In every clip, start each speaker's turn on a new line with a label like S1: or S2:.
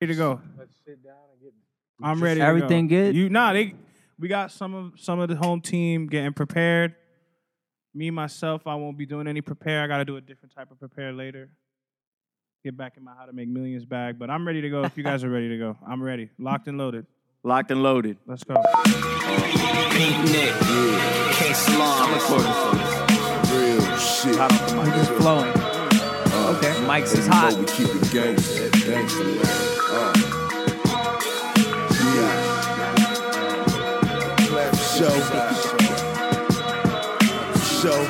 S1: ready to go.
S2: Let's sit down and get.
S1: I'm ready.
S3: everything
S1: to go.
S3: good?
S1: You nah, they we got some of some of the home team getting prepared. Me myself, I won't be doing any prepare. I got to do a different type of prepare later. Get back in my how to make millions bag, but I'm ready to go. If you guys are ready to go, I'm ready. Locked and loaded.
S4: Locked and loaded.
S1: Let's go.
S5: Pink Nick, Case Law,
S6: Real shit.
S3: Just flowing. Okay. Mike's is hot.
S6: We keep it gangsta, gangsta, man. Uh. Yeah. Show. Show.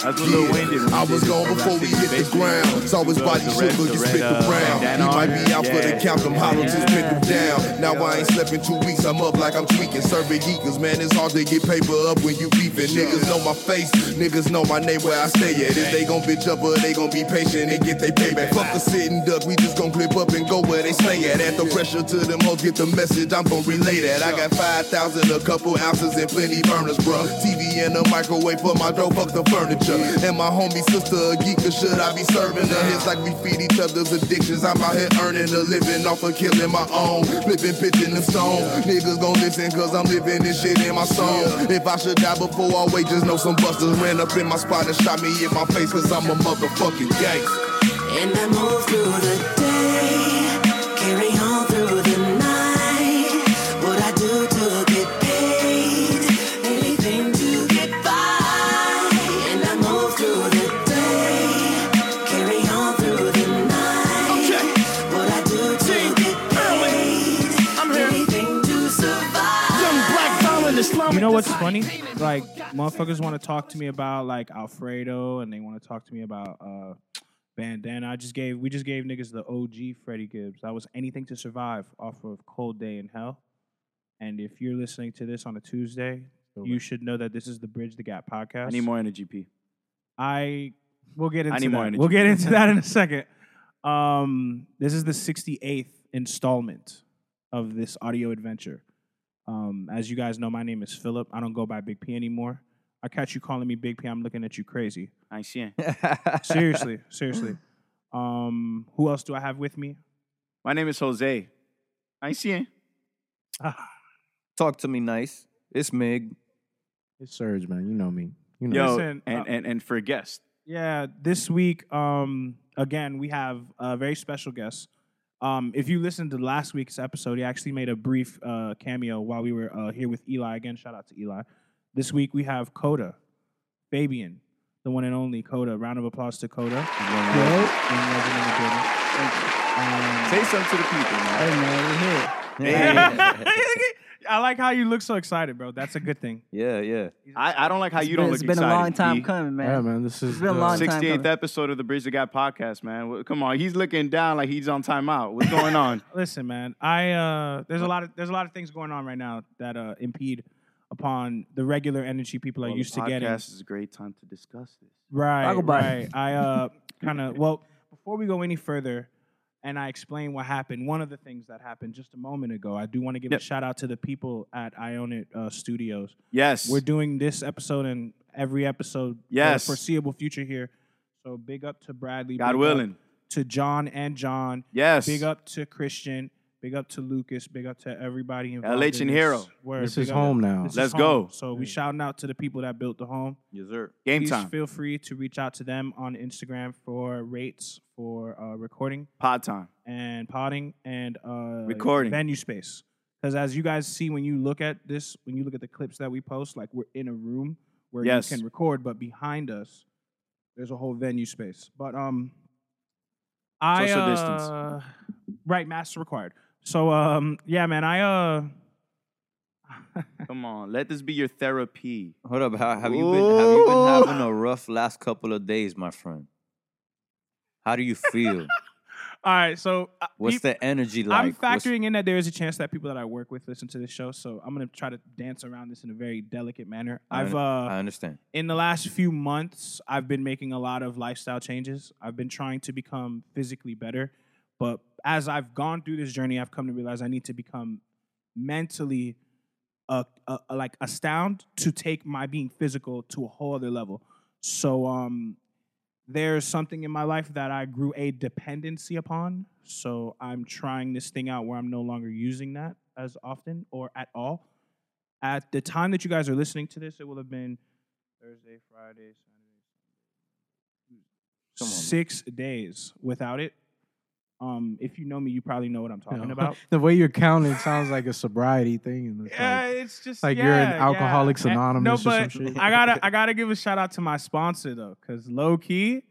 S4: That's what Lil Wayne did. when
S6: I
S4: he
S6: was
S4: did
S6: gone
S4: his
S6: before
S4: rap
S6: we
S4: shit.
S6: hit the
S4: Basically,
S6: ground. It's always
S4: the-
S6: body
S4: the
S6: shit,
S4: red- the
S6: look, you
S4: red,
S6: spit the
S4: uh,
S6: brown.
S4: bandana
S6: He
S4: on
S6: might be
S4: it.
S6: out for the
S4: Yeah.
S6: count, them hollows just bit them down. Now I ain't slept in two weeks, I'm up like I'm tweaking. Serving geekers, man, it's hard to get paper up when you beefing. Niggas know my face, niggas know my name where I stay at. If they gon' bitch up or they gon' be patient and get they payback. Fuck the sitting duck, we just gon' clip up and go where they stay at. At the pressure to them hoes, get the message, I'm gon' relay that. I got 5,000, a couple ounces, and plenty burners, bruh. TV and a microwave for my dough, fuck the furniture. And my homie sister, a geek, or should I be serving her? It's like we feed each other's addictions. I'm out here earning a living off of killing my own. Flipping, pitching the stone. Niggas gon' listen, cause I'm living this shit in my song. If I should die before I wait, just know some busters ran up in my spot and shot me in my face, cause I'm a motherfucking gangster.
S5: And I move through the day, carry on through the night. What I do to get paid, anything to get by. And I move through the day, carry on through the night. What I do to get paid, anything to survive.
S1: You know what's funny? Like motherfuckers want to talk to me about like Alfredo, and they want to talk to me about uh, Bandana. I just gave we just gave niggas the OG Freddie Gibbs. That was anything to survive off of Cold Day in Hell. And if you're listening to this on a Tuesday, you should know that this is the Bridge the Gap podcast.
S4: I need more energy, P.
S1: I we'll get into
S4: need
S1: that.
S4: more energy.
S1: We'll get into that in a second. Um, this is the 68th installment of this audio adventure. Um, as you guys know, my name is Philip. I don't go by Big P anymore. I catch you calling me Big P. I'm looking at you crazy.
S4: I ain't seeing.
S1: Seriously, seriously. Um, who else do I have with me?
S4: My name is Jose. I ain't seeing.
S3: Talk to me nice. It's Mig.
S2: It's Surge, man. You know me. You know.
S4: Yo,
S1: Listen,
S4: and,
S1: uh,
S4: and, and for a guest.
S1: Yeah, this week, um, again, we have a very special guest. Um, if you listened to last week's episode, he actually made a brief uh, cameo while we were uh, here with Eli. Again, shout out to Eli. This week we have Coda, Fabian, the one and only Coda. Round of applause to Coda. Young legend in the building. Um,
S4: Say something to the people, man.
S1: I like how you look so excited, bro. That's a good thing.
S3: Yeah, yeah.
S4: I, I don't like how you don't
S3: it's
S4: look
S3: been
S4: excited.
S3: a long time
S4: P.
S3: coming, man.
S2: Yeah, man. This is
S3: been a
S2: the-
S3: long time.
S4: 68th
S3: coming.
S4: episode of the Bridge the Gap podcast, man. Well, Come on, he's looking down like he's on timeout. What's going on?
S1: Listen, man, I uh, there's a lot of there's a lot of things going on right now that uh, impede upon the regular energy people are
S4: Well, the
S1: used to getting.
S4: Podcast is a great time to discuss this.
S1: Right,
S3: Talk about
S1: right.
S3: it.
S1: I uh, kind of well before we go any further, and I explain what happened. One of the things that happened just a moment ago, I do want to give
S4: Yep.
S1: a shout out to the people at I Own It uh, Studios.
S4: Yes,
S1: We're doing this episode and every episode
S4: Yes.
S1: for the foreseeable future here. So big up to Bradley. big
S4: God
S1: up
S4: willing.
S1: to John and John.
S4: Yes,
S1: Big up to Christian. Big up to Lucas. Big up to everybody involved.
S4: LH
S1: in
S4: and Hero.
S1: Word.
S2: This
S1: Big
S2: is
S1: up.
S2: home now.
S1: This is
S4: Let's
S1: home.
S4: go.
S1: So we shouting out to the people that built the home.
S3: Yes, sir.
S4: game
S1: Please
S4: time,
S1: feel free to reach out to them on Instagram for rates for uh, recording
S4: pod time.
S1: and potting and uh,
S4: Recording.
S1: venue space. Because as you guys see when you look at this, when you look at the clips that we post, like we're in a room where
S4: Yes.
S1: you can record, but behind us there's a whole venue space. But um, I
S4: Social
S1: uh, right masks required. So um, yeah, man, I uh,
S4: Come on, let this be your therapy.
S3: Hold up. How, have you been? Have you
S4: Ooh.
S3: been having a rough last couple of days, my friend? How do you feel?
S1: all right. So uh,
S3: What's
S1: peop-
S3: the energy like?
S1: I'm
S3: What's-
S1: factoring in that there is a chance that people that I work with listen to this show, so I'm gonna try to dance around this in a very delicate manner.
S3: I
S1: I've
S3: un-
S1: uh,
S3: I understand.
S1: in the last few months, I've been making a lot of lifestyle changes. I've been trying to become physically better, but as I've gone through this journey, I've come to realize I need to become mentally, uh, uh, like astound to take my being physical to a whole other level. So um, there's something in my life that I grew a dependency upon. So I'm trying this thing out where I'm no longer using that as often or at all. At the time that you guys are listening to this, it will have been Thursday, Friday,
S3: Come on,
S1: Saturday, six days without it. Um, if you know me, you probably know what I'm talking about.
S2: the way you're counting sounds like a sobriety thing. And it's
S1: Yeah,
S2: like,
S1: it's just
S2: like you're an
S1: yeah,
S2: Alcoholics
S1: yeah.
S2: Anonymous
S1: no,
S2: or
S1: but
S2: some shit.
S1: I gotta I gotta give a shout out to my sponsor though, because low key,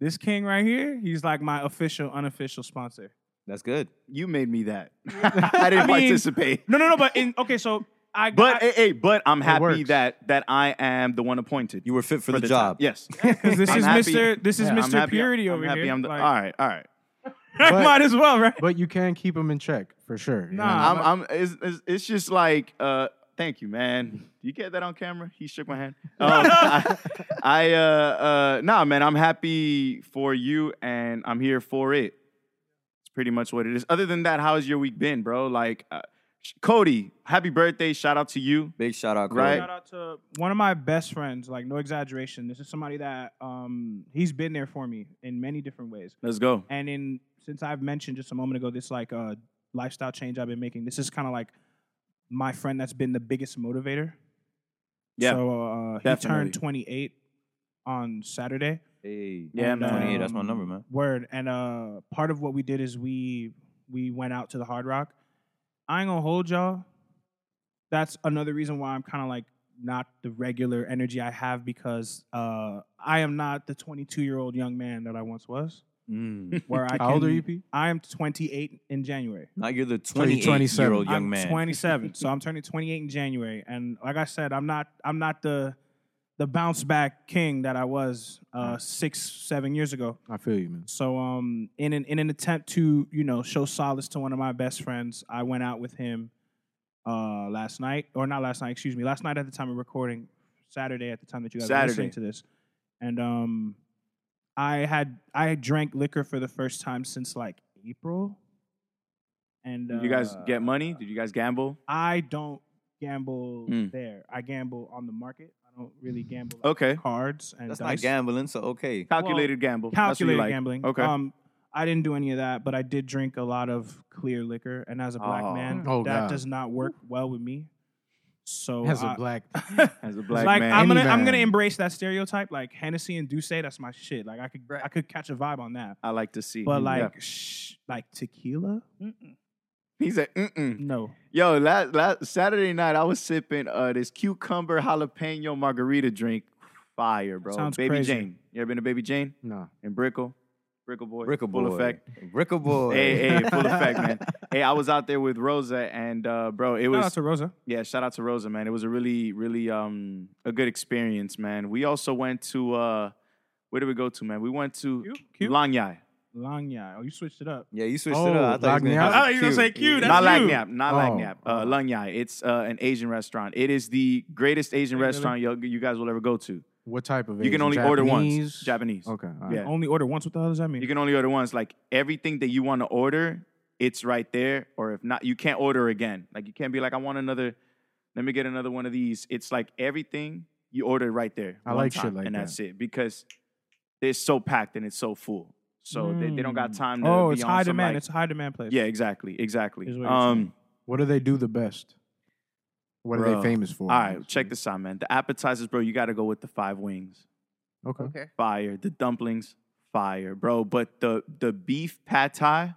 S1: this king right here, he's like my official unofficial sponsor.
S3: That's good.
S4: You made me that. I didn't
S1: I mean-
S4: participate.
S1: No, no, no, but in okay, so I
S4: But
S1: got
S4: hey, hey, but I'm happy
S2: works.
S4: that that I am the one appointed
S3: You were fit
S4: for
S3: for, the,
S4: the
S3: job.
S4: time. Yes,
S1: because this
S4: I'm
S1: is
S4: happy.
S1: Mr. This is
S2: Yeah, I'm
S4: I'm
S1: Mr.
S4: happy-
S1: Purity
S4: I'm
S1: over
S4: happy
S1: here.
S4: I'm the-
S1: Like,
S4: all right, all right.
S2: But-
S1: might as well, right?
S2: but you can keep them in check for sure. you
S1: Nah,
S2: know?
S1: I'm
S4: I'm, I'm, it's, it's, it's just like, uh, thank you, man. Do you get that on camera? He shook my hand. Um, I, I, uh, uh, nah, man, I'm happy for you and I'm here for it. It's pretty much what it is. Other than that, how's your week been, bro? Like, uh, sh- Cody, happy birthday. Shout out to you.
S3: Big shout out, Cody.
S4: Right.
S1: Shout out to one of my best friends, like no exaggeration. This is somebody that um he's been there for me in many different ways.
S4: Let's go.
S1: And in since I've mentioned just a moment ago, this like uh, lifestyle change I've been making. This is kind of like my friend that's been the biggest motivator.
S4: Yeah,
S1: So uh, he
S4: definitely.
S1: turned 28 on Saturday.
S3: Hey,
S4: Yeah,
S1: And,
S4: man.
S3: 28, that's my
S1: um,
S3: number, man.
S1: Word. And uh, part of what we did is we we went out to the Hard Rock. I ain't gonna hold y'all. That's another reason why I'm kind of like not the regular energy I have because uh, I am not the 22 year old young man that I once was.
S3: Mm.
S1: Where I
S2: How old
S1: can-
S2: are you, P?
S1: I am 28 in January.
S3: Now you're the
S2: you're
S3: 28 year
S2: 27.
S3: old young
S1: I'm
S3: man.
S1: 27, so I'm turning 28 in January. And like I said, I'm not I'm not the the bounce back king that I was uh, six seven years ago.
S2: I feel you, man.
S1: So um, in an in an attempt to you know show solace to one of my best friends, I went out with him uh, last night, or not last night, excuse me, last night at the time of recording, Saturday at the time that you guys are listening
S4: Saturday.
S1: to this, and um, I had I had drank liquor for the first time since like April, and
S4: Did you guys
S1: uh,
S4: get money? Did you guys gamble?
S1: I don't gamble
S4: Mm.
S1: there. I gamble on the market. I don't really gamble like,
S4: Okay.
S1: cards and
S3: That's not
S1: dice
S3: gambling, so okay.
S4: Calculated gamble. That's what you
S1: calculated
S4: like.
S1: gambling.
S4: Okay.
S1: Um, I didn't do any of that, but I did drink a lot of clear liquor, and as a black
S4: Oh.
S1: man,
S2: Oh,
S1: that
S2: God.
S1: does not work well with me. So uh,
S2: As
S1: I-
S2: a black,
S4: As a black
S1: like
S4: man.
S1: I'm gonna
S2: Any
S1: I'm gonna
S2: man.
S1: embrace that stereotype. Like Hennessy and Douce, that's my shit. Like I could I could catch a vibe on that.
S4: I like to see.
S1: But
S4: Mm-hmm. Yeah.
S1: like shh, like tequila,
S4: he said, mm-mm.
S1: no.
S4: Yo, last, last Saturday night I was sipping uh, this cucumber jalapeno margarita drink. Fire, bro.
S1: Sounds
S4: Baby
S1: crazy.
S4: Jane. You ever been to Baby Jane
S2: nah.
S4: and Brickle? Brickle Boy.
S3: Brickle boy.
S4: Full effect.
S3: Brickle boy.
S4: Hey, hey, full effect, man. Hey, I was out there with Rosa and uh, bro, it
S1: Shout
S4: was
S1: out to Rosa.
S4: yeah, shout out to Rosa, man. It was a really, really um a good experience, man. We also went to uh where did we go to, man? We went to
S1: Q? Q?
S4: Lanyai.
S1: Lanya. Oh, you switched it up.
S3: Yeah, you switched
S2: Oh,
S3: it up. I thought you was gonna
S2: Lagniappe?
S3: have
S1: I thought you were gonna say Q, that's
S4: not
S1: you.
S4: Lagniappe, not
S2: Oh,
S4: Lagniappe, uh,
S2: oh.
S4: Lunyai. It's uh, an Asian restaurant. It is the greatest Asian
S1: Really?
S4: restaurant you you guys will ever go to.
S2: What type of
S4: You can
S2: Asian?
S4: only order once.
S2: Japanese?
S4: Japanese.
S2: Okay. all
S4: Yeah.
S2: right.
S1: Only order once. What the hell does that mean?
S4: You can only order once. Like everything that you want to order, it's right there. Or if not, you can't order again. Like you can't be like, I want another. Let me get another one of these. It's like everything you order right there.
S2: I
S4: one
S2: like shit
S4: time,
S2: like
S4: and
S2: that.
S4: that's it because they're so packed and it's so full. So they, they don't got
S1: Mm.
S4: time to.
S1: oh,
S4: be
S1: it's
S4: on
S1: high
S4: some,
S1: demand.
S4: like-
S1: it's a high demand place.
S4: yeah, exactly, exactly.
S1: Is what you're
S4: Um,
S2: What do they do the best? What are
S4: Bro.
S2: they famous for?
S4: all right, check this out, man. The appetizers, bro, you got to go with the five wings.
S2: Okay.
S4: fire. The dumplings, fire, bro. But the the beef pad thai,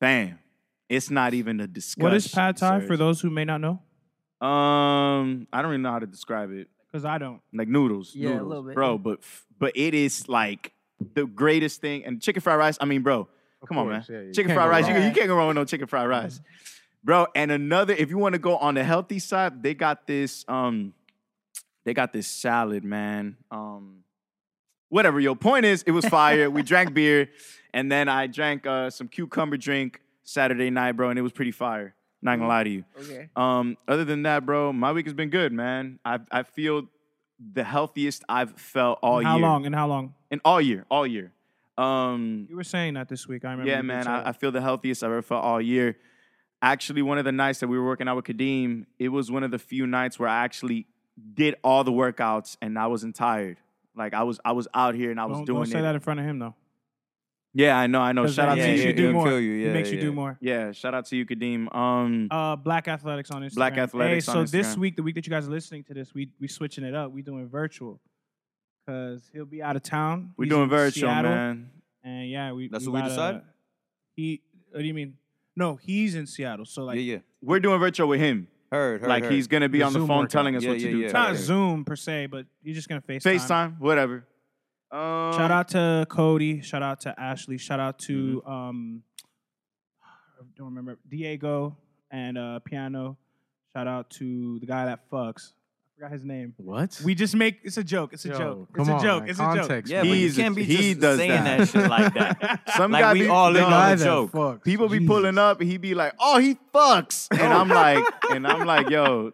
S4: bam. It's not even a discussion.
S1: What is pad thai
S4: sirs.
S1: for those who may not know?
S4: Um, I don't really know how to describe it.
S1: Because I don't.
S4: Like noodles,
S7: Yeah, a
S4: noodles,
S7: little bit,
S4: bro.
S7: yeah.
S4: But f- but it is like the greatest thing. And chicken fried rice. I mean, bro,
S2: Of
S4: come on, man.
S2: course, yeah, you
S4: chicken
S2: can't
S4: fried
S2: go
S4: rice. You,
S2: wrong.
S4: you can't go wrong with no chicken fried rice, bro. And another, if you want to go on the healthy side, they got this. Um, they got this salad, man. Um, whatever. Your point is, it was fire. we drank beer, and then I drank uh, some cucumber drink Saturday night, bro, and it was pretty fire. Not
S7: Mm.
S4: gonna lie to you.
S7: Okay.
S4: Um, other than that, bro, my week has been good, man. I I feel the healthiest I've felt all
S1: how
S4: year.
S1: long? And how long?
S4: And all year, all year. Um,
S1: You were saying that this week. I remember. you
S4: yeah,
S1: did
S4: man,
S1: say
S4: I,
S1: that.
S4: I feel the healthiest I've ever felt all year. Actually, one of the nights that we were working out with Kadeem, it was one of the few nights where I actually did all the workouts and I wasn't tired. Like I was I was out here and I was
S1: don't,
S4: doing
S1: don't say
S4: it.
S1: that in front of him though.
S4: Yeah, I know, I know.
S1: 'Cause
S4: Shout out
S1: he
S3: yeah,
S4: to
S1: makes
S4: you.
S1: you do
S3: he'll
S1: more.
S3: kill you.
S1: he
S3: Yeah,
S1: makes you
S3: yeah.
S1: do more.
S4: Yeah, shout out to you, Kadeem. Um,
S1: Uh, Black Athletics on Instagram.
S4: Black Athletics
S1: Hey,
S4: on
S1: so this
S4: Instagram.
S1: week, the week that you guys are listening to this, we we switching it up. We doing virtual because he'll be out of town.
S4: we're
S1: He's
S4: doing
S1: in
S4: virtual,
S1: Seattle,
S4: man.
S1: And yeah, we
S3: That's
S1: we
S3: what we
S1: gotta-
S3: decided?
S1: He. What do you mean? No, he's in Seattle. So like,
S3: yeah, yeah.
S4: We're doing virtual with him.
S3: Heard, heard.
S4: like
S3: heard.
S4: he's gonna be
S2: The
S4: on the
S2: Zoom
S4: phone
S2: workout.
S4: telling us
S3: Yeah,
S4: what
S3: yeah,
S4: to do.
S3: yeah.
S1: it's not
S3: Right.
S1: Zoom per se, but you're just gonna FaceTime.
S4: FaceTime, whatever. Um,
S1: Shout out to Cody. Shout out to Ashley. Shout out to um, I don't remember Diego and uh, Piano. Shout out to the guy that fucks. I forgot his name.
S2: What?
S1: We just make it's a joke. It's a
S2: Yo,
S1: joke. It's
S2: come
S1: a
S2: on,
S1: joke.
S2: man.
S1: It's
S2: Context.
S3: yeah, but you
S4: he's a-
S3: can't be
S4: he
S3: just
S4: does
S3: saying
S4: that.
S3: that. shit like that.
S4: Some
S3: like,
S4: guy
S3: we
S4: be-
S3: all in
S4: no,
S3: on
S2: Guy
S3: the
S2: that
S3: joke.
S2: fucks.
S4: people be
S2: Jesus.
S4: pulling up and he be like, "Oh, he fucks," and I'm like, and I'm like, "Yo,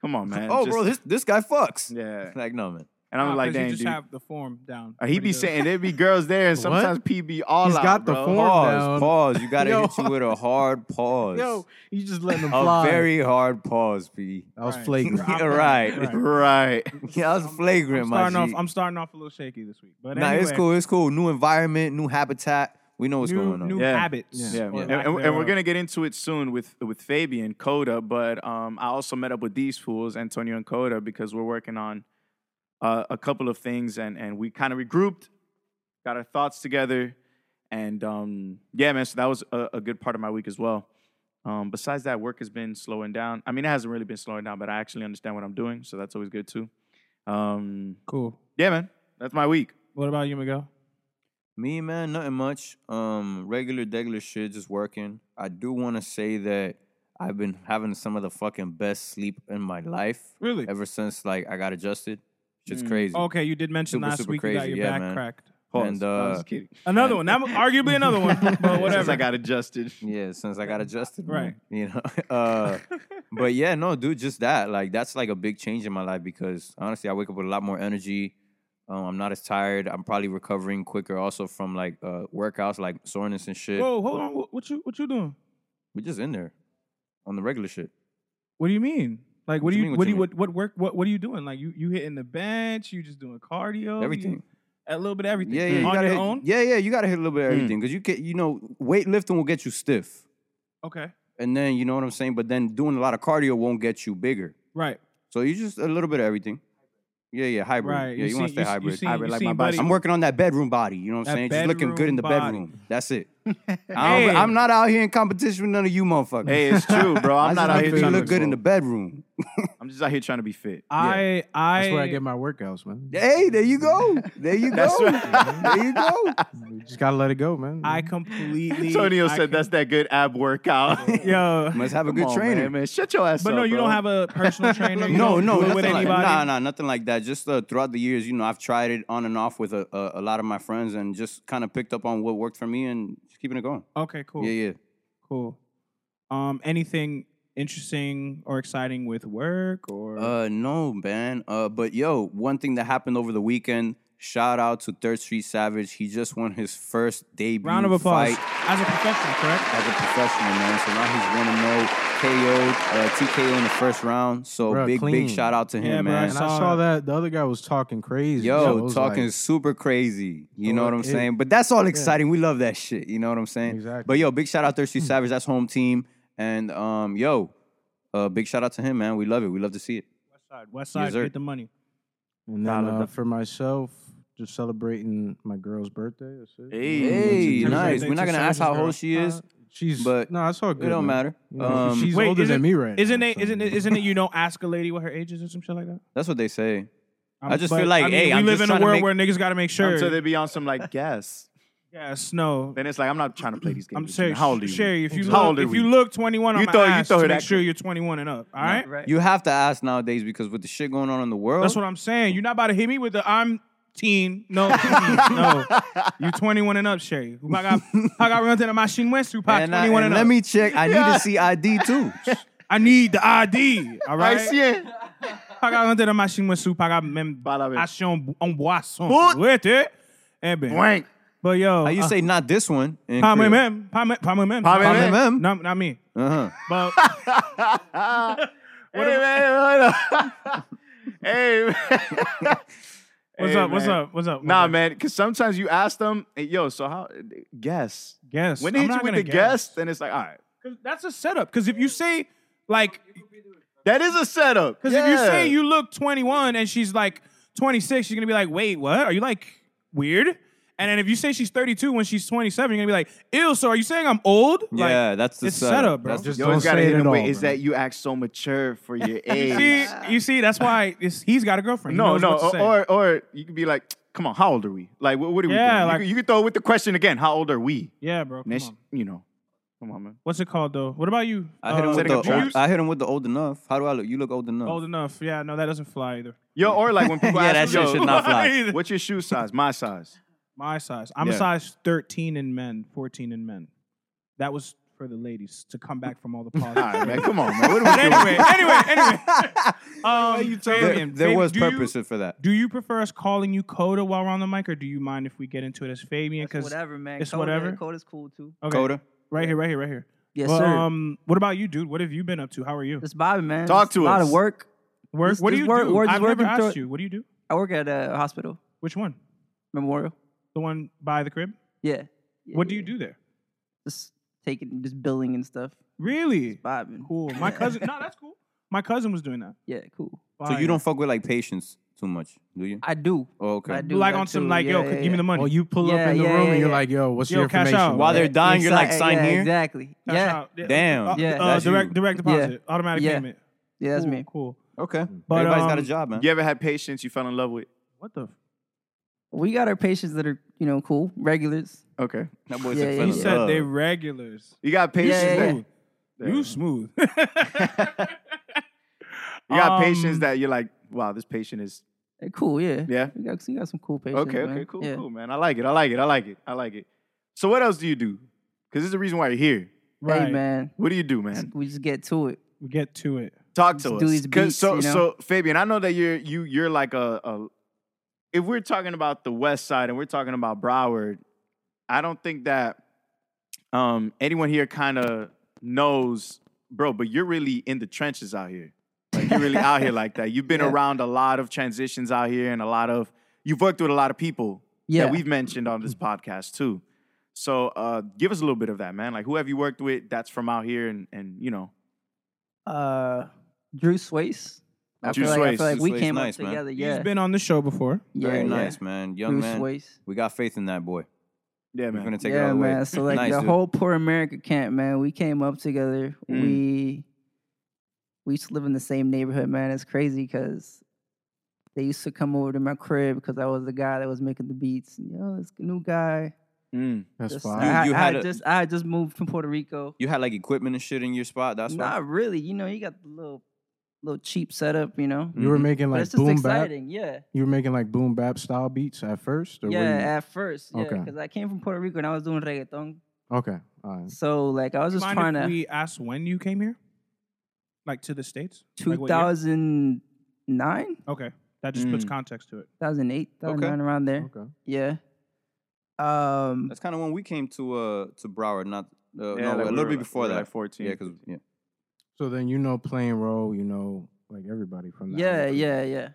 S4: come on, man."
S3: oh,
S4: Just-
S3: bro, this this guy fucks.
S4: yeah.
S3: Like, no, man.
S4: And I'm
S1: Nah,
S4: like,
S1: 'cause you
S4: "Damn,
S1: just
S4: dude."
S1: have the form down.
S4: Uh, he
S1: pretty
S4: be
S1: good.
S4: saying there be girls there, and
S2: What?
S4: sometimes PB all
S2: He's
S4: out.
S2: got the
S4: bro.
S2: form. down.
S3: Pause, pause. You gotta
S2: Yo.
S3: hit you with a hard pause.
S2: Yo, you just letting them
S3: a
S2: fly.
S3: very hard pause, P.
S2: that was
S1: Right.
S2: flagrant.
S1: Right.
S3: right.
S1: Right.
S4: Right.
S3: Yeah, I was flagrant,
S1: I'm
S3: my G.
S1: starting off. I'm starting off a little shaky this week, but
S3: nah,
S1: anyway,
S3: it's cool. It's cool. New environment, new habitat. We know what's
S1: new,
S3: going on.
S1: New
S4: Yeah.
S1: habits.
S2: Yeah.
S4: Yeah,
S1: or
S4: and,
S1: lack
S4: and- and we're
S1: thereof.
S4: gonna get into it soon with with Fabian Coda, but um, I also met up with these fools, Antonio and Coda, because we're working on uh, a couple of things, and and we kind of regrouped, got our thoughts together, and um, yeah, man. So that was a, a good part of my week as well. Um, besides that, work has been slowing down. I mean, it hasn't really been slowing down, but I actually understand what I'm doing, so that's always good too. Um,
S1: Cool.
S4: yeah, man, that's my week.
S1: What about you, Miguel?
S3: Me, man, nothing much. Um, regular, regular shit, just working. I do want to say that I've been having some of the fucking best sleep in my life
S1: Really?
S3: ever since like I got adjusted. Shit's
S1: Mm,
S3: crazy.
S1: Okay, you did mention
S3: Super,
S1: last
S3: super
S1: week you got
S3: crazy.
S1: your
S3: Yeah,
S1: back
S3: man.
S1: cracked.
S3: And
S4: No, I'm
S3: uh,
S4: just kidding.
S1: Another one. That was arguably another one, but
S4: Since
S1: whatever.
S4: I got adjusted.
S3: Yeah, since I got adjusted.
S1: Right.
S3: man, You know. Uh but yeah, no, dude, just that. Like that's like a big change in my life because honestly, I wake up with a lot more energy. Um, I'm not as tired. I'm probably recovering quicker also from like uh workouts like soreness and shit.
S1: Whoa, hold on. What, what you what you doing?
S3: We're just in there on the regular shit.
S1: What do you mean? Like, what,
S3: What
S1: do
S3: you
S1: you,
S3: mean, what
S1: what do
S3: you
S1: you what, what work what what are you doing? Like, you you hitting the bench? You just doing cardio? Oh, you-
S3: Everything.
S1: a little bit of everything.
S3: Yeah, yeah. You
S1: On
S3: gotta
S1: your
S3: hit,
S1: own. Hmm.
S3: Yeah, yeah, you gotta hit a little bit of everything. Cause you get you know, weightlifting will get you stiff.
S1: Okay.
S3: And then you know what I'm saying? But then doing a lot of cardio won't get you bigger.
S1: Right.
S3: So you just a little bit of everything. Yeah, yeah, hybrid.
S1: Right.
S3: Yeah, you, want to stay hybrid.
S1: seen-
S4: Hybrid
S1: you
S4: like
S1: seen
S4: my
S1: buddy-
S4: bicycle.
S3: I'm working on that bedroom body. You know what I'm
S1: That
S3: saying? Just looking good in the
S1: bedroom
S3: bedroom. That's it. I don't,
S1: Hey.
S3: I'm not out here in competition with none of you motherfuckers.
S4: Hey, it's true, bro.
S3: I
S4: I'm
S3: just
S4: not out
S3: like
S4: here
S3: to
S4: trying to
S3: look good in the bedroom.
S4: I'm just out here trying to be fit.
S1: I I
S2: That's where I get my workouts, man.
S3: Hey, there you go. There you go.
S4: That's right.
S3: There you go.
S2: You just gotta let it go, man.
S1: I completely.
S4: Antonio
S1: I
S4: said
S1: com-
S4: that's that good ab workout.
S1: Yo.
S3: Must have a
S4: Come
S3: good
S4: on,
S3: trainer.
S4: man, man. Shut your ass
S1: But
S4: up.
S1: no, you
S4: bro.
S1: don't have a personal trainer. You
S3: No,
S1: don't
S3: no,
S1: do it
S3: nothing
S1: with
S3: like,
S1: anybody.
S3: nah, nah, nothing like that. Just uh, throughout the years, you know, I've tried it on and off with a, a, a lot of my friends and just kind of picked up on what worked for me and just keeping it going.
S1: Okay, cool,
S3: Yeah, yeah.
S1: cool. Um, anything interesting or exciting with work or
S3: Uh, no, man. Uh, but yo, one thing that happened over the weekend. Shout out to Third Street Savage. He just won his first debut
S1: round of applause
S3: fight
S1: as a professional, correct?
S3: as a professional, man. So now he's one and zero KO'd uh, TKO in the first round. So
S2: Bruh,
S3: big,
S2: clean.
S3: big shout out to him,
S1: Yeah, bruh,
S3: man.
S2: and I saw that the other guy was talking crazy. So it
S3: Yo,
S2: was
S3: talking
S2: like-
S3: super crazy. You
S2: So
S3: know what
S2: it-
S3: I'm
S2: it-
S3: saying? But that's all exciting. We love that shit. You know what I'm saying?
S2: Exactly. Hmm.
S3: But yo, big shout out Thirsty Savage. That's home team. And um, yo, uh, big shout out to him, man. We love it. We love to see it.
S1: West side, west side,
S3: sir.
S1: get the money.
S2: and then
S4: Dollar
S2: uh,
S4: the-
S2: for myself, just celebrating my girl's birthday. That's it.
S4: Hey.
S3: Hey,
S1: Happy
S3: nice.
S1: birthday
S3: We're not
S1: to
S3: gonna ask
S1: Savage,
S3: how
S1: bro.
S3: old she is.
S2: Uh, she's
S3: but
S2: no, it's all good.
S3: it don't
S2: man.
S3: matter.
S2: You know,
S3: Um,
S2: she's
S1: Wait,
S2: older
S1: isn't-
S2: than me, right?
S1: Isn't
S2: now,
S1: it?
S2: so-
S1: Isn't it? Isn't it? You don't ask a lady what her age is or some shit like that.
S3: That's what they say.
S1: I'm-
S3: I just
S1: but,
S3: feel like,
S1: I mean,
S3: hey,
S1: we
S3: I'm
S1: live
S3: just
S1: in
S3: tryna
S1: a world
S3: make-
S1: where niggas got to make sure.
S4: Until they be on some like guess.
S1: yes, no.
S4: Then it's like I'm not trying to play these games.
S1: I'm
S4: with you.
S1: serious.
S4: How old are you?
S1: Sherry, if you
S4: How old
S1: look,
S4: are
S1: if
S4: we?
S1: you look 21 on
S4: You
S1: my
S4: throw- you
S1: ass,
S4: throw
S1: to
S4: her
S1: make
S4: that-
S1: sure you're 21 and up. All right,
S3: You have to ask nowadays because with the shit going on in the world,
S1: that's what I'm saying. You're not about to hit me with the I'm teen. No, mm-mm, no. You 21 and up, Sherry. I got I got run to the machine went through. Pac,
S3: and, I,
S1: 21 and
S3: and let
S1: up.
S3: me check. I need to see ID too.
S1: I need the ID. All
S4: I
S1: right.
S4: see it.
S1: Pagar antes da machinha sua, pagar mesmo.
S4: Fala, meu.
S1: Achei um, um boação.
S4: Put-
S1: Uete. É bem.
S4: Wank.
S1: Eh But yo.
S3: How you
S1: uh,
S3: say not this one? in
S1: Pá mãe
S3: Creole?
S1: mesmo. Pá mãe pá mãe mesmo.
S4: Pá mãe
S3: Pá mãe
S4: mesmo.
S3: mesmo?
S1: Not, not me.
S3: Uh-huh.
S1: But
S4: Hey, man. hold up. hey, man.
S1: What's
S4: Hey,
S1: up? What's
S4: man.
S1: up? What's up? What's
S4: Nah,
S1: up?
S4: man, because sometimes you ask them, hey, yo, so how, guess.
S1: Guess
S4: When they
S1: I'm
S4: hit you
S1: not
S4: with
S1: gonna
S4: the guess, then it's like, all right.
S1: 'Cause that's a setup. Because if you say like,
S4: That is a setup.
S1: because if you say you look 21 and she's like 26, you're gonna be like, wait, what? Are you like weird? And then if you say she's 32 when she's 27, you're gonna be like, ew. So are you saying I'm old? Like,
S3: yeah, that's the
S1: it's
S3: setup,
S1: setup, bro.
S3: That's the
S2: Just
S4: you
S2: don't
S4: always gotta
S2: say it
S4: hit
S2: at
S4: them
S2: all,
S4: with is
S2: bro.
S4: that you act so mature for your
S1: See,
S4: age.
S1: you see, that's why it's, he's got a girlfriend. He
S4: no,
S1: knows
S4: no,
S1: what to say.
S4: or, or or you could be like, come on, how old are we? Like, what, what are we
S1: Yeah,
S4: doing? You
S1: like-
S4: could- you, could throw it with the question again, how old are we?
S1: yeah, bro. come
S4: And it's-
S1: on.
S4: you know, come on, man.
S1: What's it called though? What about you? Uh,
S3: I hit him with
S4: setting up
S3: the old,
S4: traps.
S3: I hit him with the old enough. How do I look? You look old enough.
S1: old enough. Yeah, no, that doesn't fly either.
S4: Yo, or like when people
S3: Yeah, that
S4: ask,
S3: shit
S4: yo,
S3: should not fly.
S1: either.
S4: what's your shoe size? My size.
S1: My size. I'm a
S4: Yeah.
S1: size 13 in men, 14 in men. That was for the ladies to come back from all the
S4: All right,
S1: politics.
S4: man, come on, man. What are
S1: but
S4: we doing?
S1: anyway, anyway, anyway. Um,
S3: There,
S1: Fabian,
S3: there
S1: Fabian,
S3: was
S1: do you-
S3: purpose for that.
S1: do you prefer us calling you Coda while we're on the mic, or do you mind if we get into it as Fabian?
S7: That's
S1: Because
S7: whatever, man.
S1: it's
S7: Coda-
S1: whatever.
S7: Coda's cool too.
S1: okay,
S3: Coda.
S1: right here, right here, right here.
S7: Yes,
S1: Well,
S7: sir.
S1: Um, what about you, dude? What have you been up to? How are you?
S7: it's Bobby, man.
S4: Talk
S7: It's
S4: to
S7: a lot
S4: us.
S7: of work.
S1: Work.
S7: just-
S1: what do
S7: just
S1: you
S7: work-
S1: do?
S7: work- just
S1: I've never
S7: working through
S1: asked
S7: it.
S1: you. What do you do?
S7: I work at a hospital
S1: Which one?
S7: memorial.
S1: The one by the crib?
S7: Yeah. Yeah,
S1: What do
S7: yeah.
S1: you do there?
S7: Just taking, just billing and stuff.
S1: Really?
S7: Bobbing.
S1: Cool. My cousin. no, that's cool. My cousin was doing that.
S7: Yeah, cool.
S3: So
S1: Fire.
S3: you don't fuck with like patience too much, do you?
S7: I do.
S3: Oh, okay.
S7: I do.
S1: like
S7: that
S1: on some
S7: too.
S1: like, yo,
S7: Yeah,
S1: could- give
S7: yeah,
S1: me the
S7: yeah.
S1: money.
S2: Oh, you pull
S7: Yeah,
S2: up in the
S7: yeah,
S2: room
S7: yeah,
S2: and you're
S7: yeah.
S2: like, yo, what's
S1: Yo,
S2: your
S1: cash
S2: information?
S1: out.
S3: While
S1: Yeah,
S3: they're dying, you're like,
S7: Exact-
S3: sign
S7: yeah,
S3: here.
S7: Exactly.
S1: Cash
S7: yeah.
S1: out.
S3: Damn.
S1: Uh,
S7: Yeah.
S1: uh,
S3: That's
S1: direct
S3: you.
S1: direct deposit. Automatic
S7: Yeah.
S1: payment.
S7: Yeah, that's
S1: cool,
S7: me.
S1: Cool.
S3: Okay.
S1: But,
S3: Everybody's got
S1: um,
S3: a job, man.
S4: You ever had patients you fell in love with?
S1: What the? F-
S7: We got our patients that are, you know, cool, regulars.
S4: Okay.
S3: That boy's
S7: Yeah,
S3: a
S7: yeah,
S3: fella.
S1: you
S7: yeah.
S1: said they
S3: Uh,
S1: regulars.
S4: You got patients
S7: Yeah, yeah,
S4: that
S7: yeah.
S1: You smooth.
S4: you got
S1: Um,
S4: patients that you're like, wow, this patient is
S7: They're cool, yeah.
S4: Yeah.
S7: We got, we got some cool patients.
S4: Okay,
S7: man.
S4: okay, cool,
S7: yeah.
S4: cool, man. I like it. I like it. I like it. I like it. So what else do you do? Because this is the reason why you're here.
S7: Hey,
S1: Right.
S7: man.
S4: What do you do, man?
S7: We just get to it.
S1: We get to it.
S4: Talk
S7: Just
S4: to
S7: do
S4: us.
S7: these
S4: 'Cause
S7: beats,
S4: so
S7: you know?
S4: so Fabian, I know that you're you you're like a, a if we're talking about the West Side and we're talking about Broward, I don't think that um anyone here kind of knows, bro, but you're really in the trenches out here. Like you're really out here like that. You've been
S7: Yeah.
S4: around a lot of transitions out here and a lot of you've worked with a lot of people
S7: Yeah.
S4: that we've mentioned on this podcast too. So uh give us a little bit of that, man. Like who have you worked with that's from out here and and you know.
S7: Uh, Drew Swace. I
S4: Drew
S7: feel like, I
S4: Swayze.
S7: feel like
S3: Drew
S7: we
S3: Swayze
S7: came
S3: nice,
S7: up
S3: man.
S7: together. Yeah.
S1: He's been on the show before.
S7: yeah,
S3: Very
S7: yeah.
S3: nice, man. Young
S7: Drew
S3: man.
S7: Swayze.
S3: We got faith in that boy.
S4: Yeah,
S3: We're
S4: man.
S3: gonna take it
S7: yeah,
S3: all the way.
S7: man. So like
S3: nice,
S7: the
S3: dude.
S7: whole poor America camp, man. We came up together.
S4: Mm.
S7: We we used to live in the same neighborhood, man. It's crazy because they used to come over to my crib because I was the guy that was making the beats. And, Yo, this new guy.
S4: Mm.
S2: That's
S7: Just-
S2: fine.
S7: I, had-
S3: You- you
S7: I
S3: had
S7: had
S3: a-
S7: just I had just moved from Puerto Rico.
S3: You had like equipment and shit in your spot. That's why.
S7: Not really. You know, you got the little little cheap setup. You know,
S2: You were
S3: Mhm.
S2: making
S7: but
S2: like
S7: it's just
S2: boom bap.
S7: exciting. Yeah.
S2: You were making like boom bap style beats at first. or were
S7: Yeah,
S2: you-
S7: at first, yeah,
S2: Okay.
S7: because I came from Puerto Rico and I was doing reggaeton.
S2: okay. All right.
S7: So like I was just
S1: Mind
S7: trying
S1: if
S7: to.
S1: we asked when you came here, like to the states. Like, what year?
S7: 2009,
S1: okay, that just puts
S4: Mm.
S1: context to it.
S7: 2008, 2009, around there.
S2: Okay.
S7: Yeah. Um,
S3: Mm-hmm. That's kind of when we came to uh to Broward. Not uh,
S4: Yeah,
S3: no,
S4: like we
S3: a
S4: were
S3: little bit
S4: like-
S3: before
S4: we were
S3: that.
S4: like 14,
S3: Yeah, because yeah.
S2: So then you know playing role, you know like everybody from that.
S7: yeah,
S2: era.
S7: yeah, yeah.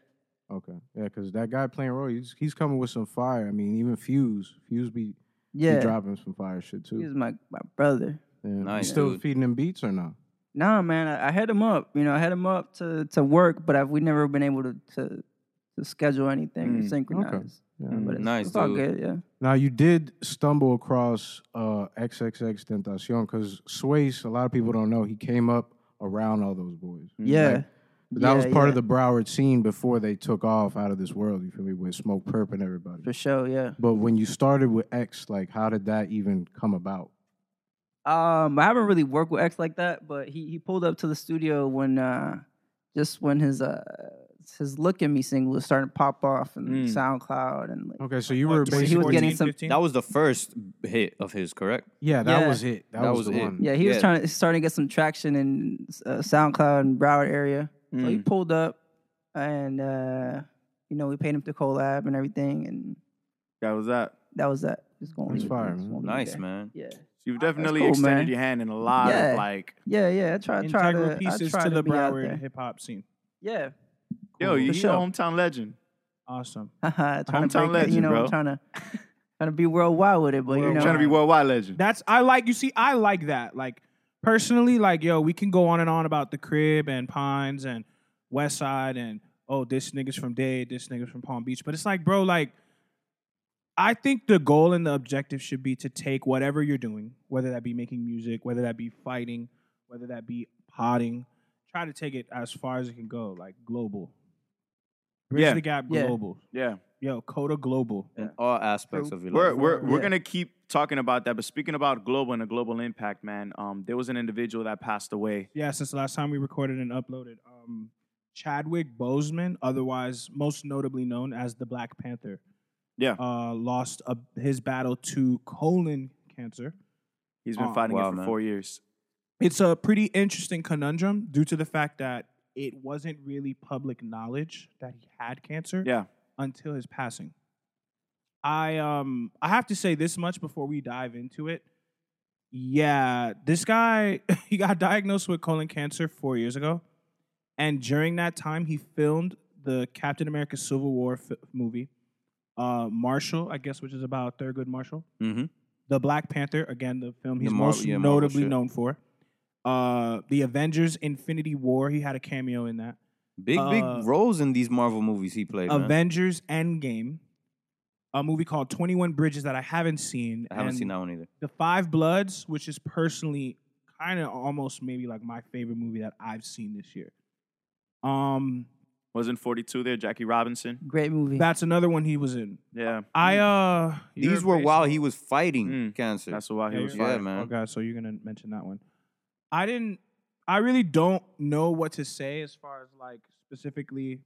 S2: Okay. Yeah, because that guy playing role, he's, he's coming with some fire. I mean, even Fuse, Fuse be, be
S7: Yeah.
S2: dropping some fire shit
S7: He was
S2: too.
S7: my, my brother.
S2: Yeah.
S3: Nice,
S2: you still
S3: dude.
S2: feeding him beats or not?
S7: Nah, man, I, I had him up. You know, I had him up to, to work, but I've, we never been able to to, to schedule anything
S4: Mm,
S7: or synchronize.
S2: Yeah.
S4: Mm.
S7: But it's,
S3: Nice,
S7: it's all
S3: dude.
S7: good, yeah.
S2: Now you did stumble across uh, XXX Tentacion because Swayze, a lot of people don't know, he came up around all those boys.
S7: Yeah.
S2: Like, that was
S7: Yeah,
S2: part of
S7: yeah.
S2: the Broward scene before they took off out of this world. You feel me? With Smoke Perp and everybody.
S7: For sure, yeah.
S2: But when you started with X, like how did that even come about?
S7: Um, I haven't really worked with X like that, but he he pulled up to the studio when uh just when his uh his look at me single was starting to pop off and
S4: Mm.
S7: SoundCloud and like
S2: Okay, so you were
S7: he was
S2: basically
S7: getting
S1: 14,
S7: some-
S1: 15?
S3: That was the first hit of his, correct?
S2: yeah, that
S7: Yeah.
S2: was it. That,
S3: That
S2: was,
S3: was
S2: the
S3: it.
S2: one.
S7: yeah he was
S3: Yeah.
S7: trying to starting to get some traction in uh, SoundCloud and Broward area. So he
S4: Mm.
S7: pulled up and uh you know we paid him to collab and everything and
S4: That was that.
S7: that was that. Just going
S2: That's fire, man.
S3: Nice, man.
S7: Yeah,
S4: You've definitely
S7: cool,
S4: extended
S7: man.
S4: your hand in a lot
S7: Yeah.
S4: of like,
S7: yeah, yeah. I try, try
S1: integral
S7: to I
S1: pieces
S7: try
S1: to
S7: to
S1: the
S7: be out
S1: Broward
S7: there.
S1: hip hop scene.
S7: Yeah,
S4: yo, you,
S7: For
S4: you a
S7: sure.
S4: hometown legend.
S1: Awesome.
S7: trying
S4: Hometown
S7: to Uh-huh, break, it,
S4: legend,
S7: you know,
S4: bro.
S7: trying to trying to be worldwide with it, but you know,
S4: trying to be worldwide legend.
S1: That's I like. You see, I like that. Like personally, like yo, we can go on and on about the crib and Pines and West Side and oh, this niggas from Dade, this niggas from Palm Beach. But it's like, bro, like I think the goal and the objective should be to take whatever you're doing, whether that be making music, whether that be fighting, whether that be potting, try to take it as far as it can go, like global. Bridge
S4: Yeah.
S1: the gap
S7: Yeah.
S1: global.
S4: yeah.
S1: Yo, Coda Global.
S3: in all aspects of your life.
S4: We're we're, we're
S7: Yeah.
S4: gonna keep talking about that. But speaking about global and the global impact, man, um, there was an individual that passed away.
S1: Yeah, since the last time we recorded and uploaded, um, Chadwick Boseman, otherwise most notably known as the Black Panther,
S4: Yeah.
S1: uh, lost a, his battle to colon cancer.
S4: He's been
S1: Oh,
S4: fighting
S3: wow,
S4: it for
S3: man.
S4: four years.
S1: It's a pretty interesting conundrum due to the fact that it wasn't really public knowledge that he had cancer
S4: Yeah.
S1: until his passing. I um I have to say this much before we dive into it. Yeah, this guy he got diagnosed with colon cancer 4 years ago. And during that time he filmed the Captain America Civil War f- movie. Uh Marshall, I guess which is about Thurgood Marshall.
S3: Mhm.
S1: The Black Panther, again the film
S3: The
S1: he's
S3: Mar-
S1: most
S3: yeah, Marvel
S1: notably
S3: shit.
S1: known for. Uh The Avengers Infinity War, he had a cameo in that.
S3: big
S1: uh,
S3: big roles in these Marvel movies he played. man.
S1: Avengers Endgame, a movie called 21 Bridges that I haven't seen.
S3: I haven't
S1: and
S3: seen that one either.
S1: The Five Bloods, which is personally kind of almost maybe like my favorite movie that I've seen this year. Um,
S4: Wasn't 42 there, Jackie Robinson?
S7: great movie.
S1: that's another one he was in.
S4: Yeah.
S1: I uh you're
S3: These were
S1: based-
S3: while he was fighting
S4: Mm,
S3: cancer.
S4: That's why he
S1: Yeah,
S4: was
S1: you're-
S4: fighting.
S3: yeah, man.
S1: Oh god, so you're gonna mention that one. I didn't I really don't know what to say as far as like specifically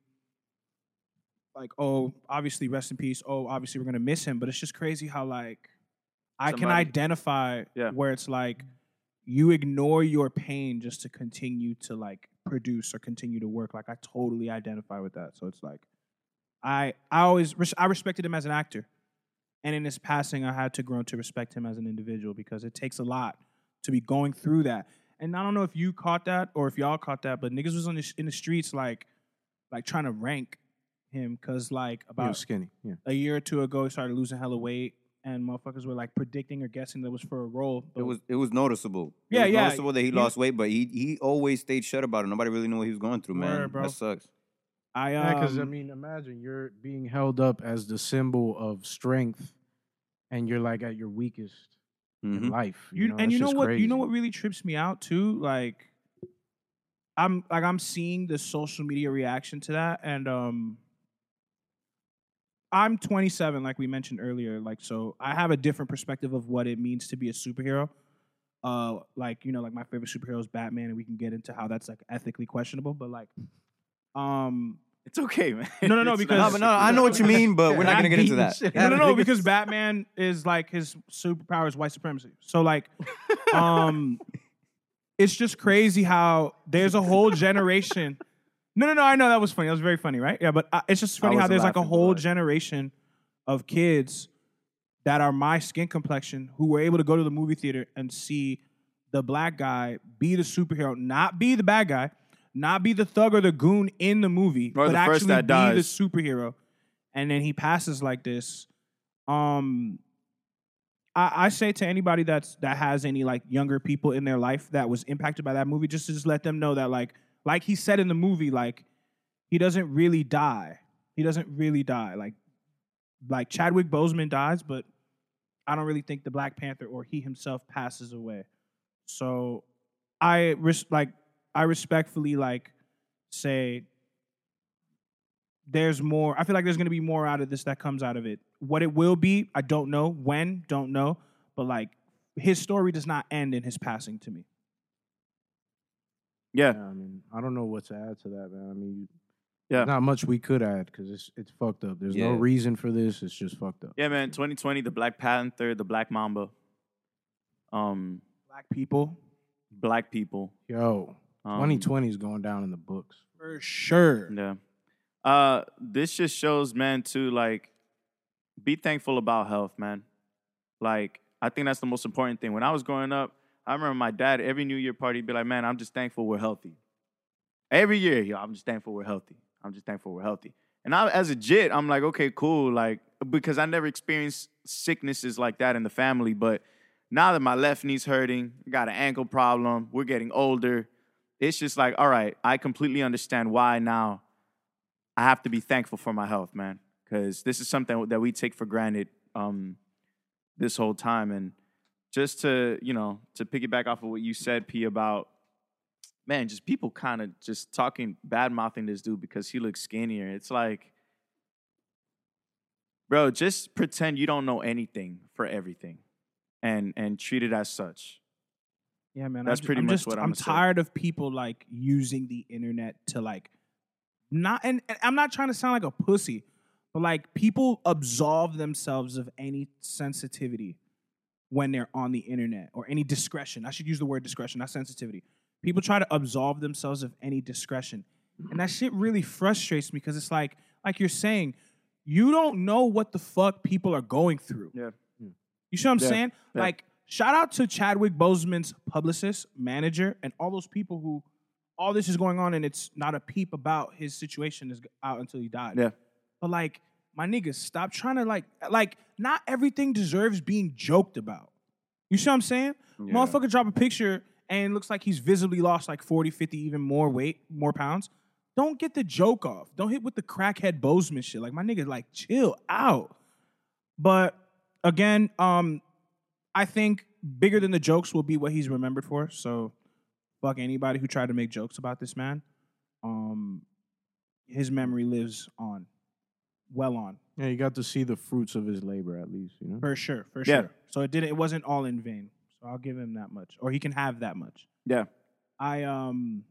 S1: like oh obviously rest in peace. Oh obviously we're gonna miss him, but it's just crazy how like I can
S4: Somebody-
S1: identify
S4: Yeah.
S1: where it's like you ignore your pain just to continue to like produce or continue to work. Like I totally identify with that. So it's like I I always res- I respected him as an actor, and in his passing, I had to grow to respect him as an individual because it takes a lot to be going through that. And I don't know if you caught that or if y'all caught that, but niggas was on the, sh- in the streets like like trying to rank him because like
S2: He
S1: about
S2: was skinny. Yeah.
S1: a year or two ago, he started losing hella weight, and motherfuckers were like predicting or guessing that was for a role.
S3: It was it was noticeable.
S1: Yeah,
S3: it was
S1: yeah.
S3: Noticeable that he
S1: You-
S3: lost weight, but he he always stayed shut about it. Nobody really knew what he was going through, man.
S1: Word, bro.
S3: That sucks.
S1: I um,
S2: Yeah, because I mean, imagine you're being held up as the symbol of strength, and you're like at your weakest
S3: Mhm.
S4: Mm-hmm.
S2: in life.
S1: You,
S2: You, know,
S1: and
S2: That's
S1: you know
S2: just
S1: what? You
S2: crazy.
S1: know what really trips me out too. Like, I'm like I'm seeing the social media reaction to that, and um, I'm 27, like we mentioned earlier. Like, so I have a different perspective of what it means to be a superhero. Uh, like you know, like my favorite superhero is Batman, and we can get into how that's like ethically questionable, but like, um,
S4: It's okay, man.
S1: No, no, no,
S4: It's
S1: because-
S3: No,
S4: not-
S3: but no, I know what you mean, but we're not
S1: Not
S3: gonna get into
S1: beating
S3: that.
S2: shit.
S1: no, no, no,
S2: Niggas-
S1: because Batman is like his superpower is white supremacy. So like, um, it's just crazy how there's a whole generation. No, no, no. I know that was funny. That was very funny, right? Yeah, but uh, it's just funny how
S4: wasn't
S1: there's like a
S4: laughing,
S1: whole
S4: but-
S1: generation of kids that are my skin complexion who were able to go to the movie theater and see the black guy be the superhero, not be the bad guy, not be the thug or the goon in the movie,
S4: Or
S1: but
S4: the first
S1: actually
S4: that
S1: be the
S4: dies.
S1: superhero. And then he passes like this. Um, I, I say to anybody that's that has any like younger people in their life that was impacted by that movie, just to just let them know that like like he said in the movie, like he doesn't really die. He doesn't really die. Like like Chadwick Boseman dies, but I don't really think the Black Panther or he himself passes away. So I res- like I respectfully like say there's more. I feel like there's gonna be more out of this that comes out of it. What it will be, I don't know. When, don't know. But like his story does not end in his passing to me.
S4: Yeah.
S2: Yeah, I mean, I don't know what to add to that, man. I mean, you-
S4: Yeah.
S2: not much we could add because it's it's fucked up. There's no
S3: Yeah.
S2: reason for this. It's just fucked up.
S4: Yeah, man. 2020, the Black Panther, the Black Mamba, um,
S1: Black people.
S4: black people.
S2: Yo,
S4: Um,
S2: 2020 is going down in the books.
S1: For sure.
S4: Yeah. Uh, this just shows, man, too, like, be thankful about health, man. Like, I think that's the most important thing. When I was growing up, I remember my dad, every New Year party, he'd be like, man, I'm just thankful we're healthy. Every year, yo, I'm just thankful we're healthy. I'm just thankful we're healthy. And I, as a jit, I'm like, okay, cool. Like, because I never experienced sicknesses like that in the family. But now that my left knee's hurting, got an ankle problem, we're getting older. It's just like, all right, I completely understand why now I have to be thankful for my health, man. Because this is something that we take for granted um, this whole time. And just to, you know, to piggyback off of what you said, P, about man, just people kind of just talking bad mouthing this dude because he looks skinnier. It's like, bro, just pretend you don't know anything for everything, and and treat it as such.
S1: Yeah, man.
S4: That's
S1: I'm ju-
S4: pretty
S1: I'm
S4: much
S1: just,
S4: what
S1: I'm
S4: I'ma say.
S1: tired of people like using the internet to like not and, and I'm not trying to sound like a pussy, but like people absolve themselves of any sensitivity when they're on the internet or any discretion. I should use the word discretion, not sensitivity. People try to absolve themselves of any discretion. And that shit really frustrates me because it's like like you're saying, you don't know what the fuck people are going through.
S4: Yeah.
S1: You see what I'm
S4: Yeah.
S1: saying?
S4: Yeah.
S1: Like, shout out to Chadwick Boseman's publicist, manager, and all those people who all this is going on and it's not a peep about his situation is out until he died.
S4: Yeah.
S1: But like, my niggas, stop trying to like like not everything deserves being joked about. You see what I'm saying? Motherfucker drop a picture and it looks like he's visibly lost like 40, 50, even more weight, more pounds. Don't get the joke off. Don't hit with the crackhead Bozeman shit. Like my nigga, like chill out. But again, um, I think bigger than the jokes will be what he's remembered for. So fuck anybody who tried to make jokes about this man. Um, his memory lives on, well on
S2: Yeah, you got to see the fruits of his labor at least, you know.
S1: for sure, for
S4: Yeah.
S1: sure. So it didn't. It wasn't all in vain. So I'll give him that much, or he can have that much.
S4: Yeah.
S1: I um.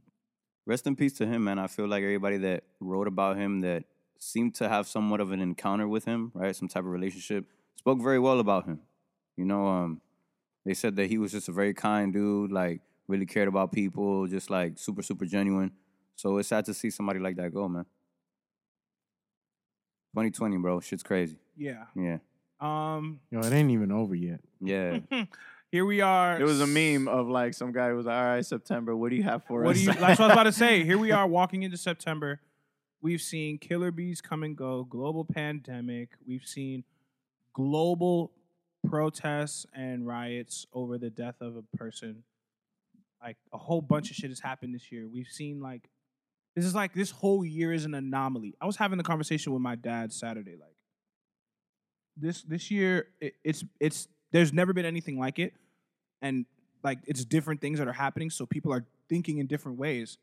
S3: Rest in peace to him, man. I feel like everybody that wrote about him that seemed to have somewhat of an encounter with him, right? Some type of relationship, spoke very well about him. You know, um, they said that he was just a very kind dude, like really cared about people, just like super, super genuine. So it's sad to see somebody like that go, man. 2020, bro. Shit's crazy.
S1: Yeah.
S3: Yeah.
S1: Um.
S2: Yo, it ain't even over yet.
S3: Yeah.
S1: Here we are.
S4: It was a meme of like some guy was like, all right, September, what do you have for
S1: What
S4: us?
S1: do you? That's what I was about to say. Here we are walking into September. We've seen killer bees come and go, global pandemic. We've seen global protests and riots over the death of a person. Like a whole bunch of shit has happened this year. We've seen like this is like this whole year is an anomaly. I was having the conversation with my dad Saturday. Like this this year, it, it's it's there's never been anything like it, and like it's different things that are happening. So people are thinking in different ways,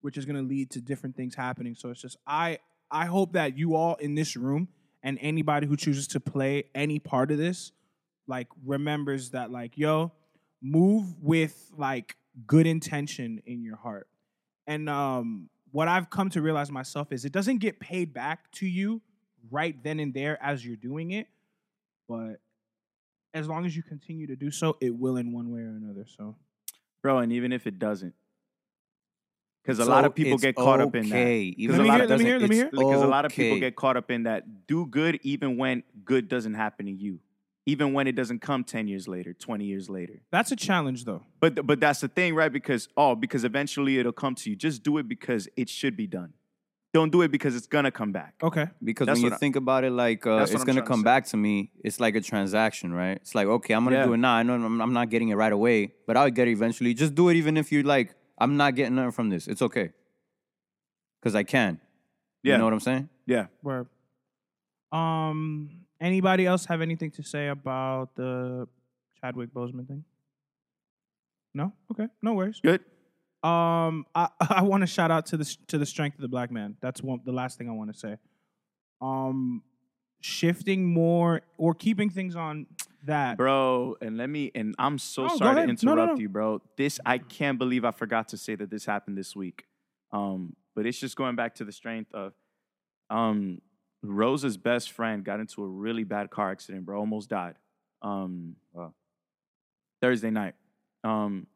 S1: which is going to lead to different things happening. So it's just I I hope that you all in this room and anybody who chooses to play any part of this, like remembers that like yo, move with like good intention in your heart. And um, what I've come to realize myself is it doesn't get paid back to you right then and there as you're doing it, but as long as you continue to do so, it will in one way or another. So
S4: bro? And even if it doesn't, because a lot of people get caught up in that.
S3: Even
S4: Let me
S3: if
S4: hear-
S3: it
S4: let me
S1: hear- let
S3: doesn't-
S1: me
S3: it's
S4: because a lot of people
S3: okay.
S4: get caught up in that do good even when good doesn't happen to you even when it doesn't come 10 years later 20 years later
S1: that's a challenge, though.
S4: but th- but that's the thing right because oh because eventually it'll come to you just do it because it should be done don't do it because it's gonna come back
S1: Okay.
S3: Because
S4: That's
S3: when
S4: what
S3: you
S4: I-
S3: think about it, like uh,
S4: that's what
S3: it's
S4: I'm
S3: gonna
S4: trying to
S3: come
S4: say.
S3: back to me. It's like a transaction, right? It's like okay, I'm gonna
S4: Yeah.
S3: do it now. I know I'm, I'm not getting it right away, but I'll get it eventually. Just do it, even if you're like, I'm not getting nothing from this. It's okay, because I can.
S4: Yeah.
S3: You know what I'm saying?
S4: yeah
S1: Where, um, anybody else have anything to say about the Chadwick Boseman thing? No. Okay. No worries.
S4: good
S1: Um, I, I want to shout out to the to the strength of the black man. That's one the last thing I want to say. Um, shifting more or keeping things on that.
S4: bro and let me and i'm so
S1: No, go
S4: sorry to
S1: ahead. No,
S4: interrupt
S1: no, no.
S4: you bro this i can't believe i forgot to say that this happened this week um but it's just going back to the strength of um rosa's best friend got into a really bad car accident bro almost died um
S3: Wow.
S4: thursday night um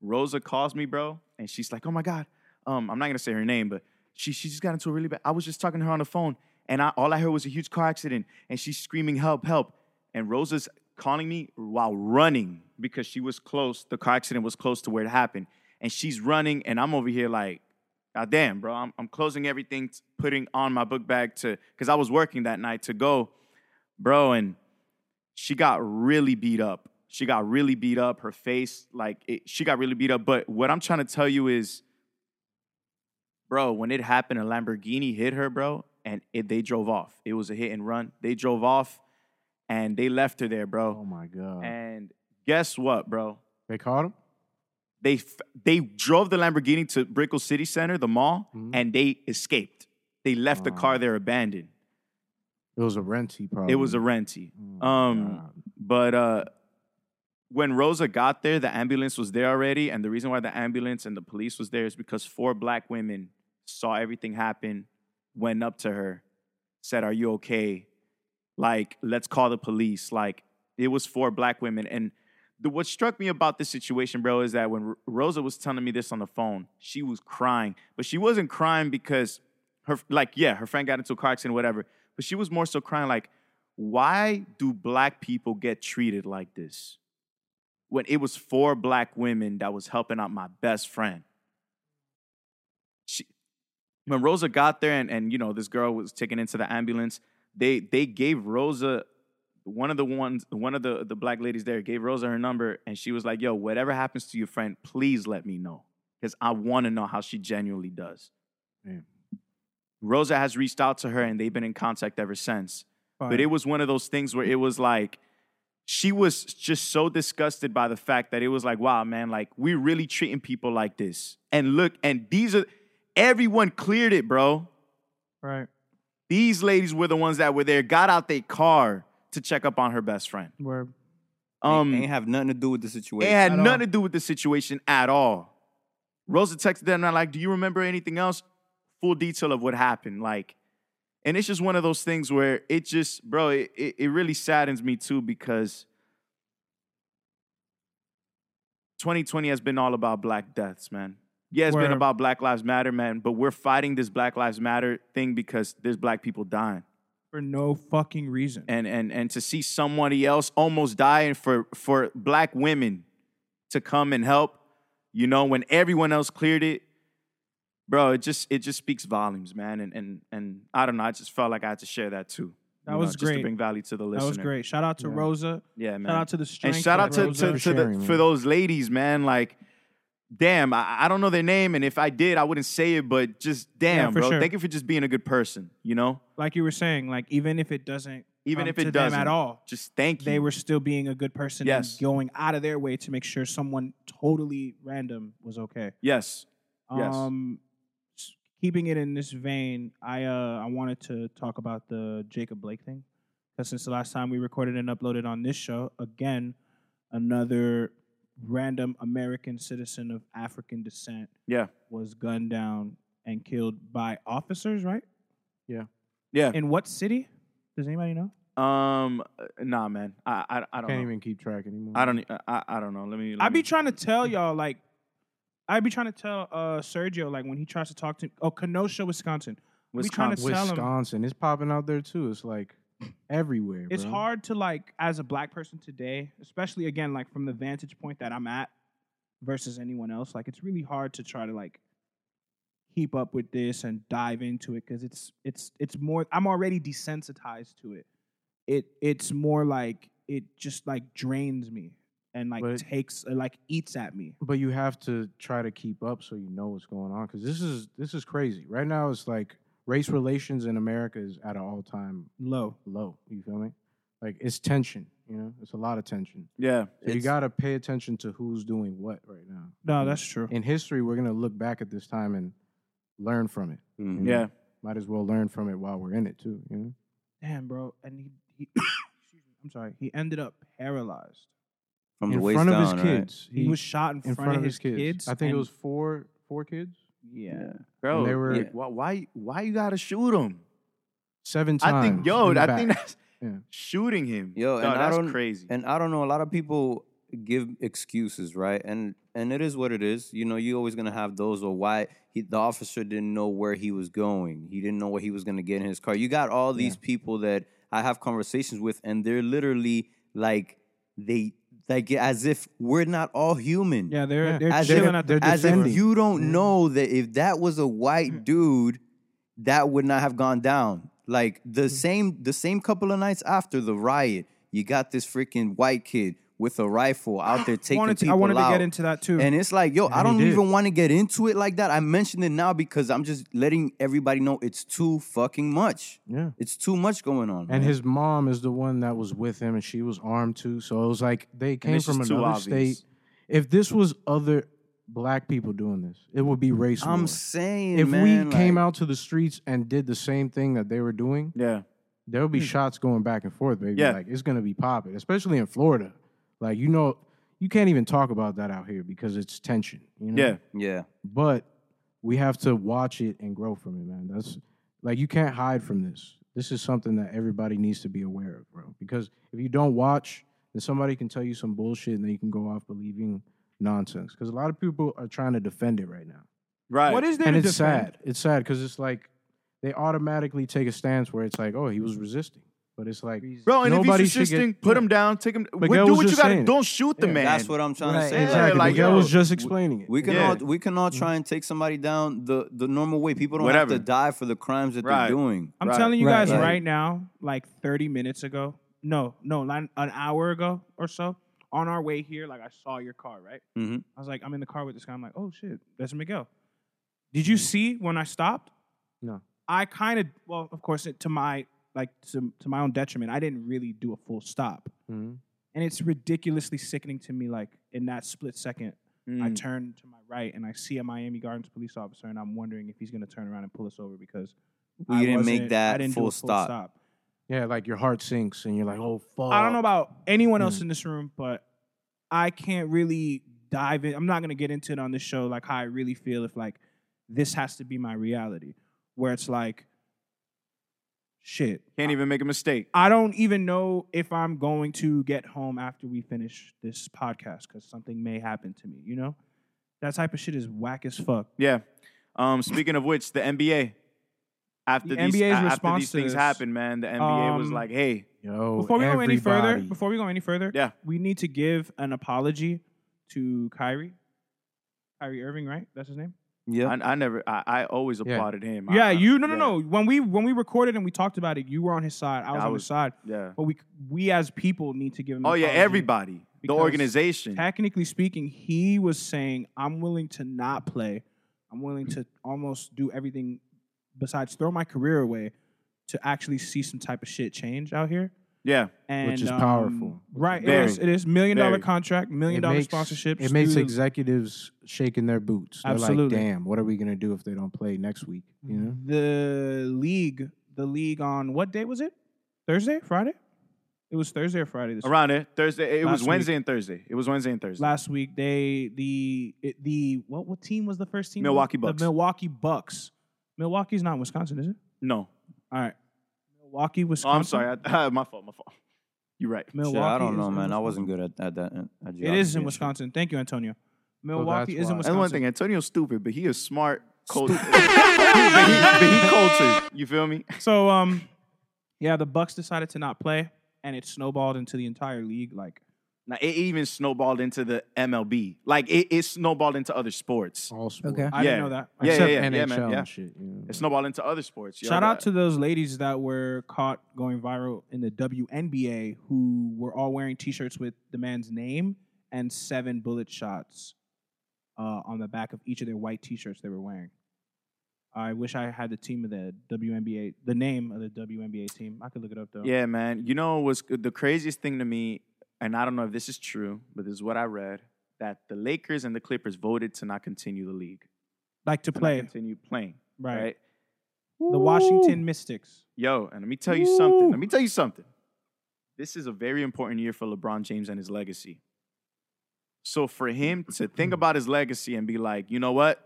S4: rosa calls me bro and she's like oh my god um i'm not gonna say her name but she she just got into a really bad i was just talking to her on the phone and I, all i heard was a huge car accident and she's screaming help help and Rosa's calling me while running because she was close. The car accident was close to where it happened, and she's running, and I'm over here like, God damn, bro, I'm, I'm closing everything, t- putting on my book bag to, because I was working that night to go, bro, and she got really beat up. She got really beat up. Her face, like, it, she got really beat up. But what I'm trying to tell you is, bro, when it happened, a Lamborghini hit her, bro, and it, they drove off. It was a hit and run. They drove off and they left her there, bro.
S2: Oh my god.
S4: And guess what, bro?
S2: they caught him.
S4: They f- they drove the Lamborghini to Brickell City Center, the mall, and they escaped. They left the
S2: Wow.
S4: car there abandoned.
S2: It was a renty problem.
S4: It was a renty.
S2: Oh my
S4: Um,
S2: God.
S4: but uh, when Rosa got there, the ambulance was there already, and the reason why the ambulance and the police was there is because four black women saw everything happen, went up to her, said, "Are you okay? Like, let's call the police." Like, it was four black women, and the, what struck me about this situation, bro, is that when R- Rosa was telling me this on the phone, she was crying, but she wasn't crying because her, like, yeah, her friend got into a car accident, whatever, but she was more so crying like why do black people get treated like this? When it was four black women that was helping out my best friend. She, when Rosa got there and, and you know this girl was taken into the ambulance, they they gave Rosa one of the ones one of the, the black ladies there gave Rosa her number and she was like, yo, whatever happens to your friend, please let me know. Because I want to know how she genuinely does.
S2: Damn.
S4: Rosa has reached out to her and they've been in contact ever since. But
S1: Fire.
S4: it was one of those things where it was like she was just so disgusted by the fact that it was like, wow, man, like we really treating people like this. And look, and these are everyone cleared it, bro.
S1: right.
S4: These ladies were the ones that were there, got out their car to check up on her best friend.
S1: Word.
S4: Um
S3: ain't, ain't have nothing to do with the situation.
S4: it had
S1: at
S4: nothing
S1: all.
S4: to do with the situation at all. Rosa texted them and I'm like, "Do you remember anything else? Full detail of what happened." Like, and it's just one of those things where it just, bro, it it, it really saddens me too because 2020 has been all about black deaths, man. Yeah, it's been
S1: Word.
S4: about Black Lives Matter, man, but we're fighting this Black Lives Matter thing because there's black people dying
S1: For no fucking reason.
S4: and and and to see somebody else almost die and for for black women to come and help you know when everyone else cleared it bro it just it just speaks volumes man and and and i don't know i just felt like i had to share that too
S1: That
S4: you know,
S1: was
S4: just to
S1: great.
S4: bring value to the listener
S1: that was great. Shout out to
S2: Yeah.
S1: Rosa.
S4: yeah man
S1: Shout out to the strength.
S4: and shout out
S1: of
S4: to,
S1: Rosa.
S4: to, to,
S2: sharing,
S4: the, for
S2: man.
S4: those ladies man like damn I, I don't know their name and if i did i wouldn't say it but just damn
S1: for
S4: bro
S1: sure.
S4: thank you for just being a good person you know
S1: like you were saying, like even if it doesn't,
S4: even
S1: come
S4: if
S1: Um, to
S4: it
S1: them
S4: doesn't
S1: at all,
S4: just thank you
S1: they were still being a good person and
S4: Yes.
S1: going out of their way to make sure someone totally random was okay.
S4: yes Yes.
S1: Um s- keeping it in this vein, I uh I wanted to talk about the Jacob Blake thing. Because since the last time we recorded and uploaded on this show, again, another random American citizen of African descent
S4: Yeah.
S1: was gunned down and killed by officers, right?
S4: yeah
S1: In what city? Does anybody know?
S4: Um, uh, nah, man. I I, I don't.
S2: Can't
S4: know.
S2: even keep track anymore.
S4: I don't. e- I I don't know. Let me. Let
S1: I'd be
S4: me-
S2: Mm-hmm.
S1: trying to tell y'all, like, I'd be trying to tell uh, Sergio, like, when he tries to talk to, oh, Kenosha, Wisconsin. we trying to
S4: Wisconsin.
S1: tell 'em.
S2: Wisconsin. It's popping out there too. It's like everywhere.
S1: It's
S2: bro.
S1: hard to, like, as a black person today, especially again, like, from the vantage point that I'm at versus anyone else, like, it's really hard to try to, like, keep up with this and dive into it because it's, it's, it's more, I'm already desensitized to it. It, it's more like, it just, like, drains me and, like,
S2: But-
S1: takes, like, eats at me.
S2: But you have to try to keep up so you know what's going on because this is this is crazy. Right now, it's like race relations in America is at an all time
S1: Low.
S2: low. You feel me? Like it's tension. You know, it's a lot of tension.
S4: Yeah.
S2: So you
S4: it's-
S2: got to pay attention to who's doing what right now.
S1: No, that's true.
S2: In history, we're gonna look back at this time and learn from it. you know?
S4: Yeah.
S2: might as well learn from it while we're in it too. You know,
S1: Damn, bro. And he, he excuse me, I'm sorry, he ended up paralyzed.
S3: from the
S2: in
S3: waist
S2: front of
S3: down,
S2: his
S3: right?
S2: kids.
S1: He, was shot in,
S2: in front of his kids. I think it
S1: and-
S2: was four four kids.
S1: yeah.
S4: Bro,
S2: and they were-
S4: like, why, why why you gotta shoot him?
S2: Seven times.
S4: I think yo,
S2: in the
S4: I think
S2: back.
S4: that's
S2: Yeah.
S4: shooting him.
S3: Yo,
S4: Dog,
S3: and I
S4: that's
S3: don't-
S4: crazy.
S3: And I don't know, a lot of people give excuses, right? And and it is what it is. You know, you always gonna have those or why he, the officer didn't know where he was going. He didn't know what he was gonna get in his car. You got all these people that I have conversations with and they're literally like they Like as if we're not all human.
S1: Yeah, they're
S2: Yeah.
S1: they're
S3: As if-
S1: chilling at the
S2: they're
S3: as
S2: defending.
S3: if you
S2: Mm.
S3: don't know that if that was a white dude, that would not have gone down. Like
S2: Mm.
S3: the same the same couple of nights after the riot, you got this freaking white kid with a rifle out there taking
S1: wanted to,
S3: people
S1: I wanted
S3: out.
S1: to get into that too.
S3: And it's like, yo, I
S2: he
S3: don't
S2: did.
S3: even want to get into it like that. I mentioned it now because I'm just letting everybody know it's too fucking much.
S2: Yeah.
S3: It's too much going on. man.
S4: Mm-hmm.
S2: And his mom is the one that was with him, and she was armed too. So it was like they came
S4: it's
S2: from
S4: just too
S2: another
S4: obvious.
S2: state. If this was other black people doing this, it would be race war.
S3: I'm saying,
S2: if
S3: man,
S2: we came
S3: like-
S2: out to the streets and did the same thing that they were doing,
S4: Yeah.
S2: there'll be shots going back and forth, baby.
S4: Hmm. Yeah.
S2: Like it's gonna be popping, especially in Florida. Like you know, you can't even talk about that out here because it's tension. You know?
S4: Yeah.
S3: yeah,
S2: But we have to watch it and grow from it, man. That's like you can't hide from this. This is something that everybody needs to be aware of, bro. Because if you don't watch, then somebody can tell you some bullshit and then you can go off believing nonsense. Because a lot of people are trying to defend it right now
S4: Right.
S1: what is there
S2: and
S1: to
S2: it's
S1: defend?
S2: sad. It's sad because it's like they automatically take a stance where it's like, oh, he was resisting, but it's like,
S4: Bro, and
S2: Nobody
S4: if he's
S2: should get-
S4: resisting, put
S2: yeah.
S4: him down, take him.
S2: Miguel
S4: do
S2: was
S4: what you
S2: just
S4: got to
S2: saying it.
S4: do. not shoot the
S2: Yeah,
S4: man
S3: that's what I'm trying to
S7: Right.
S3: say.
S4: Yeah,
S2: exactly.
S4: like,
S2: Miguel
S4: yo,
S2: was just explaining it.
S3: We can
S4: Yeah.
S3: all we can all try and take somebody down the the normal way. People don't
S4: Whatever.
S3: have to die for the crimes that
S4: Right.
S3: they're doing.
S1: I'm
S4: Right,
S1: telling you
S7: right,
S1: guys
S7: right.
S1: right. now, like 30 minutes ago, no, no, like an hour ago or so, on our way here, like I saw your car, right?
S3: Mhm.
S1: I was like, I'm in the car with this guy. I'm like, oh shit, that's Miguel. Did you see when I stopped?
S2: No.
S1: I kind of, well, of course, it, to my like to, to my own detriment, I didn't really do a full stop,
S2: Mhm.
S1: and it's ridiculously sickening to me. Like in that split second, I
S3: Mm.
S1: turn to my right and I see a Miami Gardens police officer, and I'm wondering if he's going to turn around and pull us over because
S3: We
S1: I
S3: didn't make
S1: wasn't-
S3: that
S1: I didn't do
S3: full
S1: a
S3: stop.
S2: yeah, like your heart sinks and you're like, oh fuck.
S1: I don't know about anyone
S3: Mm.
S1: else in this room, but I can't really dive in. I'm not going to get into it on this show, like how I really feel if like this has to be my reality, where it's like, shit,
S4: Can't even make a mistake.
S1: I don't even know if I'm going to get home after we finish this podcast because something may happen to me. You know, that type of shit is whack as fuck.
S4: Yeah. Um, speaking of which, the NBA. After
S1: The
S4: these,
S1: NBA's
S4: a- after
S1: response
S4: these
S1: to
S4: things
S1: this,
S4: happened, man, the NBA was
S1: um,
S4: like, "Hey,
S2: Yo,
S1: Before we go any further,
S2: everybody.
S1: before we go any further,
S4: Yeah.
S1: we need to give an apology to Kyrie, Kyrie Irving, right? That's his name.
S3: Yeah,
S4: I, I never, I, I always
S2: Yeah.
S4: applauded him." I-
S1: Yeah,
S4: I-
S1: you no no
S4: yeah,
S1: no. When we when we recorded and we talked about it, you were on his side. I was
S4: I
S1: on
S4: was-
S1: his side.
S4: Yeah.
S1: But we we as people need to give him.
S4: Oh
S1: an
S4: yeah,
S1: apology.
S4: everybody, the
S1: Because
S4: organization.
S1: Technically speaking, he was saying, "I'm willing to not play. I'm willing to almost do everything besides throw my career away to actually see some type of shit change out here."
S4: yeah,
S1: And
S2: is
S1: um,
S2: powerful.
S1: right? It
S4: Very.
S1: is. It is million dollar
S4: Very.
S1: contract, million
S2: It
S1: dollar
S2: makes-
S1: sponsorships.
S2: It makes
S1: student-
S2: executives shaking their boots. They're
S1: Absolutely.
S2: like, damn, what are we gonna do if they don't play next week? You
S4: Mm-hmm.
S2: know?
S1: the league the league on what day was it thursday friday it was thursday or friday this
S4: around it. Thursday, it
S1: Last
S4: was
S1: week.
S4: Wednesday and Thursday. It was Wednesday and Thursday.
S1: last week they the it, the what what team was the first team
S4: Milwaukee Bucks.
S1: the milwaukee bucks milwaukee's not in wisconsin is it
S4: no,
S1: all right milwaukee
S4: oh,
S1: wisconsin
S4: I'm sorry. I, my fault. My fault. You're right.
S1: milwaukee
S3: Shit, I don't
S1: is
S3: know,
S1: in
S3: man. I
S1: Wisconsin.
S3: wasn't good at, at that. At
S1: it is
S3: geography and
S1: in
S3: shit.
S1: wisconsin thank you antonio milwaukee is in
S2: why.
S1: wisconsin
S4: That's one thing. Antonio's stupid, but he is smart. Cult- but, he, but he cultured. You feel me?
S1: So um, yeah, the Bucks decided to not play, and it snowballed into the entire league. Like
S4: Now it even snowballed into the MLB. Like it, it snowballed into other sports.
S1: Oh.
S2: All sports.
S7: Okay.
S1: I
S4: Yeah.
S1: didn't know that.
S4: Yeah,
S2: Except
S4: yeah, yeah,
S2: NHL
S4: yeah, man, yeah.
S2: and shit. You know?
S4: It snowballed into other sports. yo.
S1: Shout out
S4: That-
S1: to those ladies that were caught going viral in the WNBA who were all wearing T-shirts with the man's name and seven bullet shots uh, on the back of each of their white T-shirts they were wearing. I wish I had the team of the WNBA, the name of the WNBA team. I could look it up though.
S4: Yeah, man. You know what's the craziest thing to me, and I don't know if this is true, but this is what I read that the Lakers and the Clippers voted to not continue the league,
S1: like to
S4: to not
S1: play,
S4: continue playing, right?
S1: right? The Washington Mystics.
S4: Yo, and let me tell you something. Let me tell you something. This is a very important year for LeBron James and his legacy. So for him to think about his legacy and be like, you know what?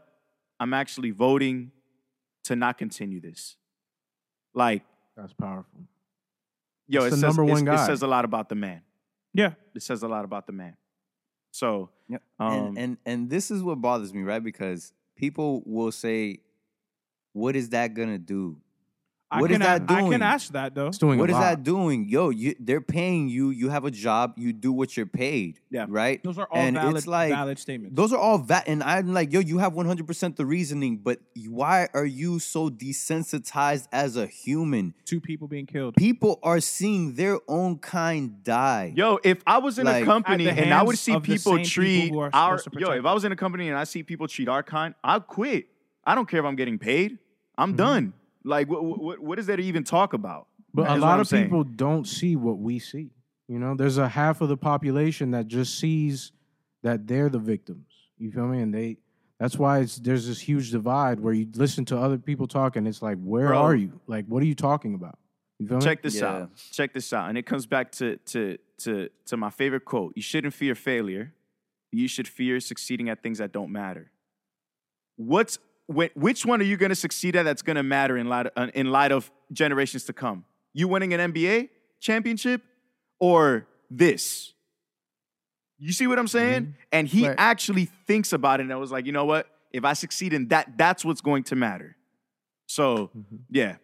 S4: I'm actually voting to not continue this. Like,
S2: That's powerful.
S4: yo,
S2: That's
S4: it
S2: the
S4: says,
S2: number one
S4: it's-
S2: guy.
S4: it says a lot about the man.
S1: Yeah,
S4: It says a lot about the man. So,
S3: Yep.
S4: um,
S3: and, and and this is what bothers me, right? Because people will say, "What is that gonna do?"
S1: I
S3: What is
S1: can a-
S3: that
S1: I
S3: doing?
S1: can ask that though.
S2: It's doing
S3: What
S2: a
S3: is
S2: lot.
S3: that doing? Yo, you, they're paying you. You have a job. You do what you're paid.
S4: Yeah.
S3: Right.
S1: Those are all
S3: And
S1: valid,
S3: it's like-
S1: valid statements.
S3: Those are all that, and I'm like, yo, you have 100% the reasoning, but why are you so desensitized as a human?
S1: Two people being killed.
S3: People are seeing their own kind die.
S4: Yo, if I was in
S3: Like-
S4: a
S3: At
S4: company
S1: the
S4: and I would
S1: hands
S4: see
S1: of the
S4: people
S1: same people
S4: treat
S1: who are
S4: our
S1: supposed to
S4: yo,
S1: protect
S4: if I was in a company and I see people treat our kind, I'd quit. I don't care if I'm getting paid. I'm done. Like, what, what, what is there to even talk about?
S2: But a
S4: That's what
S2: lot
S4: I'm
S2: of
S4: saying.
S2: people don't see what we see. You know, there's a half of the population that just sees that they're the victims. You feel me? And they that's why it's there's this huge divide where you listen to other people talk and it's like, where
S4: Bro.
S2: are you? Like, what are you talking about? You feel me?
S4: Check this
S3: Yeah.
S4: out. Check this out. And it comes back to to to to my favorite quote. You shouldn't fear failure. You should fear succeeding at things that don't matter. What's wh- which one are you going to succeed at that's going to matter in light uh, in light of generations to come? You winning an NBA championship or this? You see what I'm saying?
S3: Mm-hmm.
S4: And he
S7: Right.
S4: actually thinks about it and I was like, "You know what? If I succeed in that, that's what's going to matter." So,
S3: Mm-hmm.
S4: yeah.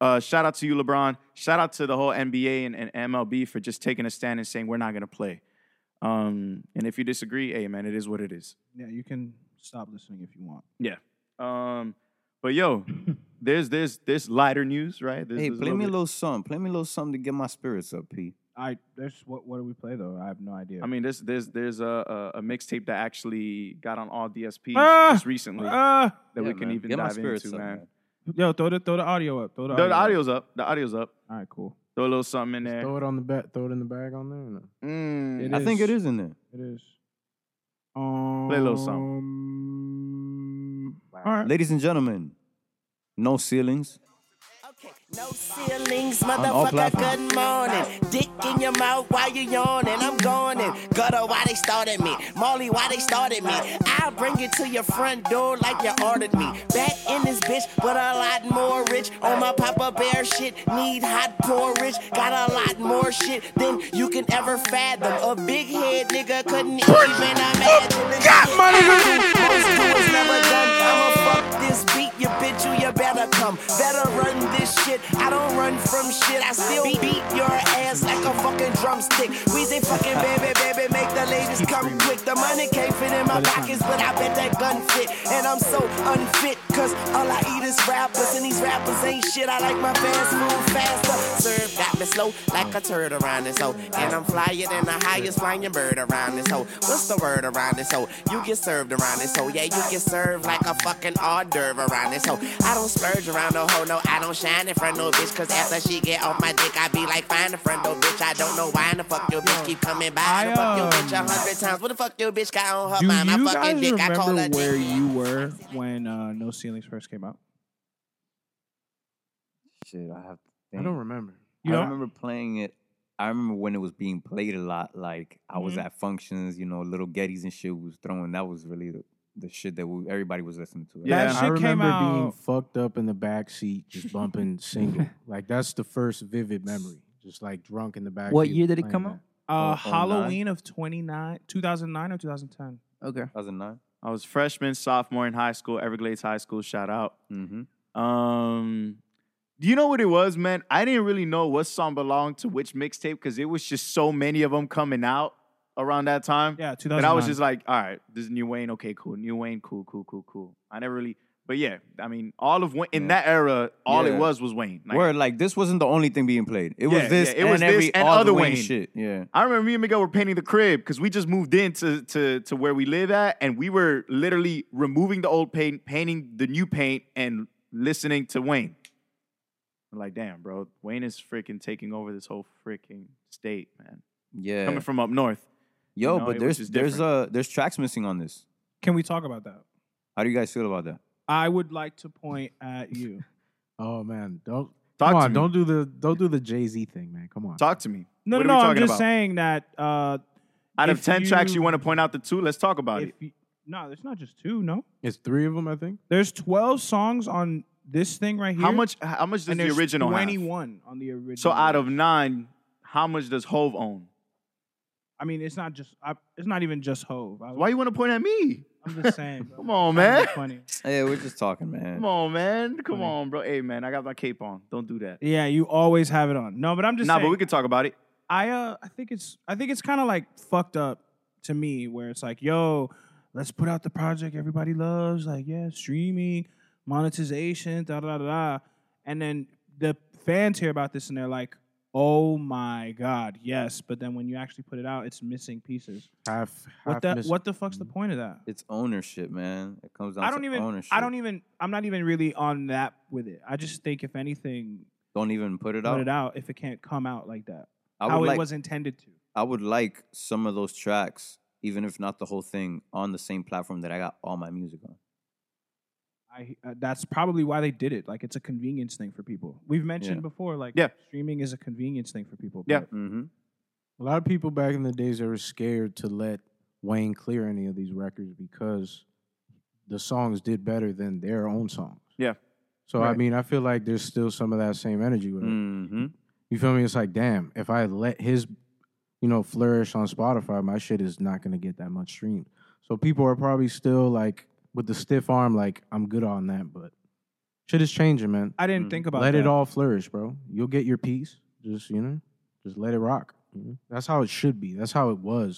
S4: Uh, shout out to you, LeBron. Shout out to the whole NBA and, and MLB for just taking a stand and saying we're not going to play. Um, and if you disagree, hey man, it is what it is.
S1: Yeah, you can stop listening if you want.
S4: Yeah. Um, but yo, there's there's there's lighter news, right? There's,
S3: Hey,
S4: there's
S3: play me a
S4: bit-
S3: little something. Play me a little something to get my spirits up, P.
S1: I there's what what do we play though? I have no idea.
S4: I mean, there's there's there's a a, a mixtape that actually got on all DSPs
S1: Ah!
S4: just recently
S1: uh,
S4: that we
S3: Yeah,
S4: can
S3: man.
S4: even
S3: Get my
S4: dive
S3: spirits
S4: into,
S3: up,
S4: man.
S3: man.
S1: yo, throw the throw the audio up. Throw the
S4: The,
S1: audio.
S4: the
S1: up.
S4: audio's up. The audio's up.
S1: Oh, All right, cool.
S4: Throw a little something in there.
S2: Throw it on the back, throw it in the bag on there. or no?
S4: Mm.
S1: It
S3: I think it
S1: is.
S3: is in there.
S1: It is. Um,
S4: Play a little song.
S1: song. Um, All right.
S3: Ladies and gentlemen, no ceilings.
S5: Okay, no ceilings,
S3: all
S5: motherfucker.
S3: platforms.
S5: Good morning. Dick in your mouth while you yawning. I'm going in. Gutter, why they started me? Molly, why they started me? I'll bring it to your front door like you ordered me. Back in this bitch, but a lot more rich. On my Papa Bear shit, need hot porridge. Got a lot more shit than you can ever fathom. A big head nigga couldn't even imagine. Got money, Most dudes never done. I'ma fuck this beat, you bitch. You, you better come. Better run this shit. I don't run from shit. I still beat your ass like a fucking drumstick. Weezy fucking baby, baby, make the ladies come quick. The money can't fit in my pockets, but I bet that gun fit. And I'm so unfit, cause all I eat is rappers, and these rappers ain't shit. I like my fast food faster. Serve got me slow like a turd around this hoe. And I'm flyer than the highest flying bird around this hoe. What's the word around this hoe? You get served around this hoe. Yeah, you get served like a fucking hors d'oeuvre around this hoe. I don't splurge around no hoe, no, I don't shine in front no bitch. Cause after she get off my dick, I be like, find a front no bitch. I don't know why in the fuck your bitch keep coming by. I,
S1: I,
S5: done fuck your
S1: um,
S5: bitch a hundred times. What the fuck your bitch got on her
S1: Do
S5: mind?
S1: you
S5: My fucking
S1: guys
S5: dick, I call
S1: remember
S5: her
S1: where
S5: dick.
S1: you were when uh, No Ceilings first came out?
S3: Shit, I have to
S2: I don't remember.
S1: You
S3: I
S1: know,
S3: remember playing it. I remember when it was being played a lot. Like I was
S4: Mm-hmm.
S3: at functions, you know, little Gettys and shit was throwing. That was really the, the shit that we, everybody was listening to.
S4: Yeah.
S1: that
S2: I
S1: shit came
S2: remember being
S1: out.
S2: fucked up in the back seat, just bumping single. Like that's the first vivid memory. Just like drunk in the back.
S7: What year did it come out?
S1: Uh,
S3: Oh, oh,
S1: Halloween of 29, 2009 or 2010.
S7: Okay.
S3: 2009.
S4: I was freshman, sophomore in high school, Everglades High School. Shout out.
S3: Mm-hmm.
S4: Um, do you know what it was, man? I didn't really know what song belonged to which mixtape because it was just so many of them coming out around that time.
S1: Yeah, 2009.
S4: And I was just like, all right, this is New Wayne. Okay, cool. New Wayne, cool, cool, cool, cool. I never really, but yeah, I mean, all of Wayne, in
S3: Yeah.
S4: that era, all
S3: Yeah.
S4: it was was Wayne. Like,
S3: Where like this wasn't the only thing being played. It
S4: Yeah,
S3: was this.
S4: yeah, it
S3: and
S4: was this
S3: every
S4: and
S3: all
S4: other
S3: the Wayne
S4: Wayne.
S3: shit. Yeah.
S4: I remember me and Miguel were painting the crib because we just moved in to, to, to where we live at, and we were literally removing the old paint, painting the new paint, and listening to Wayne. I'm like, damn, bro, Wayne is freaking taking over this whole freaking state, man.
S3: Yeah.
S4: Coming from up north. know,
S3: Yo,
S4: it
S3: but
S4: was
S3: there's
S4: just
S3: there's uh there's tracks missing on this.
S1: Can we talk about that?
S3: How do you guys feel about that?
S1: I would like to point at you.
S2: Oh man, don't
S4: Talk
S2: come
S4: to
S2: on,
S4: me.
S2: don't do the don't do the Jay Z thing, man. Come on.
S4: Talk to me.
S1: No,
S4: What are
S1: no,
S4: we
S1: I'm
S4: talking
S1: just
S4: about?
S1: saying that. Uh,
S4: Out of
S1: if
S4: ten tracks, you
S1: you-
S4: want to point out the two? Let's talk about
S1: if
S4: it.
S1: you, no, there's not just two. No,
S2: It's three of them, I think.
S1: there's 12 songs on this thing right here.
S4: How much? How much does
S1: And
S4: the
S1: there's
S4: original have?
S1: 21 on the original.
S4: So out of nine, how much does Hove own?
S1: I I mean, it's not just. I, it's not even just Hove. I,
S4: Why you want to point at me?
S1: I'm just saying. bro.
S4: Come on,
S1: Trying to
S4: man.
S1: be Funny.
S3: Hey, we're just talking, man.
S4: Come on, man. Come
S1: Funny.
S4: on, bro. Hey, man, I got my cape on. Don't do that.
S1: Yeah, you always have it on. No, but I'm just.
S4: Nah,
S1: saying,
S4: but we could talk about it.
S1: I uh, I think it's I think it's kind of like fucked up to me where it's like, yo, let's put out the project everybody loves, like yeah, streaming, monetization, da da da da, and then the fans hear about this and they're like, oh my god, yes, but then when you actually put it out, it's missing pieces.
S2: Half, half
S1: What the
S2: miss-
S1: what the fuck's the point of that?
S3: Mm-hmm. It's ownership, man. It comes down
S1: I don't
S3: to
S1: even
S3: ownership.
S1: I don't even I'm not even really on that with it. I just think if anything,
S3: Don't even put it
S1: put
S3: out.
S1: it out if it can't come out like that,
S3: I
S1: how
S3: would
S1: it
S3: like
S1: was intended to.
S3: I would like some of those tracks, even if not the whole thing, on the same platform that I got all my music on.
S1: I uh, that's probably why they did it. Like it's a convenience thing for people. We've mentioned
S3: Yeah.
S1: before, like
S4: Yeah.
S1: streaming is a convenience thing for people.
S4: Yeah.
S1: but
S3: Mm-hmm.
S2: A lot of people back in the days they were scared to let Wayne clear any of these records because the songs did better than their own songs.
S4: Yeah.
S2: So I
S1: Right. Mm.
S2: mean, I feel like there's still some of that same energy with it.
S3: Mm-hmm.
S2: You feel me? It's like, damn, if I let his, you know, flourish on Spotify, my shit is not gonna get that much streamed. So people are probably still like with the stiff arm, like I'm good on that, but shit is changing, man.
S1: I didn't
S3: Mhm.
S1: think about
S2: let
S1: that.
S2: it all flourish, bro. You'll get your piece. Just you know, just let it rock. you
S1: Mm-hmm.
S2: know? That's how it should be. That's how it was.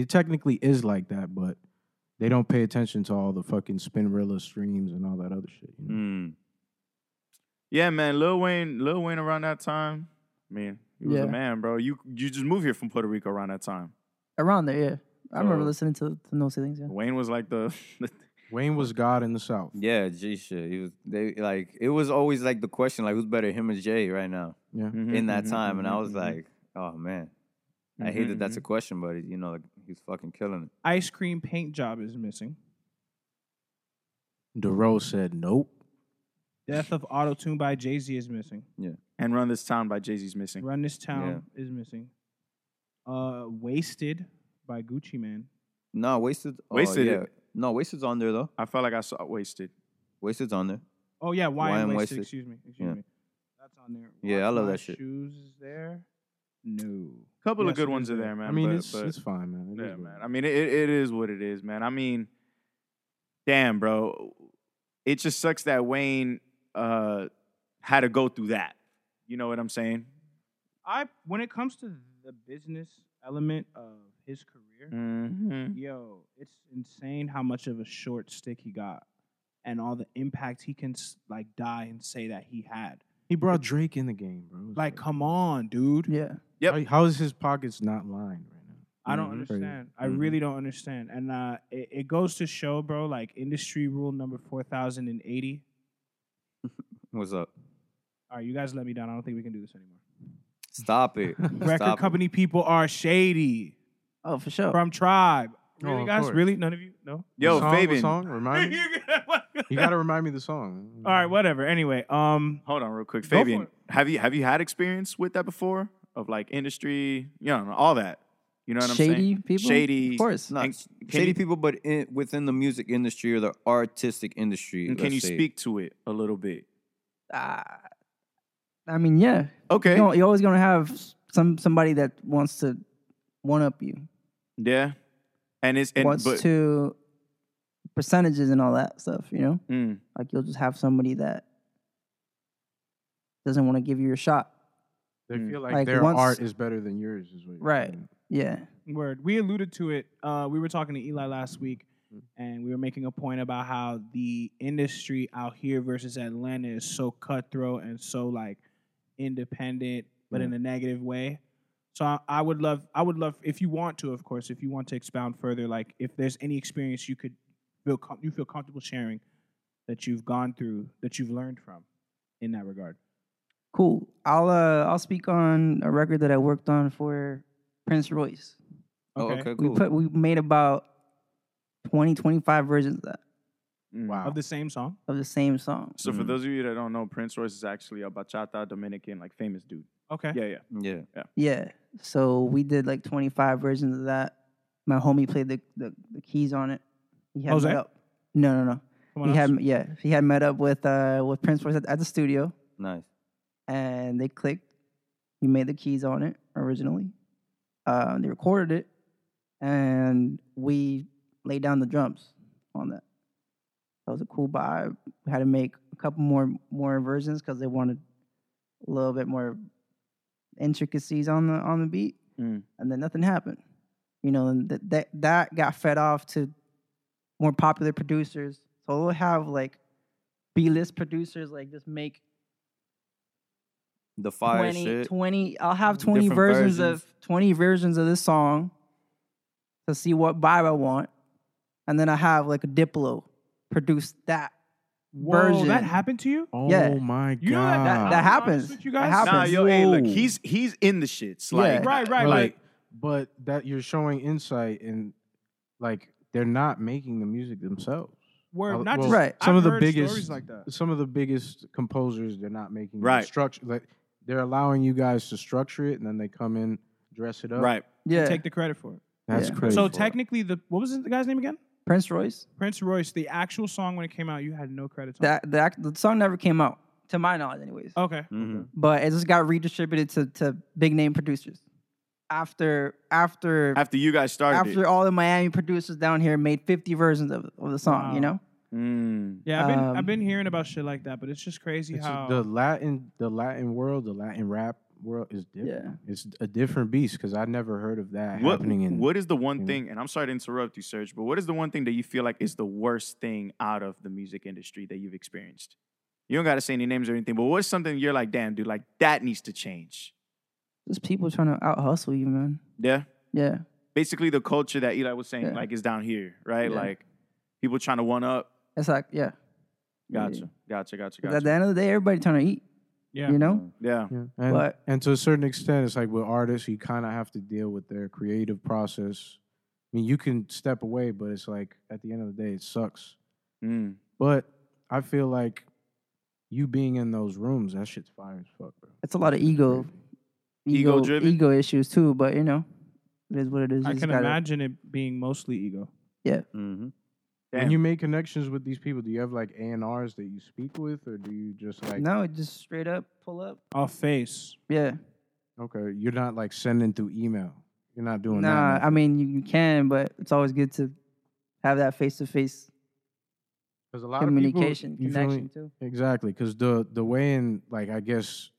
S2: It technically is like that, but they don't pay attention to all the fucking spinrilla streams and all that other shit. You know?
S3: Mm.
S4: Yeah, man. Lil Wayne, Lil Wayne around that time. Man, he was a
S7: Yeah.
S4: man, bro. You you just moved here from Puerto Rico around that time.
S7: Around there, yeah. I remember
S4: So-
S7: listening to, to No Ceilings, yeah.
S4: Wayne was like the,
S2: Wayne was God in the South.
S3: Yeah, G shit. He was they like it was always like the question like who's better, him or Jay right now
S2: Yeah.
S1: Mm.
S3: in that time, and I was like, oh man, I hate that
S4: Mm-hmm,
S3: that's a question, but you know like, he's fucking killing it.
S1: Ice cream paint job is missing.
S2: DeRoe said, "Nope."
S1: Death of Auto Tune by Jay Z is missing.
S4: and Run This Town by Jay Z's missing.
S1: Run This Town is missing. Uh, Wasted by Gucci Man.
S3: No, wasted. oh,
S4: Wasted
S3: yeah.
S4: it.
S3: No, wasted's on there though.
S4: I felt like I saw wasted.
S3: Wasted's on there.
S1: Oh yeah, Why,
S3: Why
S1: I'm
S3: I'm
S1: wasted,
S3: Wasted.
S1: Excuse me. Excuse
S3: Yeah.
S1: me. That's on there.
S3: Yeah, I
S1: Watch
S3: love
S1: My
S3: that shit.
S1: Shoes is there. No.
S4: couple
S1: Yes,
S4: of good
S1: it
S4: ones
S1: is
S4: are
S1: there.
S4: there, man.
S2: I mean,
S4: but-
S2: it's
S4: but-
S2: it's fine, man. It
S4: yeah,
S2: is what
S4: man.
S2: it
S4: I
S2: is.
S4: mean, it, it is what it is, man. I mean, damn, bro. It just sucks that Wayne uh, had to go through that. You know what I'm saying?
S1: I when it comes to the business element of his career,
S2: Mm.
S4: Mm-hmm.
S1: yo, it's insane how much of a short stick he got, and all the impact he can s- like die and say that he had.
S2: he brought Drake in the game, bro. It's
S1: Like, come on, dude.
S7: Yeah.
S4: Yep.
S2: how, how is his pockets not lying right now?
S1: I don't
S4: Mhm.
S1: understand. I
S2: Mm-hmm.
S3: Mhm.
S1: really don't understand. And uh, it, it goes to show, bro. Like industry rule number four thousand and eighty.
S3: What's up?
S1: All right, you guys let me down. I don't think we can do this anymore.
S3: Stop it.
S1: Record
S3: Stop it.
S1: company people are shady
S7: Oh, for sure.
S1: from Tribe.
S2: Oh,
S1: Really,
S2: of
S1: guys?
S2: course.
S1: Really? None of you? No.
S4: Yo,
S2: What song, what
S4: Fabian.
S2: song? Remind me. You gotta remind me the song.
S1: All right, whatever. Anyway, um,
S4: Hold on, real quick,
S1: Go for
S4: Fabian.
S1: it.
S4: Have you have you had experience with that before? Of like industry, you know, all that. You know what I'm
S7: Shady
S4: saying?
S7: people?
S4: Shady.
S7: Of course.
S3: Not
S4: And
S3: sh-
S4: can
S3: shady
S4: you-
S3: people, but in, within the music industry or the artistic industry.
S4: And can
S3: let's
S4: you
S3: say.
S4: speak to it a little bit?
S7: Uh, I mean, yeah.
S4: Okay.
S7: You know, you're always going to have some somebody that wants to one up you,
S4: Yeah. And it's and
S7: wants
S4: but
S7: to percentages and all that stuff, you know?
S4: Mm,
S7: Like you'll just have somebody that doesn't want to give you your shot.
S2: They
S4: Mm.
S2: feel like,
S7: Like,
S2: their
S7: once-
S2: art is better than yours, is what you're
S7: Right.
S2: saying.
S7: Yeah.
S1: Word. We alluded to it. Uh, we were talking to Eli last week,
S2: Mhm.
S1: and we were making a point about how the industry out here versus Atlanta is so cutthroat and so like independent, but in a negative way. So I, I would love, I would love if you want to, of course, if you want to expound further, like if there's any experience you could feel com- you feel comfortable sharing that you've gone through, that you've learned from, in that regard.
S7: Cool. I'll uh I'll speak on a record that I worked on for Prince Royce.
S3: Oh, okay,
S1: Okay.
S3: cool.
S7: We put we made about 20 25 versions of, that,
S4: mm.
S1: Of the same song.
S7: of the same song.
S4: So for
S3: Mm.
S4: those of you that don't know, Prince Royce is actually a bachata Dominican, like famous dude.
S1: Okay.
S4: Yeah, yeah.
S3: yeah.
S7: Yeah. So we did like 25 versions of that. My homie played the, the, the keys on it. He had
S1: Jose?
S7: met up. No, no, no.
S1: Someone
S7: he
S1: else?
S7: had yeah, he had met up with uh with Prince Royce at, at the studio
S3: Nice.
S7: and they clicked. He made the keys on it originally. Um, they recorded it and we laid down the drums on that. That was a cool vibe. We had to make a couple more more versions because they wanted a little bit more intricacies on the on the beat,
S4: Mm.
S7: and then nothing happened. You know, and that that that got fed off to more popular producers. So we'll have like B list producers like just make
S3: The fire
S7: 20,
S3: shit.
S7: 20 I'll have 20
S3: Different
S7: versions,
S3: versions.
S7: of 20 versions of this song to see what vibe I want. And then I have like a Diplo produce that.
S1: Whoa, that
S7: Version.
S1: happened to you?
S2: Oh
S7: Yeah.
S2: my god.
S1: You know that-
S7: That,
S1: I'll
S7: that
S1: be honest
S7: happens.
S1: with you
S7: That
S1: guys.
S7: happens.
S4: Nah, yo, hey, look,
S2: Whoa.
S4: he's he's in the shits.
S7: Yeah.
S1: Right,
S4: Like,
S1: right,
S2: But,
S1: right.
S2: like, but that you're showing insight and like they're not making the music themselves.
S1: Word,
S2: I'll-
S1: not
S2: uh, well,
S1: just
S7: Right.
S1: I've
S2: some of the
S1: heard
S2: biggest-
S1: stories like that.
S2: Some of the biggest composers they're not making
S4: Right.
S2: the structure. Like they're allowing you guys to structure it and then they come in, dress it up.
S4: right.
S7: Yeah.
S1: Take the credit for it.
S2: That's
S7: Yeah.
S2: crazy.
S1: so technically, the what was the guy's name again?
S7: Prince Royce.
S1: Prince Royce. The actual song when it came out, you had no credits. on
S7: That, that the song never came out, to my knowledge, anyways.
S1: it. Okay.
S3: Mhm.
S7: But it just got redistributed to, to big name producers. After after
S4: After you guys started.
S7: after all the Miami producers down here made 50 versions of, of the song,
S1: Wow.
S7: you know?
S4: it. Mm.
S1: Yeah, I've been I've
S7: Um,
S1: been hearing about shit like that, but it's just crazy
S2: It's
S1: how
S2: the Latin the Latin world, the Latin rap world is different.
S7: Yeah.
S2: It's a different beast because I never heard of that
S4: What,
S2: happening in
S4: what is the one
S2: you know.
S4: thing, and I'm sorry to interrupt you, Serge, but what is the one thing that you feel like is the worst thing out of the music industry that you've experienced? You don't got to say any names or anything, but what's something you're like, damn, dude, like that needs to change?
S7: Just people trying to out hustle you, man.
S4: Yeah.
S7: Yeah.
S4: Basically, the culture that Eli was saying,
S7: Yeah.
S4: like, is down here, right?
S7: Yeah.
S4: Like, people trying to one up.
S7: It's like, yeah. Yeah.
S4: Gotcha, gotcha, gotcha,
S7: 'Cause
S4: gotcha.
S7: At the end of the day, everybody trying to eat,
S1: yeah.
S7: you know?
S4: yeah.
S2: Yeah. And,
S7: But-
S2: and to a certain extent, it's like with artists, you kind of have to deal with their creative process. I mean, you can step away, but it's like at the end of the day, it sucks.
S4: Mm.
S2: But I feel like you being in those rooms, that shit's fire as fuck, bro.
S7: It's a lot of ego,
S4: Ego
S7: ego,
S4: driven?
S7: ego issues too. But you know, it is what it is.
S1: I
S7: You just
S1: can
S7: gotta-
S1: imagine it being mostly ego.
S3: Mhm.
S4: Damn.
S2: When you make connections with these people, do you have like A and R's that you speak with, or do you just like
S7: No, just straight up pull up.
S1: Off face.
S7: Yeah.
S2: okay, you're not like sending through email. You're not doing
S7: nah,
S2: that
S7: I mean you, you can, but it's always good to have that face to face
S2: because a lot
S7: communication
S2: of people, you feel me?
S7: connection too.
S2: Exactly, because the the way in like I guess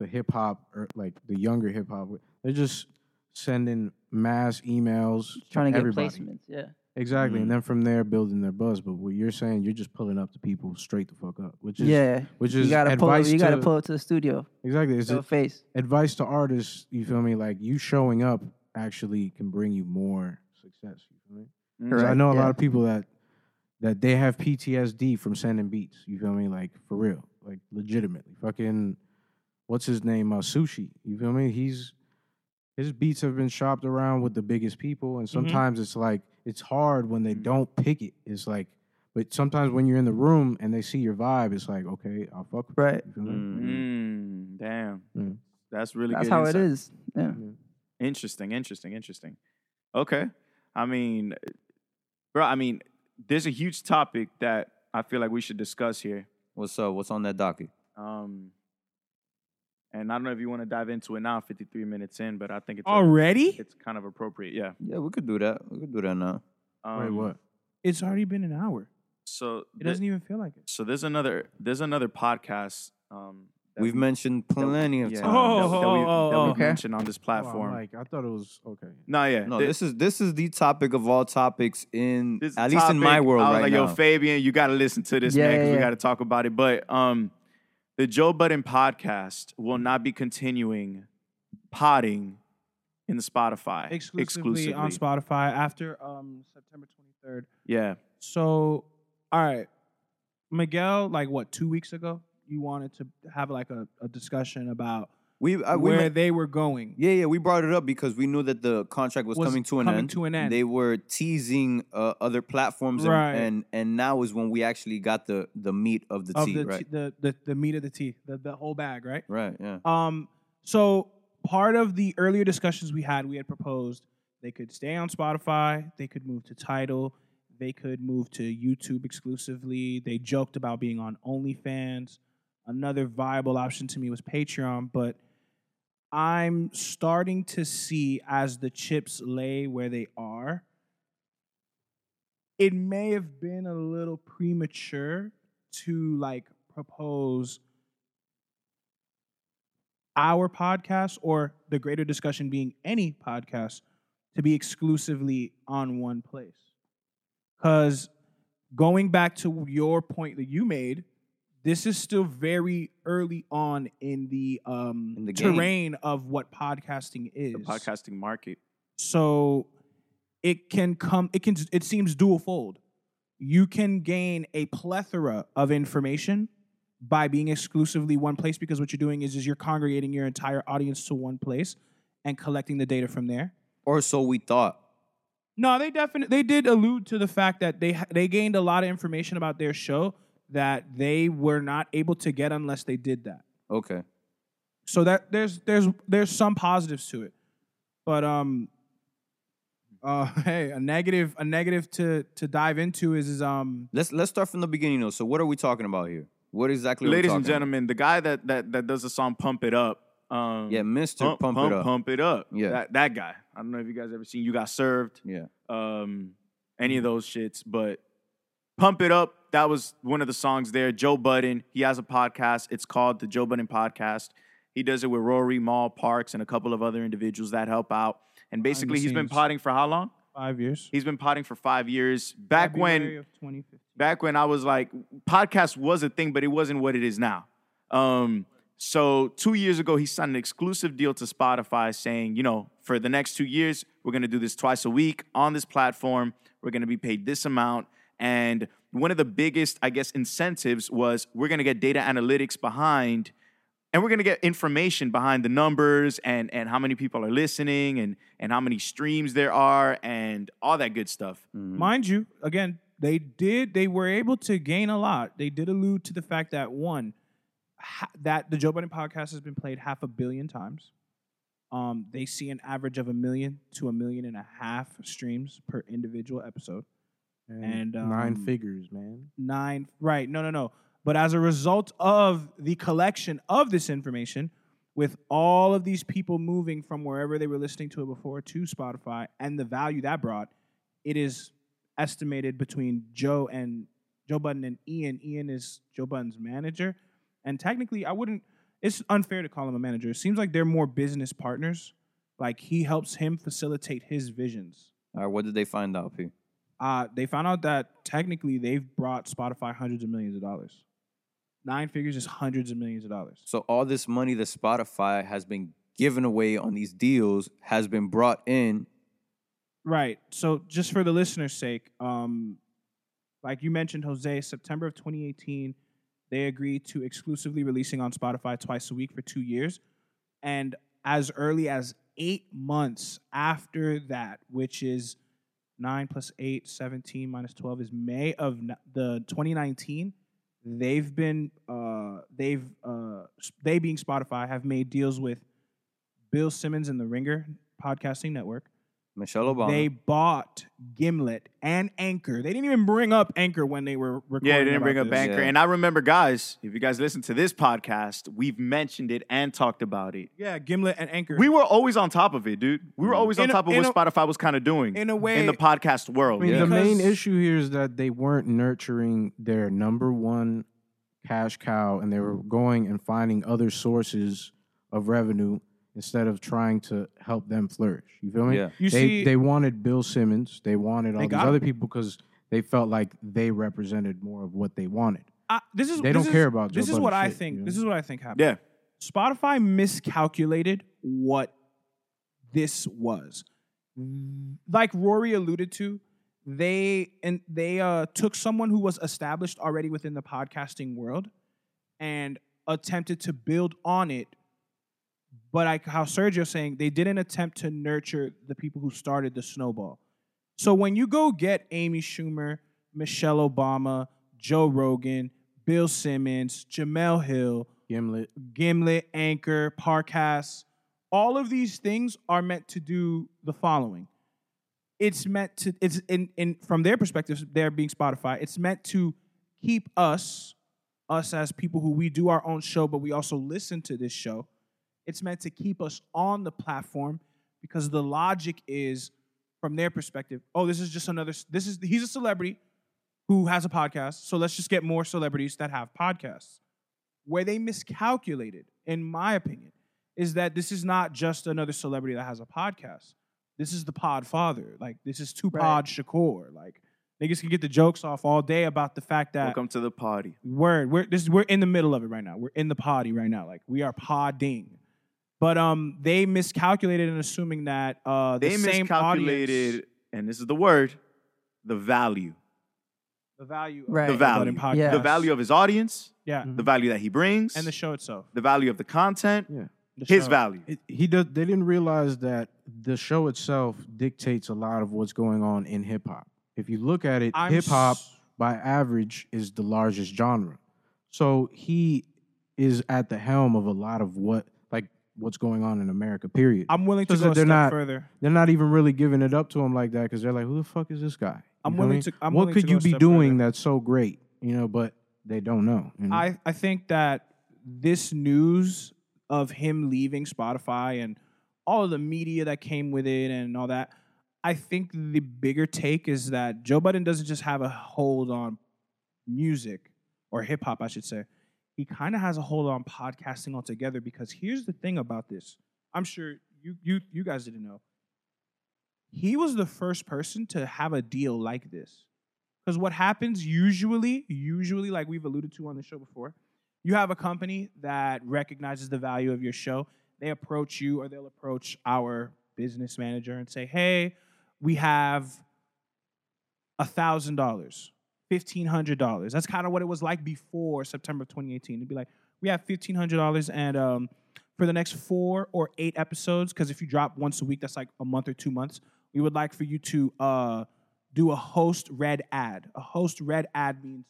S2: the hip hop or like the younger hip hop, they're just sending mass emails
S7: Trying to get Mm-hmm.
S2: everybody.
S7: placements. Yeah.
S2: Exactly,
S3: Mm.
S2: and then from there building their buzz. But what you're saying, you're just pulling up to people straight the fuck up, which is
S7: yeah.
S2: which is
S7: You gotta pull. Up,
S2: advice
S7: you gotta
S2: to-
S7: pull up to the studio.
S2: exactly. It's
S7: To a face.
S2: advice to artists. You feel me? Like you showing up actually can bring you more success. You feel me? 'Cause I
S7: Correct,
S2: know a
S7: yeah.
S2: lot of people that that they have PTSD from sending beats. You feel me? Like for real, like legitimately. Fucking what's his name? Uh, Sushi. You feel me? He's his beats have been shopped around with the biggest people, and
S7: Mm-hmm.
S2: sometimes it's like it's hard when they
S4: Mhm.
S2: don't pick it. It's like, but sometimes when you're in the room and they see your vibe, it's like, okay, I'll fuck with you.
S7: Right.
S2: You feel me?
S4: Mm-hmm.
S3: Mhm.
S4: Mm, damn.
S2: Mm.
S4: That's really
S7: That's
S4: good
S7: how
S4: insight.
S7: it is. Yeah.
S4: Interesting, interesting, interesting. Okay. I mean, eh, bro, I mean, there's a huge topic that I feel like we should discuss here.
S3: What's up? What's on that docket?
S4: Um, and I don't know if you want to dive into it now, 53 minutes in, but I think it's a-
S1: Already?
S4: it's kind of appropriate. Yeah.
S3: Yeah, we could do that. We could do that now.
S4: Um,
S2: Wait, what?
S1: It's already been an hour.
S4: So
S1: It
S4: th-
S1: doesn't e even feel like it.
S4: so there's another there's another podcast. Um, that
S3: We've
S4: we-
S3: mentioned plenty of
S4: yeah,
S3: times.
S1: Oh,
S4: that, that we,
S1: oh,
S4: that
S1: oh,
S4: we
S7: okay.
S4: mentioned on this
S2: Oh, I'm
S4: platform.
S2: like, I thought it was okay.
S4: no, yeah.
S3: No,
S4: thi-
S3: this is this is the topic of all topics in
S4: this
S3: at least in my
S4: topic,
S3: world
S4: I was
S3: right
S4: like,
S3: now.
S4: Yo, Fabian, you got to listen to this,
S7: Yeah,
S4: man, because
S7: yeah,
S4: we
S7: yeah.
S4: got to talk about it. But um, the Joe Budden podcast will not be continuing potting in the Spotify
S1: Exclusively, on Spotify after um September 23rd.
S4: Yeah,
S1: So, all right, Miguel, like what two weeks ago, you wanted to have like a, a discussion about
S3: we, I, Uh, we
S1: where
S3: met-
S1: they were going.
S3: yeah, yeah, we brought it up because we knew that the contract was,
S1: Was
S3: coming to an
S1: coming
S3: end.
S1: to an end.
S3: They were teasing uh, other platforms, and,
S1: Right.
S3: and and now is when we actually got the the meat of the
S1: of
S3: tea,
S1: the,
S3: right?
S1: tea- the the the meat of the tea, the the whole bag, right?
S3: right, yeah.
S1: Um, so part of the earlier discussions we had, we had proposed they could stay on Spotify, they could move to Tidal, they could move to YouTube exclusively. They joked about being on OnlyFans. Another viable option to me was Patreon, but I'm starting to see as the chips lay where they are. It may have been a little premature to like propose our podcast or the greater discussion being any podcast to be exclusively on one place. Because going back to your point that you made, this is still very early on in the, um,
S3: In the game.
S1: terrain of what podcasting is.
S4: The podcasting market.
S1: So it can come, it can, it seems dual fold. You can gain a plethora of information by being exclusively one place because what you're doing is, is you're congregating your entire audience to one place and collecting the data from there.
S3: or so we thought.
S1: No, they definitely they did allude to the fact that they ha- they gained a lot of information about their show that they were not able to get unless they did that.
S3: Okay.
S1: So that there's there's there's some positives to it, but um, uh, hey, a negative a negative to to dive into is is um
S3: Let's let's start from the beginning though. So what are we talking about here? What exactly?
S4: Ladies
S3: are we
S4: and
S3: talking
S4: gentlemen, the guy that that that does the song "Pump It Up." Um,
S3: About? Yeah, Mister Pump,
S4: pump,
S3: It Up.
S4: Pump It Up.
S3: Yeah.
S4: that, that guy. I don't know if you guys ever seen "You Got Served."
S3: Yeah.
S4: um, any of
S1: Mm-hmm.
S4: those shits, but Pump It Up, that was one of the songs there. Joe Budden, he has a podcast. It's called the Joe Budden Podcast. He does it with Rory Mall Parks and a couple of other individuals that help out. And
S1: Behind the
S4: basically, he's been
S1: scenes.
S4: potting for how long?
S1: five years
S4: He's been potting for five years. Back when
S1: February of 2015.
S4: back when I was like, podcast was a thing, but it wasn't what it is now. Um, so two years ago, he signed an exclusive deal to Spotify saying, you know, for the next two years, we're gonna do this twice a week on this platform. We're gonna be paid this amount. And one of the biggest, I guess, incentives was we're gonna get data analytics behind and we're going to get information behind the numbers and and how many people are listening and and how many streams there are and all that good stuff
S3: Mm-hmm.
S1: Mind you, again, they did they were able to gain a lot. They did allude to the fact that one ha- that the Joe Budden podcast has been played half a billion times. Um, they see an average of a million to a million and a half streams per individual episode. And,
S2: nine
S1: um,
S2: figures, man.
S1: Nine, right? No, no, no. But as a result of the collection of this information, with all of these people moving from wherever they were listening to it before to Spotify and the value that brought, it is estimated between Joe and Joe Budden and Ian. Ian is Joe Budden's manager, and technically, I wouldn't. It's unfair to call him a manager. It seems like they're more business partners. Like he helps him facilitate his visions.
S3: All right. What did they find out, P?
S1: Uh, they found out that technically they've brought Spotify hundreds of millions of dollars. Nine figures is hundreds of millions of dollars.
S3: So all this money that Spotify has been given away on these deals has been brought in.
S1: Right. So just for the listener's sake, um, like you mentioned, Jose, September of 2018, they agreed to exclusively releasing on Spotify twice a week for two years. And as early as eight months after that, which is 9 plus 8, 17 minus 12 is May of n- the 2019, they've been, uh, they've, uh, s- they being Spotify, have made deals with Bill Simmons and the Ringer Podcasting Network.
S3: Michelle Obama.
S1: They bought Gimlet and Anchor. They didn't even bring up Anchor when they were recording.
S4: Yeah, it didn't
S1: about
S4: bring up
S1: this.
S3: Anchor.
S4: Banker.
S3: Yeah.
S4: And I remember, guys, if you guys listen to this podcast, we've mentioned it and talked about it.
S1: Yeah, Gimlet and Anchor.
S4: We were always on top of it, dude. We were always
S1: In
S4: on
S1: a-
S4: top of
S1: in
S4: what
S1: a-
S4: Spotify was kind of doing
S1: in a way,
S4: in the podcast world.
S2: I mean,
S1: Yeah.
S2: the main
S1: because-
S2: issue here is that they weren't nurturing their number one cash cow, and they were going and finding other sources of revenue instead of trying to help them flourish. You feel me?
S3: yeah.
S1: you
S2: they,
S1: see,
S2: they wanted Bill Simmons. They wanted all
S1: They
S2: these
S1: got
S2: other
S1: him.
S2: people because they felt like they represented more of what they wanted.
S1: I- this is
S2: they
S1: this
S2: don't
S1: is-
S2: care about Joe
S1: This is what
S2: Budden's
S1: I
S2: shit,
S1: think.
S2: you know?
S1: This is what I think happened.
S4: Yeah.
S1: Spotify miscalculated what this was. Like Rory alluded to, they and they uh, took someone who was established already within the podcasting world and attempted to build on it. But like how Sergio's saying, they didn't attempt to nurture the people who started the snowball. So when you go get Amy Schumer, Michelle Obama, Joe Rogan, Bill Simmons, Jamel Hill,
S2: Gimlet.
S1: Gimlet, Anchor, Parcast, all of these things are meant to do the following. It's meant to it's in in from their perspective, there being Spotify, it's meant to keep us, us as people who we do our own show, but we also listen to this show. It's meant to keep us on the platform because the logic is from their perspective, oh, this is just another this is he's a celebrity who has a podcast, so let's just get more celebrities that have podcasts. Where they miscalculated, in my opinion, is that this is not just another celebrity that has a podcast. This is the pod father. Like this is Tupac
S7: Right.
S1: Shakur. Like niggas can get the jokes off all day about the fact that
S4: Welcome to the party.
S1: Word. We're this. We're in the middle of it right now. We're in the potty right now. Like we are podding. But um, they miscalculated in assuming that uh, the
S4: They
S1: same
S4: miscalculated,
S1: audience,
S4: and this is the word, the value.
S1: the value, of
S7: Right.
S4: The value.
S1: in podcasts.
S7: Yeah.
S4: The value of Mm. his audience,
S1: yeah,
S4: the value that he brings,
S1: Mm-hmm. and the show itself,
S4: the value of the content,
S2: Yeah.
S1: The
S4: his
S1: show.
S4: value.
S2: It, he does. They didn't realize that the show itself dictates a lot of what's going on in hip hop. If you look at it,
S1: I'm
S2: hip hop
S1: s-
S2: by average is the largest genre. So he is at the helm of a lot of what, like what's going on in America. Period.
S1: I'm willing to
S2: Just
S1: go
S2: that
S1: a
S2: they're
S1: step
S2: not-
S1: further.
S2: they're not even really giving it up to him like that because they're like, who the fuck is this guy? You
S1: I'm
S2: know
S1: willing
S2: what I mean?
S1: to- I'm
S2: what
S1: willing
S2: could
S1: to go
S2: you
S1: a
S2: be
S1: step
S2: doing
S1: further.
S2: that's so great? You know, but they don't know. you know?
S1: I I think that this news of him leaving Spotify and all of the media that came with it and all that, I think the bigger take is that Joe Budden doesn't just have a hold on music or hip hop, I should say. He kind of has a hold on podcasting altogether because here's the thing about this. I'm sure you you you guys didn't know. He was the first person to have a deal like this. Because what happens usually, usually, like we've alluded to on the show before, you have a company that recognizes the value of your show. They approach you or they'll approach our business manager and say, hey, we have $1,000, $1,500. That's kind of what it was like before September of 2018. It'd be like, we have $1,500 and um, for the next four or eight episodes, because if you drop once a week, that's like a month or two months, we would like for you to uh, do a host red ad. A host red ad means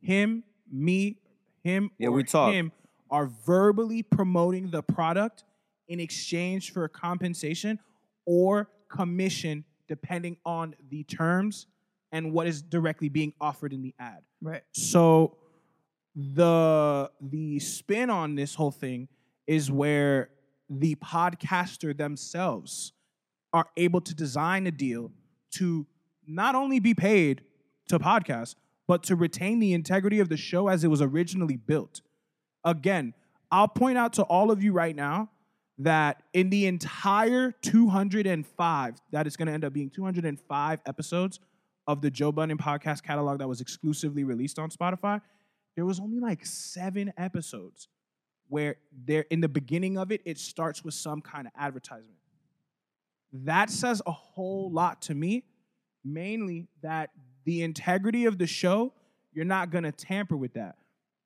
S1: him, me, him,
S3: Yeah,
S1: or
S3: we talk.
S1: him are verbally promoting the product in exchange for compensation or commission, depending on the terms and what is directly being offered in the ad.
S7: Right.
S1: So the the spin on this whole thing is where the podcaster themselves are able to design a deal to not only be paid to podcast but to retain the integrity of the show as it was originally built. Again, I'll point out to all of you right now that in the entire 205 that is going to end up being 205 episodes of the Joe Budden podcast catalog that was exclusively released on Spotify, there was only like seven episodes where there in the beginning of it it starts with some kind of advertisement. That says a whole lot to me, mainly that the integrity of the show, you're not going to tamper with that.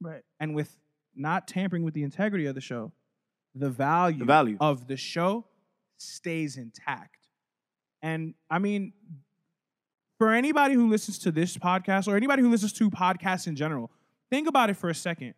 S7: Right.
S1: And with not tampering with the integrity of the show, the value,
S4: The value.
S1: of the show stays intact. And I mean, for anybody who listens to this podcast or anybody who listens to podcasts in general, think about it for a second.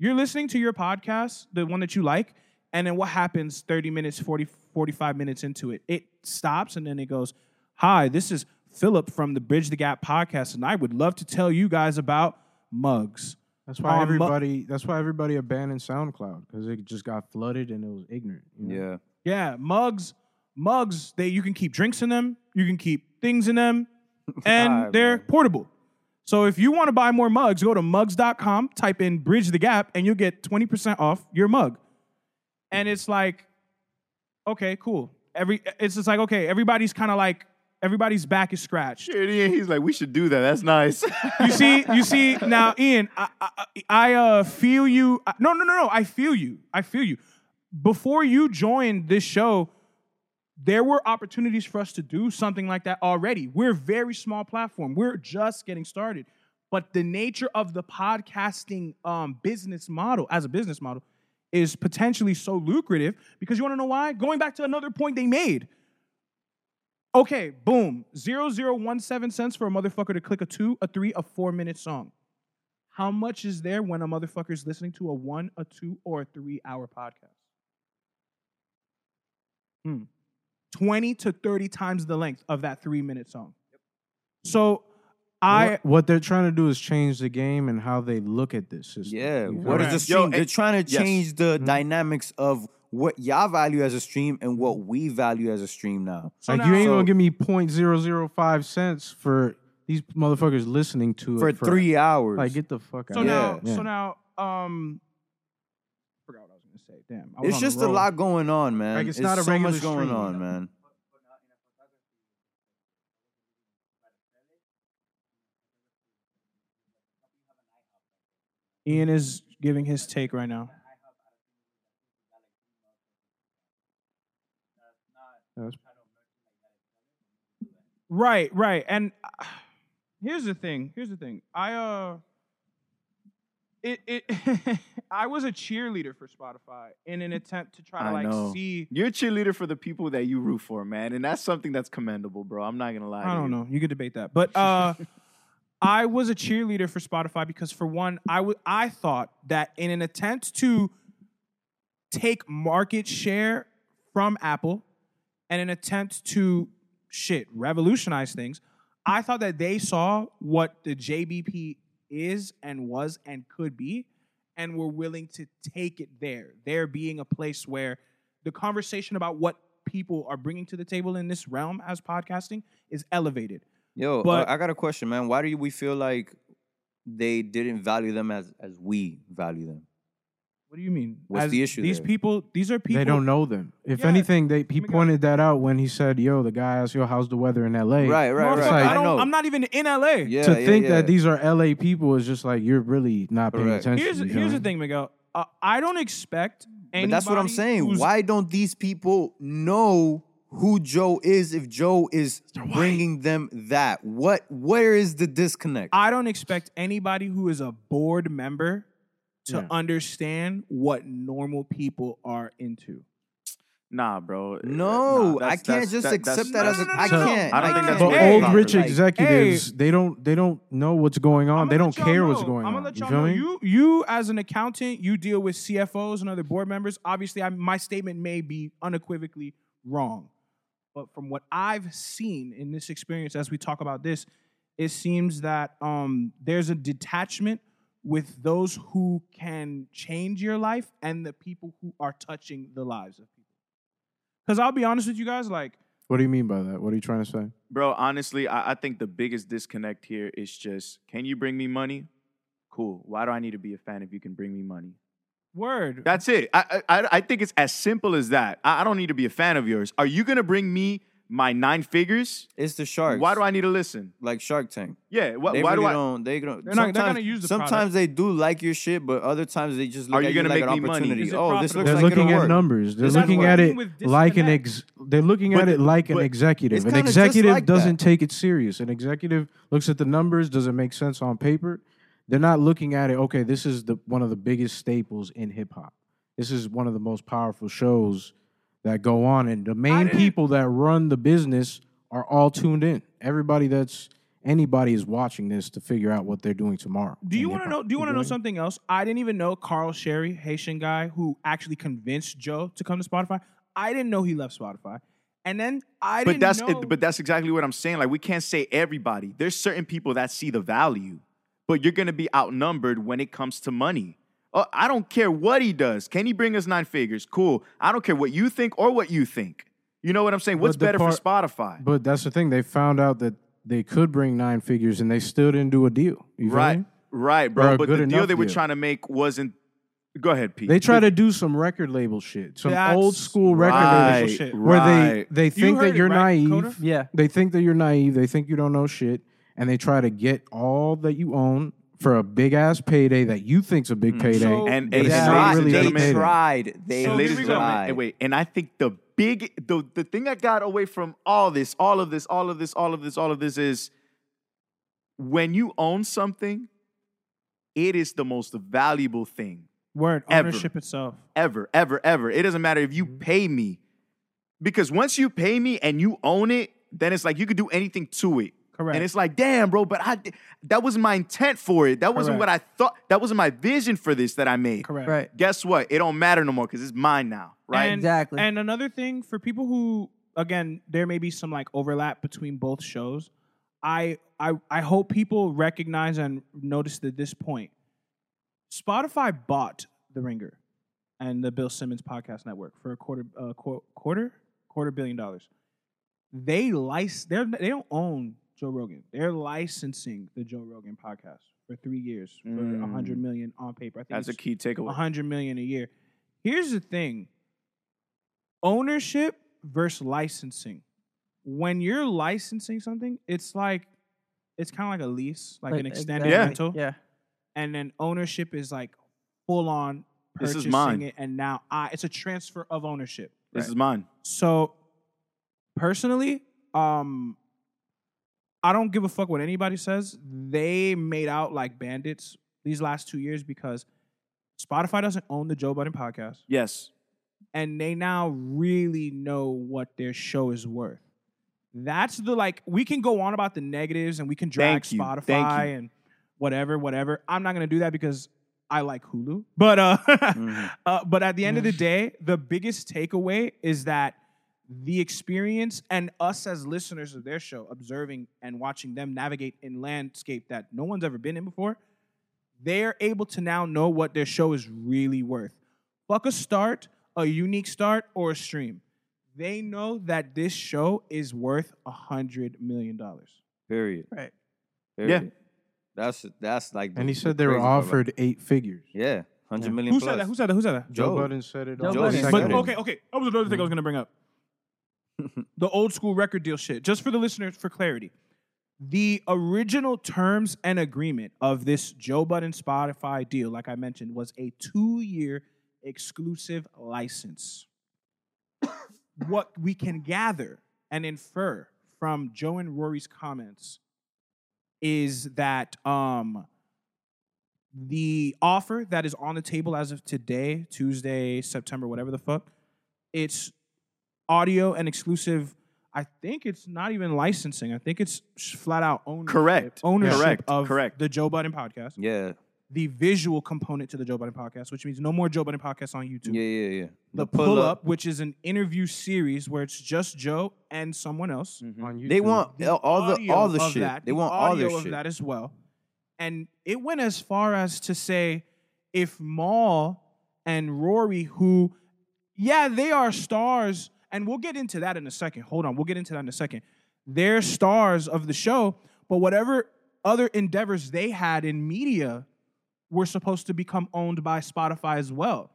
S1: You're listening to your podcast, the one that you like, and then what happens 30 minutes, 40, 45 minutes into it? It stops and then it goes, Hi, this is Philip from the Bridge the Gap podcast, and I would love to tell you guys about mugs.
S2: That's why
S1: Um, but-
S2: everybody. That's why everybody abandoned SoundCloud because it just got flooded and it was ignorant. you know?
S3: Yeah.
S1: Yeah, mugs, mugs. They you can keep drinks in them, you can keep things in them, and
S3: Alright,
S1: they're
S3: man.
S1: portable. So if you want to buy more mugs, go to mugs.com, type in bridge the gap, and you'll get 20% off your mug. And it's like, okay, cool. Every it's just like, okay, everybody's kind of like everybody's back is scratched.
S4: Here it is. He's like, we should do that. That's nice.
S1: You see, you see now, Ian. I, I, I uh, feel you. I- No, no, no, no. I feel you. I feel you. Before you joined this show, there were opportunities for us to do something like that already. We're a very small platform. We're just getting started. But the nature of the podcasting um, business model, as a business model, is potentially so lucrative because you want to know why? Going back to another point they made. Okay, boom. 0017 cents for a motherfucker to click a two, a three, a four minute song. How much is there when a motherfucker is listening to a one, a two, or a three hour podcast? Hmm. 20 to 30 times the length of that three minute song. So I.
S2: what, what they're trying to do is change the game and how they look at this system.
S3: Yeah.
S2: You Mm-hmm. feel
S3: What
S2: me?
S3: is
S1: Correct.
S3: the
S4: Yo,
S3: scene? They're
S4: and-
S3: trying to
S4: yes.
S3: change the dynamics of what y'all value as a stream and what we value as a stream now.
S1: So
S2: like
S1: now-
S2: you ain't
S3: So-
S2: gonna give me point zero zero five cents for these motherfuckers listening to
S3: For
S2: it
S3: three hours.
S2: Like get the fuck out.
S1: So
S2: of here.
S1: now,
S2: Yeah.
S1: so now, um, forgot what I was gonna say. Damn, I was
S3: it's
S1: on a
S3: just a
S1: roll.
S3: lot going on, man.
S2: Like, it's
S3: It's
S2: not a
S3: so
S2: regular
S3: much going
S2: stream.
S3: on, man.
S1: Ian is giving his take right now.
S2: That's-
S1: Right, right. And uh, here's the thing. Here's the thing. I uh it it I was a cheerleader for Spotify in an attempt to try to
S4: I
S1: like
S4: know.
S1: see
S4: You're a cheerleader for the people that you root for, man, and that's something that's commendable, bro. I'm not gonna
S1: I
S4: lie. to
S1: don't
S4: you.
S1: know. You could debate that. But uh I was a cheerleader for Spotify because for one, I w- I thought that in an attempt to take market share from Apple and an attempt to shit revolutionize things, I thought that they saw what the JBP is and was and could be and were willing to take it there. There being a place where the conversation about what people are bringing to the table in this realm as podcasting is elevated.
S3: Yo, uh,
S1: But-
S3: I got a question, man. Why do we feel like they didn't value them as as we value them?
S1: What do you mean?
S3: What's the issue
S1: These
S3: there?
S1: people, these are people.
S2: They don't know them. If
S1: Yeah. Oh
S2: anything, they he
S1: my God.
S2: pointed that out when he said, "Yo, the guy asked, yo, how's the weather in L.A.?"
S3: Right, right,
S1: Motherfucker,
S3: right.
S2: It's like-
S1: I
S3: I know.
S1: am not even in LA.
S3: yeah,
S2: to
S3: yeah,
S2: think
S3: yeah.
S2: that these are LA people is just like you're really not paying
S3: Correct.
S2: attention.
S1: Here's
S2: you
S1: here's the
S2: know?
S1: thing, Miguel. Uh, I don't expect.
S3: But that's what I'm
S1: anybody
S3: saying.
S1: who's-
S3: Why don't these people know who Joe is if Joe is bringing them that? What? Where is the disconnect?
S1: I don't expect anybody who is a board member to
S2: Yeah.
S1: understand what normal people are into.
S4: Nah, bro.
S3: no,
S4: Nah,
S3: I
S4: that's-
S3: can't
S4: that's-
S3: just
S4: that- that's-
S3: accept that as a.
S1: No, no, no,
S3: I
S1: no, no.
S3: can't.
S4: I don't think
S2: But
S4: that's
S3: can't.
S4: what
S2: old
S4: Hey,
S2: rich
S3: Like,
S2: executives, they don't they don't know what's going on.
S1: I'ma
S2: They
S1: let
S2: don't
S1: y'all
S2: care what's
S1: know.
S2: going
S1: I'ma
S2: on.
S1: let
S2: You
S1: y'all
S2: feel
S1: know.
S2: me?
S1: You you as an accountant, you deal with CFOs and other board members. Obviously, I, my statement may be unequivocally wrong, but from what I've seen in this experience, as we talk about this, it seems that um, there's a detachment with those who can change your life and the people who are touching the lives of people. Because I'll be honest with you guys, like
S2: What do you mean by that? What are you trying to say?
S4: bro. Honestly, I, I think the biggest disconnect here is just, can you bring me money? Cool. Why do I need to be a fan if you can bring me money?
S1: word.
S4: That's it. I, I I- I think it's as simple as that. I, I don't need to be a fan of yours. Are you gonna bring me my nine figures?
S3: It's the sharks.
S4: Why do I need to listen?
S3: like Shark Tank?
S4: Yeah. Wh-
S3: they
S4: why
S3: really
S4: do I?
S3: don't. They don't.
S1: They're not- they're
S3: sometimes-
S1: gonna use the
S3: Sometimes
S1: product.
S3: they do like your shit, but other times they just look
S4: Are you
S3: at
S4: gonna
S3: like
S4: make
S3: an
S4: me money?
S3: opportunity.
S1: Is it
S3: Oh, this
S1: profitable?
S3: looks
S2: They're
S3: like
S2: looking
S3: it'll
S2: at
S3: work.
S2: numbers. They're
S1: Is that
S2: looking
S1: what
S2: at
S1: I
S2: it
S1: mean with
S2: like an
S1: disconnect?
S2: ex. They're looking
S4: But
S2: at it
S4: the-
S2: like an
S4: but
S2: executive.
S3: it's
S2: An
S3: kinda just
S2: executive
S3: like that.
S2: doesn't take it serious. An executive looks at the numbers. Does it make sense on paper? They're not looking at it. Okay, this is the one of the biggest staples in hip hop. This is one of the most powerful shows that go on, and the main
S1: didn't-
S2: people that run the business are all tuned in. Everybody that's anybody is watching this to figure out what they're doing tomorrow.
S1: Do you
S2: in
S1: want to
S2: hip-hop.
S1: know? Do you want to
S2: feel
S1: know
S2: me?
S1: something else? I didn't even know Carl Sherry, Haitian guy, who actually convinced Joe to come to Spotify. I didn't know he left Spotify, and then I
S4: But
S1: didn't
S4: that's
S1: know.
S4: but that's exactly what I'm saying. Like we can't say everybody. There's certain people that see the value, but you're gonna be outnumbered when it comes to money. Oh, I don't care what he does. Can he bring us nine figures? Cool. I don't care what you think or what you think. You know what I'm saying? What's
S2: the
S4: better for
S2: part-
S4: Spotify?
S2: But that's the thing. They found out that they could bring nine figures, and they still didn't do a deal. You feel
S4: right,
S2: me?
S4: right,
S2: Or
S4: bro.
S2: a
S4: But
S2: good
S4: the deal
S2: enough
S4: they were
S2: deal.
S4: trying to make wasn't. Go ahead, Pete.
S2: They try to do some record label shit, some
S1: That's
S2: old school record label
S1: Right,
S2: shit,
S1: shit.
S2: where
S4: right.
S2: they they think
S1: heard
S2: that
S1: it,
S2: you're
S1: right,
S2: naive.
S1: Coda?
S7: Yeah.
S2: They think that you're naive. They think you don't know shit, and they try to get all that you own for a big ass payday that you think's a big payday.
S1: Mm-hmm. So-
S4: and,
S2: But
S4: and
S3: They
S2: it's
S4: ladies
S2: not
S3: tried.
S4: and
S2: really
S3: they
S2: that
S4: gentlemen,
S2: amazing.
S3: tried. They
S1: So
S4: And ladies and
S1: go.
S4: gentlemen,
S3: tried.
S4: and wait, and I think the big the the thing I got away from all this, all of this, all of this, all of this, all of this is when you own something, it is the most valuable thing
S1: word
S4: Ever.
S1: ownership itself.
S4: ever, ever, ever. It doesn't matter if you
S1: Mm-hmm.
S4: pay me. Because once you pay me and you own it, then it's like you could do anything to it.
S1: Correct.
S4: And it's like, damn, bro, but I di- that wasn't my intent for it. That wasn't what I thought. That wasn't my vision for this that I made.
S1: Correct.
S7: Right.
S4: Guess what? It don't matter no more because it's mine now, right?
S1: And,
S7: Exactly.
S1: And another thing for people who, again, there may be some like overlap between both shows. I I I hope people recognize and notice that this point. Spotify bought The Ringer. and the Bill Simmons Podcast Network for a quarter uh, qu- quarter quarter billion dollars. They license they they don't own Joe Rogan. They're licensing the Joe Rogan podcast for three years for a
S4: Mm.
S1: hundred million on paper. I think
S4: That's a
S1: it's
S4: key takeaway.
S1: 100 million a year. Here's the thing. Ownership versus licensing. When you're licensing something, it's like it's kind of like a lease, like, an extended
S4: Yeah.
S1: rental.
S7: Yeah.
S1: And then ownership is like full on
S4: This
S1: purchasing
S4: is mine.
S1: it and now I it's a transfer of ownership.
S4: This is mine.
S1: So personally, um I don't give a fuck what anybody says. They made out like bandits these last two years because Spotify doesn't own the Joe Budden podcast.
S4: Yes.
S1: And they now really know what their show is worth. That's the like we can go on about the negatives and we can drag
S4: Thank you.
S1: Spotify
S4: Thank you.
S1: and whatever, whatever. I'm not gonna do that because I like Hulu. But uh,
S4: Mm-hmm.
S1: uh but at the end of the day, the biggest takeaway is that the experience and us as listeners of their show observing and watching them navigate in landscape that no one's ever been in before they're able to now know what their show is really worth fuck a start a unique start or a stream they know that this show is worth a hundred million dollars
S3: Period.
S7: Right.
S3: Period. That's that's like. the-
S2: And he
S3: the
S2: said they were
S3: crazy part about
S2: offered eight figures.
S3: it. Yeah, hundred
S2: Yeah.
S3: million.
S1: who
S3: plus.
S1: said that who said that who said that
S2: Joe,
S3: Joe.
S2: Budden said it.
S7: Joe
S2: on
S7: Budden.
S2: the
S7: But-
S1: But
S2: second
S1: okay, okay. That was another thing I was gonna bring up. the old school record deal shit. Just for the listeners, for clarity, the original terms and agreement of this Joe Budden Spotify deal, like I mentioned, was a two-year exclusive license. what we can gather and infer from Joe and Rory's comments is that um, the offer that is on the table as of today, Tuesday, September, whatever the fuck, it's audio and exclusive. I think it's not even licensing. I think it's sh- flat out ownership.
S4: Correct.
S1: Ownership
S4: Correct.
S1: of
S4: Correct.
S1: the Joe Budden podcast.
S3: Yeah,
S1: The visual component to the Joe Budden podcast, which means no more Joe Budden podcast on YouTube.
S3: yeah, yeah, yeah.
S1: The, pull up, which is an interview series where it's just Joe and someone else
S2: on
S3: They
S2: YouTube.
S3: want all all the
S1: audio
S3: all the
S1: of
S3: shit.
S1: that,
S3: they
S1: the
S3: want all
S1: audio
S3: their
S1: of
S3: shit.
S1: that as well. And it went as far as to say, if Maul and Rory, who, yeah, they are stars, and we'll get into that in a second. Hold on, we'll get into that in a second. They're stars of the show, but whatever other endeavors they had in media were supposed to become owned by Spotify as well.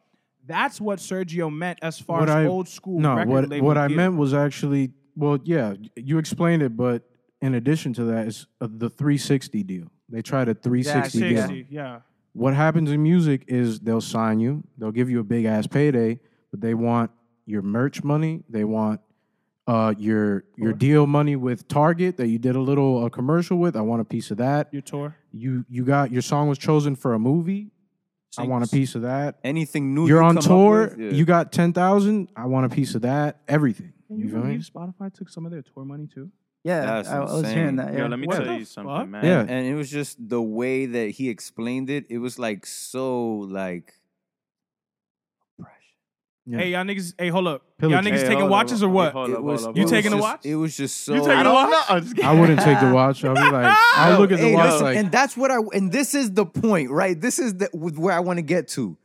S1: That's what Sergio meant as far
S2: What
S1: as
S2: I-
S1: old school
S2: No,
S1: record
S2: what
S1: label
S2: what I
S1: deal.
S2: meant was actually well, yeah, y- you explained it, but in addition to that is uh, the 360 deal. They tried a 360 deal.
S1: 60, yeah.
S2: What happens in music is they'll sign you, they'll give you a big ass payday, but they want your merch money, they want uh, your your deal money with Target that you did a little uh, commercial with. I want a piece of that.
S1: Your tour.
S2: You you got your song was chosen for a movie. I want a piece of that.
S3: Anything new?
S2: You're
S3: you
S2: on
S3: come up
S2: tour.
S3: with, yeah.
S2: You got ten thousand. I want a piece of that. Everything.
S1: Can you,
S2: You feel me?
S1: believe Spotify took some of their tour money too?
S7: Yeah.
S3: That's
S7: I, I was hearing
S3: insane.
S7: that. Yeah.
S4: Yo, let me
S1: What
S4: tell
S1: the
S4: you something,
S1: fuck?
S4: man.
S2: Yeah.
S3: and it was just the way that he explained it. It was like so like
S2: Yeah.
S1: Hey, y'all niggas. Hey, hold up.
S2: Pillage.
S1: Y'all niggas
S4: Hey,
S1: taking
S4: hold
S1: watches
S4: up,
S1: or what?
S4: hey, hold
S3: it
S4: up,
S3: was.
S4: hold up,
S3: it
S1: You
S4: hold
S3: was
S4: up.
S1: taking a
S3: just-
S1: watch?
S3: It was just so.
S4: You taking
S3: I
S4: a
S3: don't-
S4: watch? No, I'm just
S2: I
S4: kidding.
S2: wouldn't take the watch. I'll be like, I'll look at the
S3: Hey,
S2: watch
S3: listen,
S2: like,
S3: and that's what I and this is the point, right? This is the with where I want to get to.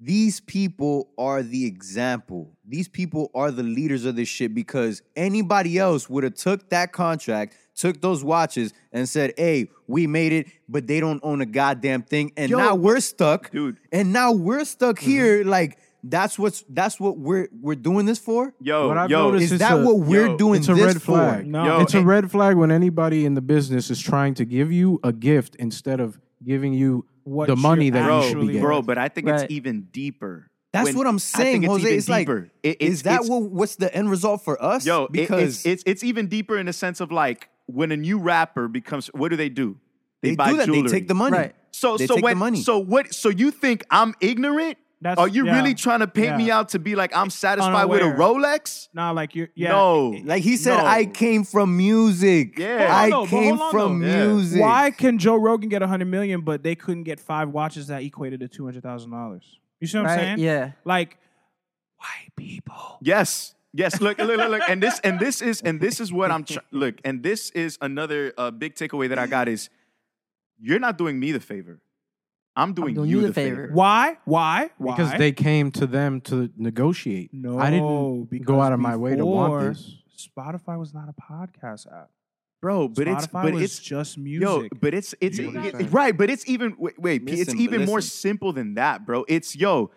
S3: These people are the example. These people are the leaders of this shit because anybody else would have took that contract, took those watches, and said, "Hey, we made it," but they don't own a goddamn thing, and
S4: Yo,
S3: now we're stuck,
S4: dude.
S3: And now we're stuck
S2: Mm-hmm.
S3: here. Like that's what's that's what we're we're doing this for.
S4: Yo,
S2: What I've
S4: yo,
S2: noticed
S3: Is
S2: it's
S3: that
S2: a-
S3: what we're
S4: yo,
S3: doing?
S2: it's a
S3: this
S2: red flag.
S3: For?
S1: No.
S4: Yo,
S2: it's a
S4: and-
S2: red flag when anybody in the business is trying to give you a gift instead of giving you
S1: What
S2: the
S1: you
S2: money that you should
S4: bro,
S2: be
S1: actually-
S2: getting.
S4: bro. But I think
S7: Right.
S4: it's even deeper.
S3: That's
S4: When-
S3: what I'm
S4: I
S3: saying,
S4: think it's
S3: Jose.
S4: even
S3: It's like,
S4: deeper. It- it's,
S3: is that
S4: it's-
S3: what? What's the end result for us?
S4: Yo, it-
S3: because
S4: it's, it's it's even deeper in the sense of like when a new rapper becomes. What do they do?
S3: they,
S4: buy
S3: do that.
S4: jewelry.
S3: They take the money.
S7: Right.
S4: So
S3: They
S4: so
S3: take the
S4: when
S3: money.
S4: so what so you think I'm ignorant?
S1: That's-
S4: Are you
S1: yeah.
S4: really trying to paint me
S1: Yeah.
S4: out to be like I'm satisfied with a
S1: Unaware.
S4: Rolex?
S1: Nah, like you're. Yeah.
S4: No.
S3: Like he said,
S4: No.
S3: I came from music.
S4: Yeah.
S1: Hold
S3: I
S1: on, though, but
S3: came
S1: hold on,
S3: from
S1: though.
S4: Yeah.
S3: music.
S1: Why can Joe Rogan get 100 million, but they couldn't get five watches that equated to $200,000? You see what I'm
S7: Right?
S1: saying?
S7: Yeah.
S1: Like, white people.
S4: Yes. Yes. Look, look, look, look. And this and this is and this is what I'm tr- look. And this is another uh, big takeaway that I got is you're not doing me the favor. I'm doing,
S7: doing
S4: you the favor.
S1: Why? Why? Why?
S2: because they came to them to negotiate.
S1: no.
S2: I didn't
S1: because
S2: go out of my way to want
S1: before,
S2: this.
S1: Spotify was not a podcast app.
S4: bro. But
S1: Spotify
S4: it's but
S1: was
S4: it's
S1: just
S4: yo.
S1: music.
S4: But it's it's
S3: You know what I'm
S4: it-
S3: saying?
S4: right. But it's even wait. wait P, it's
S3: Listen, but
S4: even more
S3: listen.
S4: simple than that, bro. It's yo.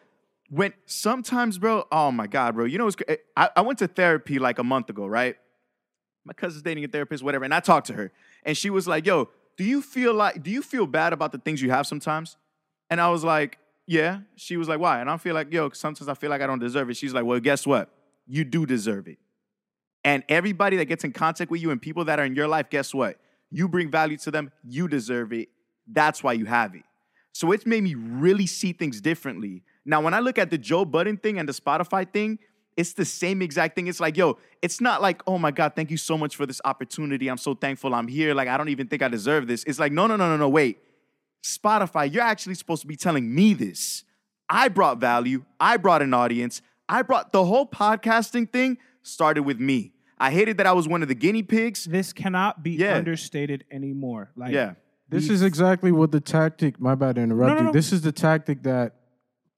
S4: When sometimes, bro. Oh my god, bro. You know, what's, cra- eh, I I went to therapy like a month ago, right? My cousin's dating a therapist, whatever, and I talked to her, and she was like, "Yo, do you feel like do you feel bad about the things you have sometimes?" And I was like, "Yeah." She was like, "Why?" And I feel like, "Yo, sometimes I feel like I don't deserve it." She's like, "Well, guess what? You do deserve it." And everybody that gets in contact with you and people that are in your life, guess what? You bring value to them, you deserve it. That's why you have it. So it's made me really see things differently. Now, when I look at the Joe Budden thing and the Spotify thing, it's the same exact thing. It's like, yo, it's not like, oh my God, thank you so much for this opportunity. I'm so thankful I'm here. Like, I don't even think I deserve this. It's like, no, no, no, no, no, wait. Spotify, you're actually supposed to be telling me this. I brought value. I brought an audience. I brought the whole podcasting thing started with me. I hated that I was one of the guinea pigs.
S1: this cannot be
S4: Yeah.
S1: understated anymore. Like
S4: Yeah.
S2: This
S1: the-
S2: is exactly what the tactic. My bad to interrupt
S1: No, no,
S2: you.
S1: no.
S2: This is the tactic that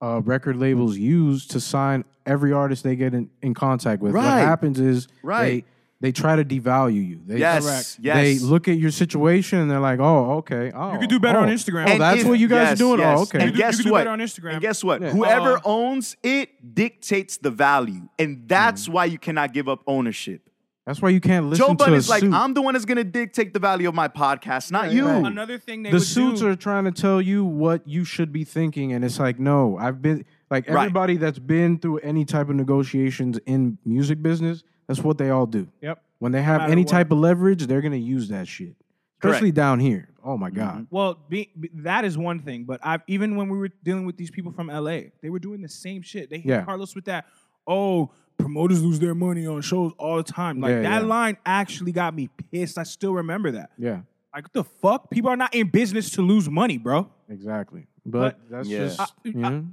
S2: uh, record labels use to sign every artist they get in, in contact with. What
S4: Right.
S2: happens is
S4: Right.
S2: they they try to devalue you. They,
S4: Yes.
S1: Correct.
S4: Yes.
S2: They look at your situation and they're like, "Oh, okay. Oh,
S1: You could do better
S2: oh,
S1: on Instagram.
S2: Oh,
S1: And
S2: that's
S4: if-
S2: what you guys
S4: yes,
S2: are doing.
S4: yes.
S2: Oh, okay.
S1: You
S4: And
S1: could- you
S4: guess
S1: could do
S4: what?
S1: better on Instagram.
S4: And guess what?
S2: Yeah. Uh-huh.
S4: Whoever
S1: Uh,
S4: owns it dictates the value, and that's why you cannot give up ownership.
S2: That's why you can't Hmm. listen
S4: Joe
S2: to a
S4: Budden's like,
S2: suit.
S4: I'm the one that's gonna dictate the value of my podcast, not you.
S2: right.
S1: Another thing they
S2: the
S1: would
S2: suits
S1: do,
S2: are trying to tell you what you should be thinking, and it's like, no, I've been like
S4: Right.
S2: everybody that's been through any type of negotiations in music business. That's what they all do.
S1: Yep.
S2: When they have
S1: matter
S2: any
S1: what.
S2: type of leverage, they're gonna use that shit, especially down here. Oh
S1: Mm-hmm.
S2: my god.
S1: Well, be, be- that is one thing, but I've even when we were dealing with these people from LA, they were doing the same shit. They hit
S2: Yeah.
S1: Carlos with that, oh, promoters lose their money on shows all the time. Like
S2: Yeah,
S1: that
S2: yeah.
S1: line actually got me pissed. I still remember that.
S2: Yeah,
S1: Like what the fuck? People are not in business to lose money, bro.
S2: exactly. But,
S1: But-
S2: that's
S3: Yeah.
S2: just
S1: I-
S2: you know,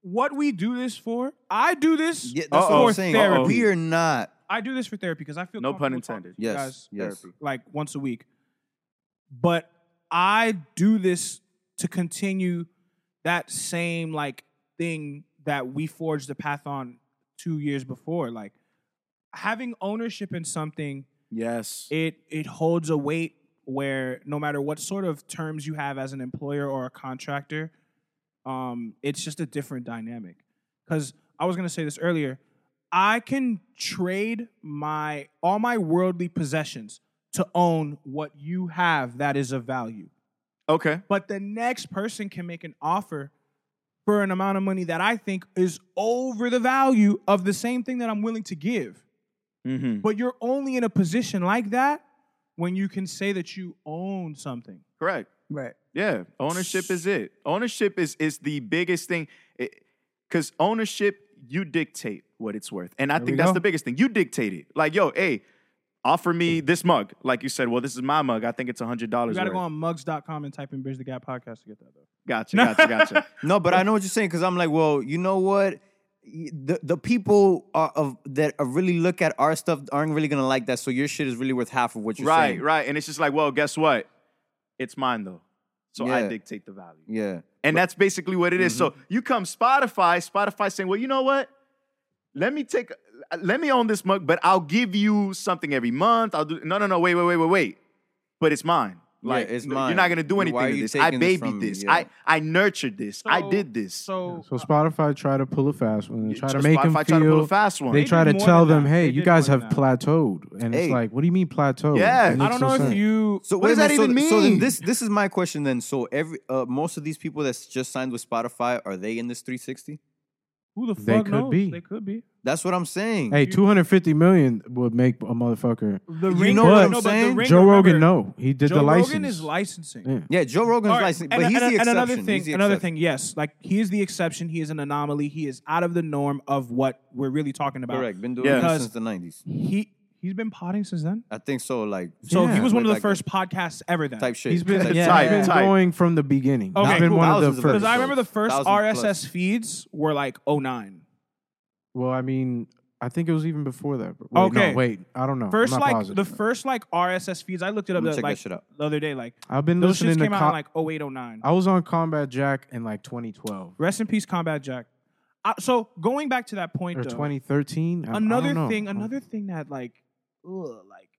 S1: What we do this for? I do this.
S3: Yeah, that's what
S1: for
S3: I'm saying.
S1: therapy.
S3: We are not.
S1: I do this for therapy because I feel
S4: No pun
S1: comfortable talking
S4: intended.
S1: to you
S3: Yes,
S1: guys
S3: yes.
S1: like once a week. But I do this to continue that same like thing that we forged the path on two years before. Like having ownership in something,
S4: Yes.
S1: it it holds a weight where no matter what sort of terms you have as an employer or a contractor, um, it's just a different dynamic. Because I was gonna say this earlier, I can trade my all my worldly possessions to own what you have that is of value.
S4: Okay.
S1: But the next person can make an offer for an amount of money that I think is over the value of the same thing that I'm willing to give.
S4: Mm-hmm.
S1: But you're only in a position like that when you can say that you own something.
S4: Correct.
S7: Right.
S4: Yeah, ownership is it. Ownership is is the biggest thing, because ownership you dictate what it's worth, and I
S2: There we
S4: think that's
S2: go.
S4: the biggest thing. You dictate it. Like, yo, hey, offer me this mug. Like you said, well, this is my mug. I think it's a hundred
S1: You
S4: dollars.
S1: got to go on mugs.com and type in Bridge the Gap podcast to get that, though.
S4: Gotcha, gotcha, gotcha.
S3: No, but I know what you're saying because I'm like, well, you know what? Y- The the people are, of that are really look at our stuff aren't really gonna like that. So your shit is really worth half of what you're
S4: right,
S3: saying.
S4: right. And it's just like, well, guess what? It's mine though, so I
S3: Yeah.
S4: dictate the value.
S3: Yeah.
S4: And that's basically what it is. So you come Spotify, Spotify saying, well, you know what? Let me take, let me own this mug, but I'll give you something every month. I'll do, no, no, no, wait, wait, wait, wait, wait. But it's mine.
S3: Yeah,
S4: Like,
S3: it's
S4: you're
S3: mine.
S4: not going to do
S3: Why
S4: anything
S3: are
S4: with
S3: you
S4: this. I
S3: taking this
S4: babied
S3: from me?
S4: this.
S3: Yeah.
S4: I, I nurtured this. I did this.
S1: So,
S2: so Spotify try to pull a fast one. They try to
S4: Spotify
S2: make them
S4: tried
S2: feel.
S4: to pull a fast one.
S2: They,
S1: They
S2: try
S1: did
S2: to
S1: more
S2: tell
S1: than
S2: them,
S1: that.
S2: "Hey,
S1: They
S2: you
S1: did
S2: guys
S1: more
S2: have
S1: than
S2: plateaued," and
S3: Hey.
S2: it's like, "What do you mean plateaued?"
S4: Yeah.
S2: It
S1: I
S2: makes
S1: don't
S2: no
S1: know if
S2: sense.
S1: you.
S3: So
S4: What
S3: wait
S4: does
S3: a
S4: that
S3: minute, so,
S4: even
S3: So then
S4: mean?
S3: this this is my question then. So every uh, most of these people that's just signed with Spotify are they in this 360?
S1: Who the fuck
S2: They could
S1: knows?
S2: be.
S1: They could be.
S3: That's what I'm saying.
S2: Hey, two hundred fifty million would make a motherfucker.
S1: The
S3: You know what I'm saying?
S2: Joe Rogan,
S1: remember,
S2: no, he did
S1: Joe
S2: the license.
S1: Rogan is licensing.
S2: Yeah.
S3: Yeah, Joe Rogan's
S1: All right,
S3: licensed,
S1: and-
S3: but he's
S1: and-
S3: the exception.
S1: and another thing,
S3: he's the
S1: another
S3: exception.
S1: thing, yes, like he is the exception. He is an anomaly. He is out of the norm of what we're really talking about.
S3: Correct. Been doing
S4: Yeah.
S3: this
S1: Because-
S3: since the 90s.
S1: He he's been potting since then.
S3: I think so. Like
S1: So he
S2: Yeah.
S1: was one of the
S3: Like a-
S1: first podcasts ever. Then
S3: type shit.
S2: He's been,
S3: Type
S2: he's
S3: shit.
S4: Type,
S2: been
S4: type.
S2: going from the beginning.
S1: Okay,
S2: he's been
S1: cool.
S2: one of
S3: Thousands
S2: the
S3: of
S2: first.
S1: Because I remember the first oh
S3: Thousand plus.
S2: Oh,
S1: RSS feeds were like 09.
S2: well, I mean, I think it was even before that. but Wait,
S1: Okay.
S2: No, wait, I don't know.
S1: First,
S2: I'm not
S1: like
S2: positive.
S1: the first like RSS feeds, I looked it up
S3: I'm gonna
S1: the,
S3: check
S1: like
S3: that shit out.
S1: the other day. Like
S2: I've been
S1: those
S2: listening
S1: shits
S2: to
S1: came out
S2: co-
S1: in like 08, 09.
S2: I was on Combat Jack in like 2012
S1: Rest in peace, Combat Jack. I, so going back to that point,
S2: or
S1: though,
S2: 2013. I- I don't
S1: another
S2: know. Oh.
S1: thing,
S2: I'm-
S1: another thing that like, ugh, like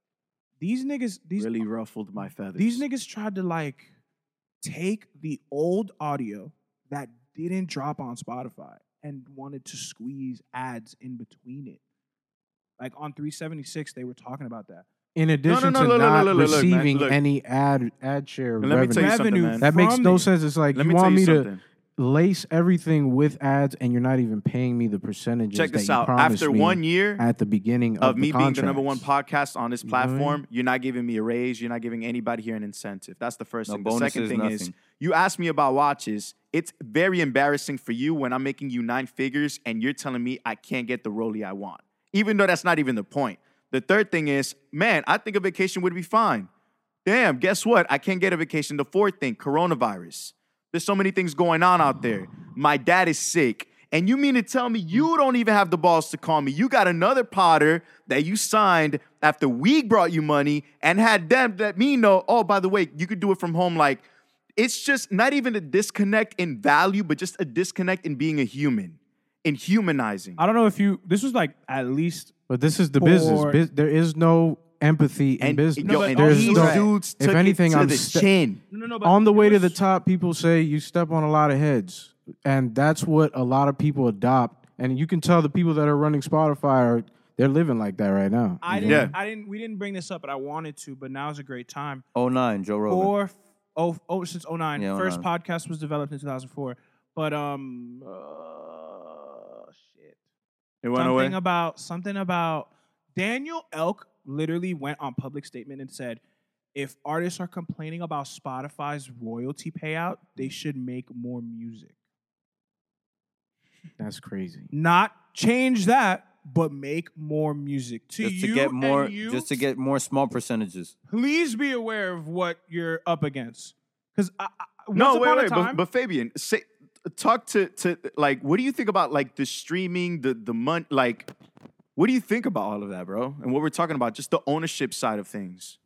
S1: these niggas, these
S4: really ruffled my feathers.
S1: these niggas tried to like take the old audio that didn't drop on Spotify and wanted to squeeze ads in between it. Like on 376, they were talking about that.
S2: In addition
S4: no,
S2: to
S4: look, look,
S2: not
S4: look, look, look, man,
S2: receiving
S4: look.
S2: any ad ad share
S4: And
S2: revenue,
S4: let me tell you something,
S1: Revenue
S4: man.
S2: that makes
S1: from
S2: no
S1: it.
S2: sense. It's like
S4: Let
S2: you
S4: me tell
S2: want
S4: you
S2: me to
S4: something.
S2: lace everything with ads, and you're not even paying me the percentages.
S4: Check
S2: that
S4: this
S2: you
S4: out.
S2: promised
S4: After
S2: me
S4: one year
S2: at the beginning of,
S4: of me being the number
S2: contracts.
S4: one podcast on this
S2: You know what I mean?
S4: platform, you're not giving me a raise. You're not giving anybody here an incentive. That's the first
S3: No
S4: thing. The second
S3: bonuses,
S4: thing is
S3: nothing.
S4: you asked me about watches. It's very embarrassing for you when I'm making you nine figures and you're telling me I can't get the rollie I want, even though that's not even the point. The third thing is, man, I think a vacation would be fine. Damn, guess what? I can't get a vacation. The fourth thing, coronavirus. There's so many things going on out there. My dad is sick. And you mean to tell me you don't even have the balls to call me? You got another Potter that you signed after we brought you money and had them let me know, oh, by the way, you could do it from home. Like, it's just not even a disconnect in value, but just a disconnect in being a human, in humanizing.
S1: I don't know if you, this was like at least
S2: But this is the business.
S1: Or-
S2: Bus- there is no empathy in
S4: and
S2: business.
S4: yo,
S1: No, but
S4: and
S1: all
S2: There's
S4: these
S1: he's
S2: no,
S1: right.
S4: dudes
S2: if
S4: took
S2: anything,
S4: it to
S2: I'm
S4: the
S2: sta-
S4: chin.
S1: no, no, no. But
S2: on the
S1: it
S2: way to
S1: was-
S2: the top, people say you step on a lot of heads, and that's what a lot of people adopt. And you can tell the people that are running Spotify are they're living like that right now.
S1: I
S2: You know?
S1: didn't.
S4: Yeah.
S1: I didn't. We didn't bring this up, but I wanted to. But now is a great time.
S3: Oh nine, Joe Rogan.
S1: Or f- oh, oh, since 09.
S3: Yeah,
S1: First
S3: 09.
S1: podcast was developed in 2004. But um, uh, shit.
S4: It went
S1: Something
S4: away.
S1: about something about Daniel Elk literally went on public statement and said, if artists are complaining about Spotify's royalty payout, they should make more music.
S2: That's crazy.
S1: Not change that, but make more music. To
S3: just
S1: you
S3: to get
S1: and
S3: more,
S1: you,
S3: just to get more small percentages.
S1: please be aware of what you're up against. Because I, I, once
S4: no,
S1: upon
S4: wait,
S1: a
S4: wait,
S1: time,
S4: but, but Fabian, say, talk to to like, what do you think about like the streaming, the the money, like, what do you think about all of that, bro? And what we're talking about, just the ownership side of things,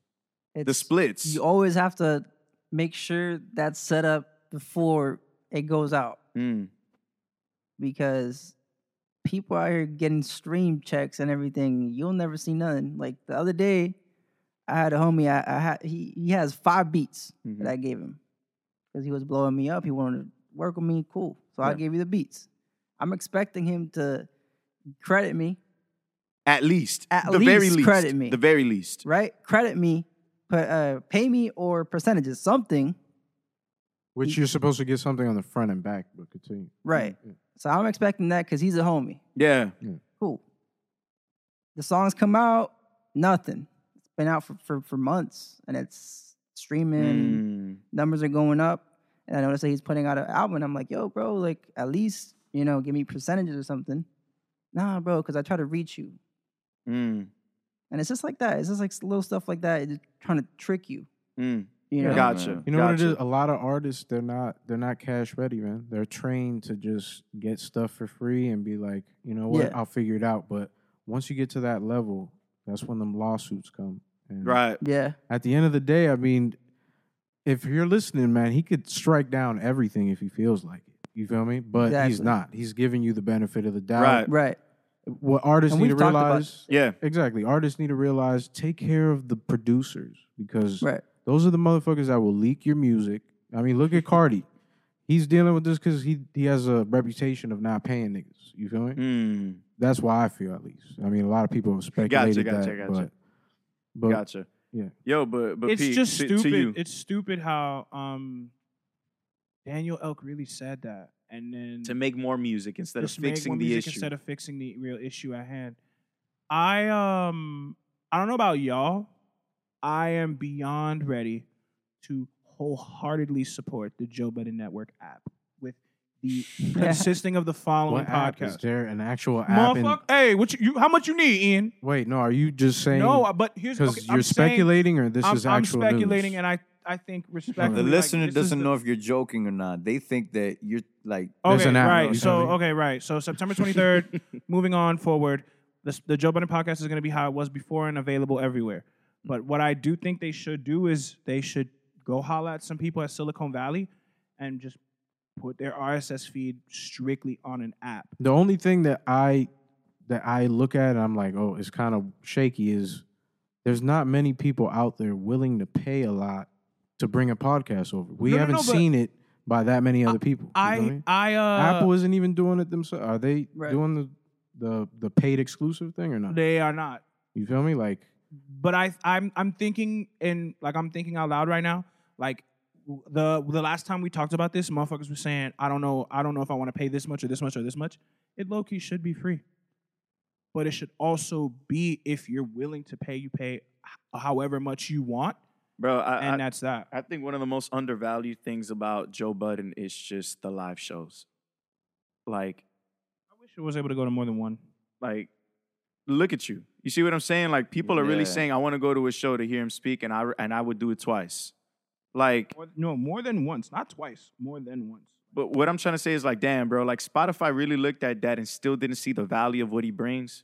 S4: the
S7: It's-
S4: splits.
S7: You always have to make sure that's set up before it goes out
S4: Mm.
S7: because people out here getting stream checks and everything. You'll never see nothing. Like the other day, I had a homie. I, I had he he has five beats
S4: Mhm.
S7: that I gave him because he was blowing me up. He wanted to work with me. Cool. So I
S4: Yeah.
S7: gave you the beats. I'm expecting him to credit me,
S4: At least,
S7: At
S4: the very
S7: least
S4: least,
S7: credit me.
S4: the very least.
S7: right? Credit me, put, uh, pay me or percentages, something,
S2: Which
S7: He-
S2: you're supposed to get something on the front and back, but continue.
S7: right? So I'm expecting that because he's a homie.
S4: Yeah,
S7: Cool. The songs come out, nothing. It's been out for, for, for months and it's streaming,
S3: Hmm.
S4: Mm.
S7: numbers are going up. And I noticed that he's putting out an album. and I'm like, yo, bro, like at least, you know, give me percentages or something. Nah, bro, because I try to reach you.
S4: Mm.
S7: And it's just like that. It's just like little stuff like that. It's just trying to trick you.
S4: Mm.
S7: You know?
S3: Yeah.
S4: Gotcha.
S2: You know what
S4: Gotcha.
S2: it is? A lot of artists they're not they're not cash ready, man. They're trained to just get stuff for free and be like, you know what,
S7: Yeah.
S2: I'll figure it out. But once you get to that level, that's when them lawsuits come. And
S4: Right.
S7: Yeah.
S2: At the end of the day, I mean, if you're listening, man, he could strike down everything if he feels like it. You feel me? But he's
S7: Exactly.
S2: not. He's giving you the benefit of the doubt.
S4: Right.
S7: Right.
S2: What artists
S7: And
S2: need to
S7: we've talked about-
S2: realize
S4: Yeah.
S2: Exactly. Artists need to realize take care of the producers because
S7: Right.
S2: those are the motherfuckers that will leak your music. I mean, look at Cardi. He's dealing with this because he he has a reputation of not paying niggas. You feel me?
S4: Mm.
S2: That's why I feel at least. I mean, a lot of people have speculated
S4: gotcha,
S2: that,
S4: gotcha.
S2: but but
S4: Gotcha.
S2: Yeah.
S4: Yo, but but
S1: it's
S4: Pete,
S1: just
S4: to-
S1: stupid.
S4: To you.
S1: It's stupid how um, Daniel Elk really said that, and then
S4: to make more music instead of
S1: just make
S4: fixing
S1: one
S4: the
S1: music
S4: issue.
S1: instead of fixing the real issue at hand. I um, I don't know about y'all. I am beyond ready to wholeheartedly support the Joe Budden Network app with the consisting of the following
S2: what app is
S1: podcast.
S2: there an actual app? In,
S1: Motherfucker, hey, what you, you? How much you need, Ian?
S2: wait, no. Are you just saying?
S1: No, uh, but here's
S2: because
S1: okay,
S2: you're
S1: I'm saying-
S2: speculating, or this
S1: I'm,
S2: is
S1: I'm
S2: actual
S1: speculating,
S2: news?
S1: and I, I think
S3: The
S1: respectfully, like,
S3: listener
S1: this is
S3: doesn't
S1: the- Oh,
S3: know if you're joking or not. They think that you're like
S2: There's
S1: Okay,
S2: an app,
S1: right.
S2: you
S1: So
S2: tell me.
S1: okay, right. So September 23rd. moving on forward, This, the Joe Budden podcast is going to be how it was before and available everywhere. But what I do think they should do is they should go holla at some people at Silicon Valley and just put their RSS feed strictly on an app.
S2: The only thing that I that I look at and I'm like, oh, it's kind of shaky is there's not many people out there willing to pay a lot to bring a podcast over. We
S1: No, no,
S2: haven't
S1: no, but-
S2: seen it by that many other people. you know what I
S1: I
S2: mean?
S1: I uh
S2: Apple isn't even doing it themselves. Are they
S7: Right.
S2: doing the, the the paid exclusive thing or not?
S1: they are not.
S2: You feel me? Like
S1: but I I'm I'm thinking in like I'm thinking out loud right now. Like w- the the last time we talked about this, motherfuckers were saying, I don't know, I don't know if I want to pay this much or this much or this much. It low key should be free, but it should also be if you're willing to pay, you pay h- however much you want,
S4: bro. I,
S1: and
S4: I,
S1: that's that.
S4: I think one of the most undervalued things about Joe Budden is just the live shows. Like,
S1: I wish I was able to go to more than one.
S4: like, look at you. You see what I'm saying? Like, people are really
S3: Yeah.
S4: saying, "I want to go to a show to hear him speak," and I and I would do it twice. Like,
S1: More, no, more than once, not twice, more than once.
S4: But what I'm trying to say is like, damn, bro, like Spotify really looked at that and still didn't see the value of what he brings.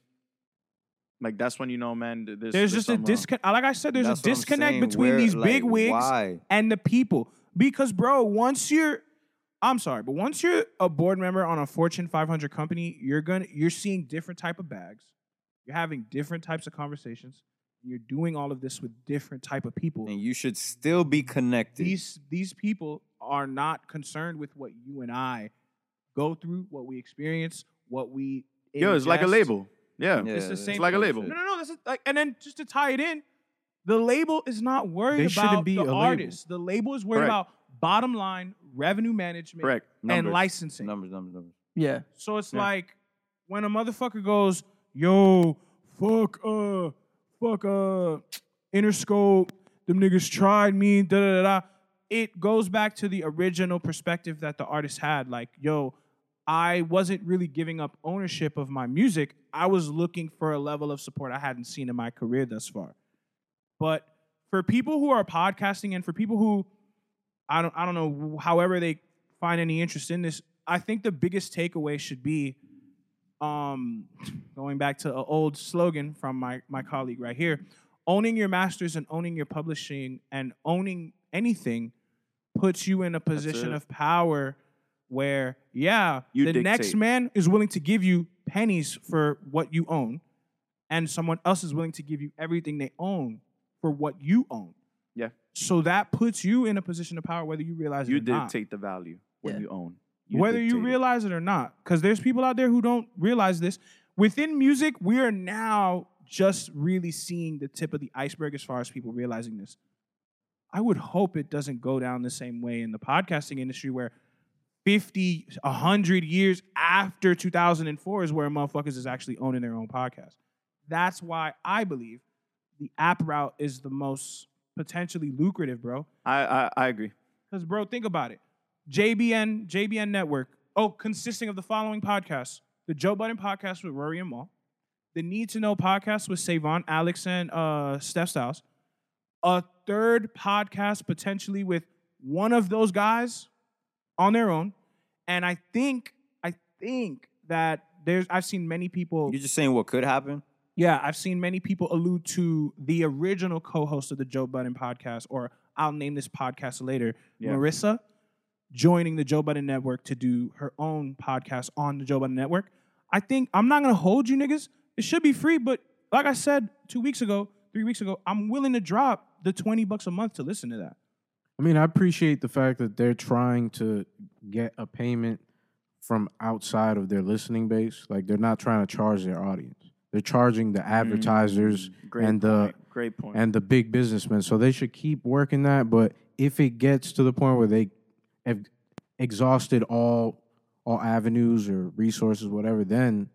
S4: Like that's when you know, man. th- There's,
S1: There's
S4: there's
S1: just a
S4: something wrong.
S1: disconnect. Like I said, there's
S3: uh, That's
S1: a
S3: what I'm
S1: disconnect
S3: saying.
S1: between
S3: Where-
S1: these
S3: like,
S1: big wigs
S3: why?
S1: and the people. Because, bro, once you're, I'm sorry, but once you're a board member on a Fortune 500 company, you're gonna, you're seeing different type of bags. You're having different types of conversations. And you're doing all of this with different type of people.
S3: And you should still be connected.
S1: These these people are not concerned with what you and I go through, what we experience, what we.
S4: Yo, it's like a
S1: ingest.
S4: label. Yeah.
S3: Yeah,
S1: It's the
S3: that's
S1: same- It's
S4: like a
S3: bullshit.
S4: label.
S1: No, no, no. That's a, like, and then just to tie it in, the label is not worried
S2: They shouldn't
S1: about
S2: be
S1: the
S2: a label.
S1: artist. The label is worried
S4: Correct.
S1: about bottom line revenue management
S4: Correct.
S1: and
S3: Numbers.
S1: licensing.
S3: Numbers, numbers, numbers.
S7: Yeah.
S1: So it's
S4: Yeah.
S1: like when a motherfucker goes, "Yo, fuck, uh, fuck, uh, Interscope, them niggas tried me, da da da." da." It goes back to the original perspective that the artist had, like, "Yo, I wasn't really giving up ownership of my music. I was looking for a level of support I hadn't seen in my career thus far." But for people who are podcasting and for people who I don't I don't know however they find any interest in this, I think the biggest takeaway should be um going back to an old slogan from my my colleague right here, owning your masters and owning your publishing and owning anything puts you in a position
S4: it.
S1: of power where yeah,
S4: You
S1: the next
S4: dictate.
S1: man is willing to give you pennies for what you own and someone else is willing to give you everything they own for what you own.
S4: Yeah.
S1: So that puts you in a position of power, whether you realize it
S4: You
S1: or not.
S4: dictate the value when
S7: Yeah.
S4: you own.
S1: whether you
S4: dictate it.
S1: realize it or not, because there's people out there who don't realize this. Within music, we are now just really seeing the tip of the iceberg as far as people realizing this. I would hope it doesn't go down the same way in the podcasting industry where 50, 100 years after 2004 is where motherfuckers is actually owning their own podcast. That's why I believe the app route is the most potentially lucrative, bro.
S4: I, I I agree.
S1: Because, bro, think about it. JBN, JBN Network. Oh, consisting of the following podcasts. The Joe Budden podcast with Rory and Maul. The Need to Know podcast with Savon, Alex, and uh, Steph Styles. A third podcast potentially with one of those guys on their own. And I think, I think that there's, I've seen many people.
S3: You're just saying what could happen?
S1: Yeah, I've seen many people allude to the original co-host of the Joe Budden podcast, or I'll name this podcast later,
S4: Yeah.
S1: Marissa, joining the Joe Budden Network to do her own podcast on the Joe Budden Network. I think I'm not gonna hold you niggas. It should be free, but like I said two weeks ago, three weeks ago, I'm willing to drop the 20 bucks a month to listen to that.
S2: I mean, I appreciate the fact that they're trying to get a payment from outside of their listening base. Like they're not trying to charge their audience. They're charging
S1: Mm.
S2: the advertisers
S4: Great
S2: and the
S3: uh,
S4: point. great point.
S2: and the big businessmen. So they should keep working that. But if it gets to the point where they have exhausted all all avenues or resources, whatever, then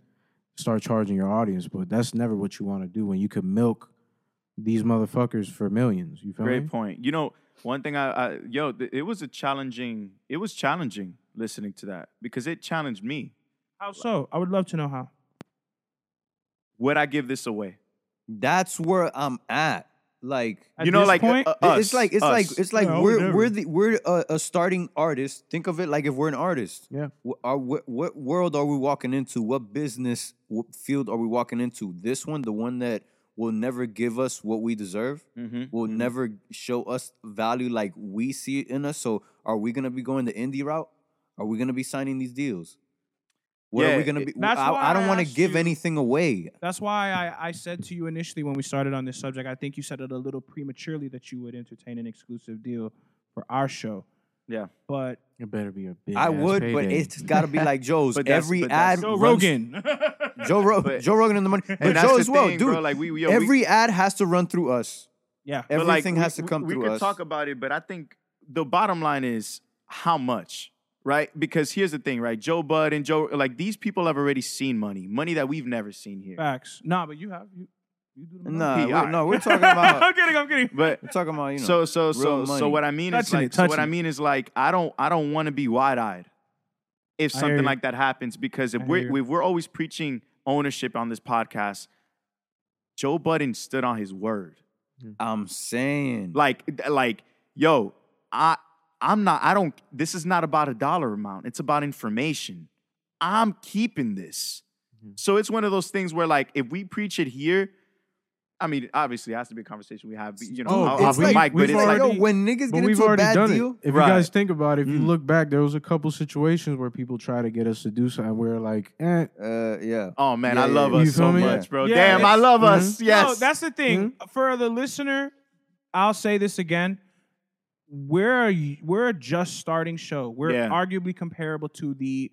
S2: start charging your audience. But that's never what you want to do when you could milk these motherfuckers for millions. You feel
S4: Great
S2: me?
S4: point. You know, one thing I, I yo, th- it was a challenging. It was challenging listening to that because it challenged me.
S1: How so? I would love to know how.
S4: Would I give this away?
S3: That's where I'm at. like
S1: At
S4: you know,
S1: this
S4: like
S1: point,
S4: uh,
S3: It-
S4: us,
S3: It's like it's
S4: us.
S3: like it's like
S1: No,
S3: we're
S1: never.
S3: we're the, we're a, a starting artist. Think of it like if we're an artist.
S2: Yeah.
S3: Wh- Are, what, what world are we walking into? What business what field are we walking into? This one, the one that will never give us what we deserve,
S4: Mhm.
S3: will never show us value like we see it in us. So are we gonna be going the indie route? Are we gonna be signing these deals? What are we
S4: Yeah,
S3: gonna
S4: it-
S3: be?
S1: that's
S3: I,
S1: why
S3: I don't
S1: I
S3: want to
S1: asked
S3: give
S1: you-
S3: anything away.
S1: That's why I, I said to you initially when we started on this subject, I think you said it a little prematurely that you would entertain an exclusive deal for our show.
S4: Yeah.
S1: But
S2: It better be a big.
S3: I
S2: ass
S3: would, but
S2: payday.
S3: it's got to be like Joe's.
S4: But that's-
S3: Every
S4: but that's-
S3: ad,
S1: Joe
S3: runs-
S1: Rogan.
S3: Joe, Ro-
S4: But-
S3: Joe Rogan and the money, but
S4: And that's
S3: Joe
S4: the
S3: as well,
S4: thing,
S3: dude.
S4: bro. Like we, we
S3: every ad has to run through us.
S1: yeah.
S4: but, like,
S3: Everything
S4: we-
S3: has to
S4: we-
S3: come
S4: we,
S3: through
S4: could
S3: us.
S4: talk about it, but I think the bottom line is how much, right? Because here's the thing, right? Joe Bud and Joe, like these people have already seen money, money that we've never seen here.
S1: Facts. Nah, but you have you you do the money.
S3: Nah,
S4: Yeah,
S3: we-
S4: alright.
S3: no, we're talking about
S1: I'm kidding, I'm kidding.
S4: But
S3: we're talking about you know.
S4: so so
S3: real
S4: so
S3: money.
S4: so what I mean is
S1: Touching
S4: like
S1: it,
S4: so what
S1: touching
S4: I
S1: it.
S4: mean is like I don't I don't want to be wide eyed if
S1: I hear
S4: something
S1: you.
S4: like that happens because if
S1: I
S4: we're
S1: hear you.
S4: if we're always preaching ownership on this podcast, Joe Budden stood on his word.
S3: I'm saying,
S4: Like like yo, I I'm not I don't this is not about a dollar amount. It's about information. I'm keeping this.
S1: Mm-hmm.
S4: So it's one of those things where like if we preach it here, I mean obviously it has to be a conversation we have, you know,
S1: Oh,
S3: Oh,
S2: Dude,
S4: off-
S2: it's
S4: off the
S2: like-
S4: mic, but
S2: we've
S4: it's like
S3: yo,
S1: already-
S3: when niggas
S2: But
S3: get
S2: we've
S3: into a
S2: already
S3: bad
S2: done
S3: deal,
S2: it. If
S4: Right.
S2: you guys think about it, if you
S4: Mm.
S2: look back, there was a couple situations where people try to get us to do something. We're like, eh,
S3: uh, yeah,
S4: Oh man,
S3: Yeah,
S4: I
S3: yeah,
S4: love
S3: yeah.
S2: You
S4: us so
S2: feel me?
S4: much, bro.
S1: Yeah,
S4: Damn, I
S1: it's-
S4: love
S2: Mhm.
S4: us. Yes.
S1: No, that's the thing.
S3: Hmm?
S1: For the listener, I'll say this again. We're a- we're a just starting show. We're
S4: Yeah.
S1: arguably comparable to the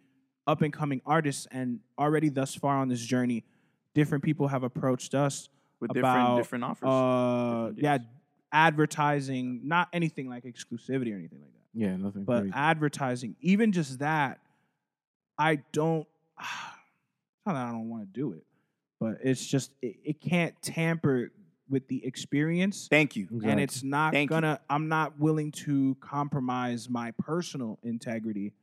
S1: up and coming artists, and already thus far on this journey, different people have approached us
S4: with
S1: about,
S4: different different offers.
S1: uh,
S4: Different
S1: yeah,
S4: deals.
S1: advertising, not anything like exclusivity or anything like that,
S2: yeah, nothing.
S1: but
S2: crazy.
S1: advertising, even just that, I don't, not that I don't want to do it, but it's just, it, it can't tamper with the experience.
S4: Thank you.
S1: And
S2: Exactly.
S1: it's not
S4: Thank you.
S1: gonna, I'm not willing to compromise my personal integrity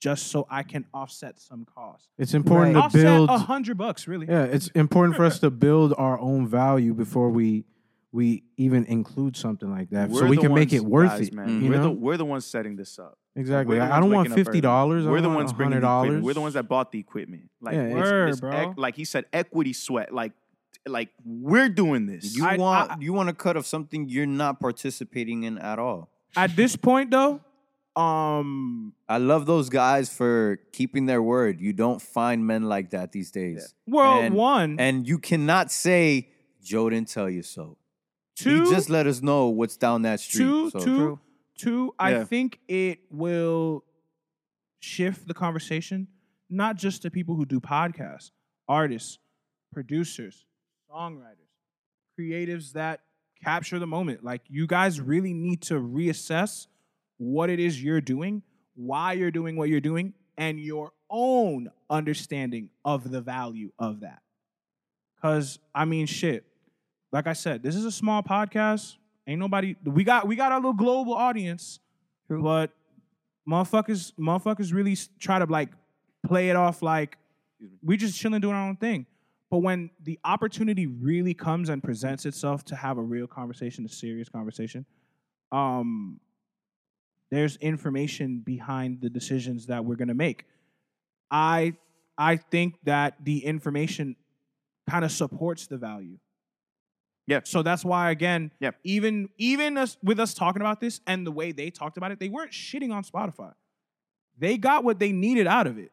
S1: just so I can offset some cost.
S2: it's important
S7: Right.
S2: to
S1: Offset
S2: build.
S4: uh,
S1: a hundred bucks, really.
S2: Yeah, it's important for us to build our own value before we we even include something like that, so
S4: We're
S2: we
S4: the
S2: can make
S4: ones,
S2: it worth
S4: guys,
S2: it.
S4: Man.
S2: You
S4: we're,
S2: know
S4: The, we're the ones setting this up.
S2: exactly.
S4: We're the
S2: I don't
S4: ones
S2: want
S4: waking up
S2: fifty dollars.
S4: early. We're the ones bringing
S2: hundred
S4: the
S2: dollars.
S4: equipment. We're the ones that bought the equipment. Like,
S2: Yeah,
S4: it's-
S1: Word,
S4: it's
S1: bro.
S4: ec- like he said, equity sweat. Like, like we're doing this.
S3: you
S1: I-
S3: want
S1: I-
S3: you want a cut of something you're not participating in at all.
S1: At this point, though, um,
S3: I love those guys for keeping their word. You don't find men like that these days,
S1: World
S3: And-
S1: One,
S3: and you cannot say Joe didn't tell you so.
S1: two,
S3: he just let us know what's down that street.
S1: two,
S3: so.
S1: two, two, I
S4: Yeah.
S1: think it will shift the conversation not just to people who do podcasts, artists, producers, songwriters, creatives that capture the moment. Like you guys really need to reassess what it is you're doing, why you're doing what you're doing, and your own understanding of the value of that. Cause I mean shit. Like I said, this is a small podcast. Ain't nobody we got we got our little global audience, but motherfuckers motherfuckers really s- try to like play it off like we just chilling doing our own thing. But when the opportunity really comes and presents itself to have a real conversation, a serious conversation, um, there's information behind the decisions that we're gonna make. I I think that the information kind of supports the value.
S4: Yeah.
S1: So that's why again,
S4: Yeah.
S1: even even us with us talking about this and the way they talked about it, they weren't shitting on Spotify. They got what they needed out of it.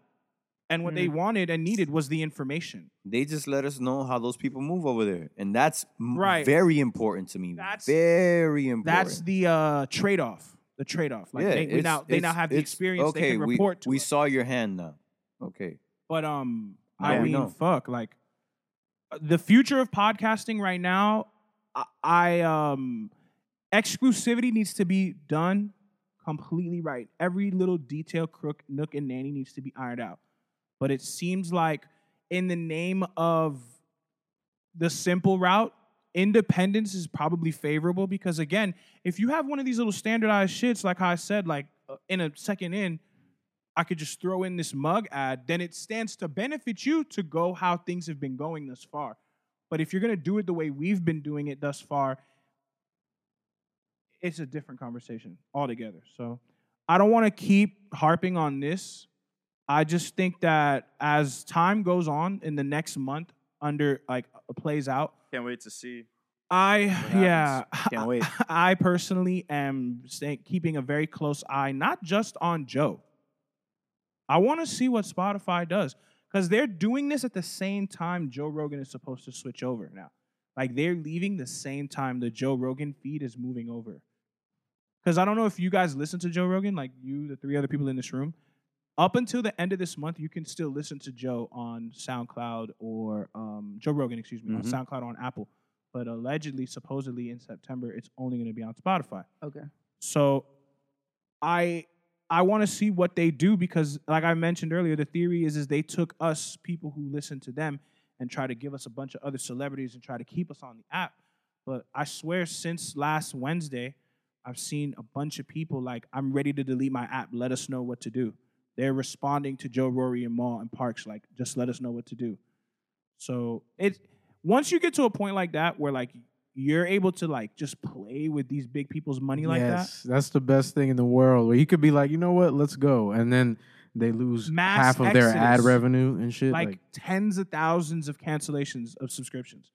S1: And what they
S3: Mm.
S1: wanted and needed was the information.
S3: They just let us know how those people move over there, and that's m-
S1: Right.
S3: very important to me.
S1: That's-
S3: very important.
S1: That's the uh trade-off. The trade-off. Like they, we
S3: it's-
S1: now they now
S3: it's-
S1: have the
S3: it's-
S1: experience they can
S3: we,
S1: report to.
S3: We
S1: us.
S3: saw your hand now. Okay,
S1: But um,
S3: Yeah,
S1: I
S3: we
S1: mean,
S3: know.
S1: fuck, like uh, the future of podcasting right now. I, I um, exclusivity needs to be done completely right. Every little detail, crook, nook, and nanny needs to be ironed out. But it seems like in the name of the simple route, independence is probably favorable because again, if you have one of these little standardized shits, like how I said, like uh, in a second in, I could just throw in this mug ad, then it stands to benefit you to go how things have been going thus far. But if you're gonna do it the way we've been doing it thus far, it's a different conversation altogether. So I don't want to keep harping on this. I just think that as time goes on in the next month, under like uh, plays out,
S4: Can't wait to see.
S1: I yeah,
S4: Can't wait.
S1: I personally am staying, keeping a very close eye, not just on Joe. I want to see what Spotify does because they're doing this at the same time Joe Rogan is supposed to switch over now. Like they're leaving the same time the Joe Rogan feed is moving over. Because I don't know if you guys listen to Joe Rogan, like you, the three other people in this room. Up until the end of this month, you can still listen to Joe on SoundCloud or um, Joe Rogan, excuse me,
S4: Mhm.
S1: on SoundCloud or on Apple but allegedly, supposedly in September, it's only going to be on Spotify.
S7: Okay.
S1: So, I I want to see what they do because, like I mentioned earlier, the theory is is they took us people who listen to them and try to give us a bunch of other celebrities and try to keep us on the app. But I swear, since last Wednesday, I've seen a bunch of people like, "I'm ready to delete my app. Let us know what to do." They're responding to Joe Rory and Maul and Parks like, "Just let us know what to do." So it's once you get to a point like that where like you're able to like just play with these big people's money like
S2: yes, that's the best thing in the world. Where you could be like, you know what, let's go, and then they lose
S1: Mass
S2: half of their ad
S1: exodus.
S2: revenue and
S1: that,
S2: shit.
S1: like,
S2: Like,
S1: tens of thousands of cancellations of subscriptions.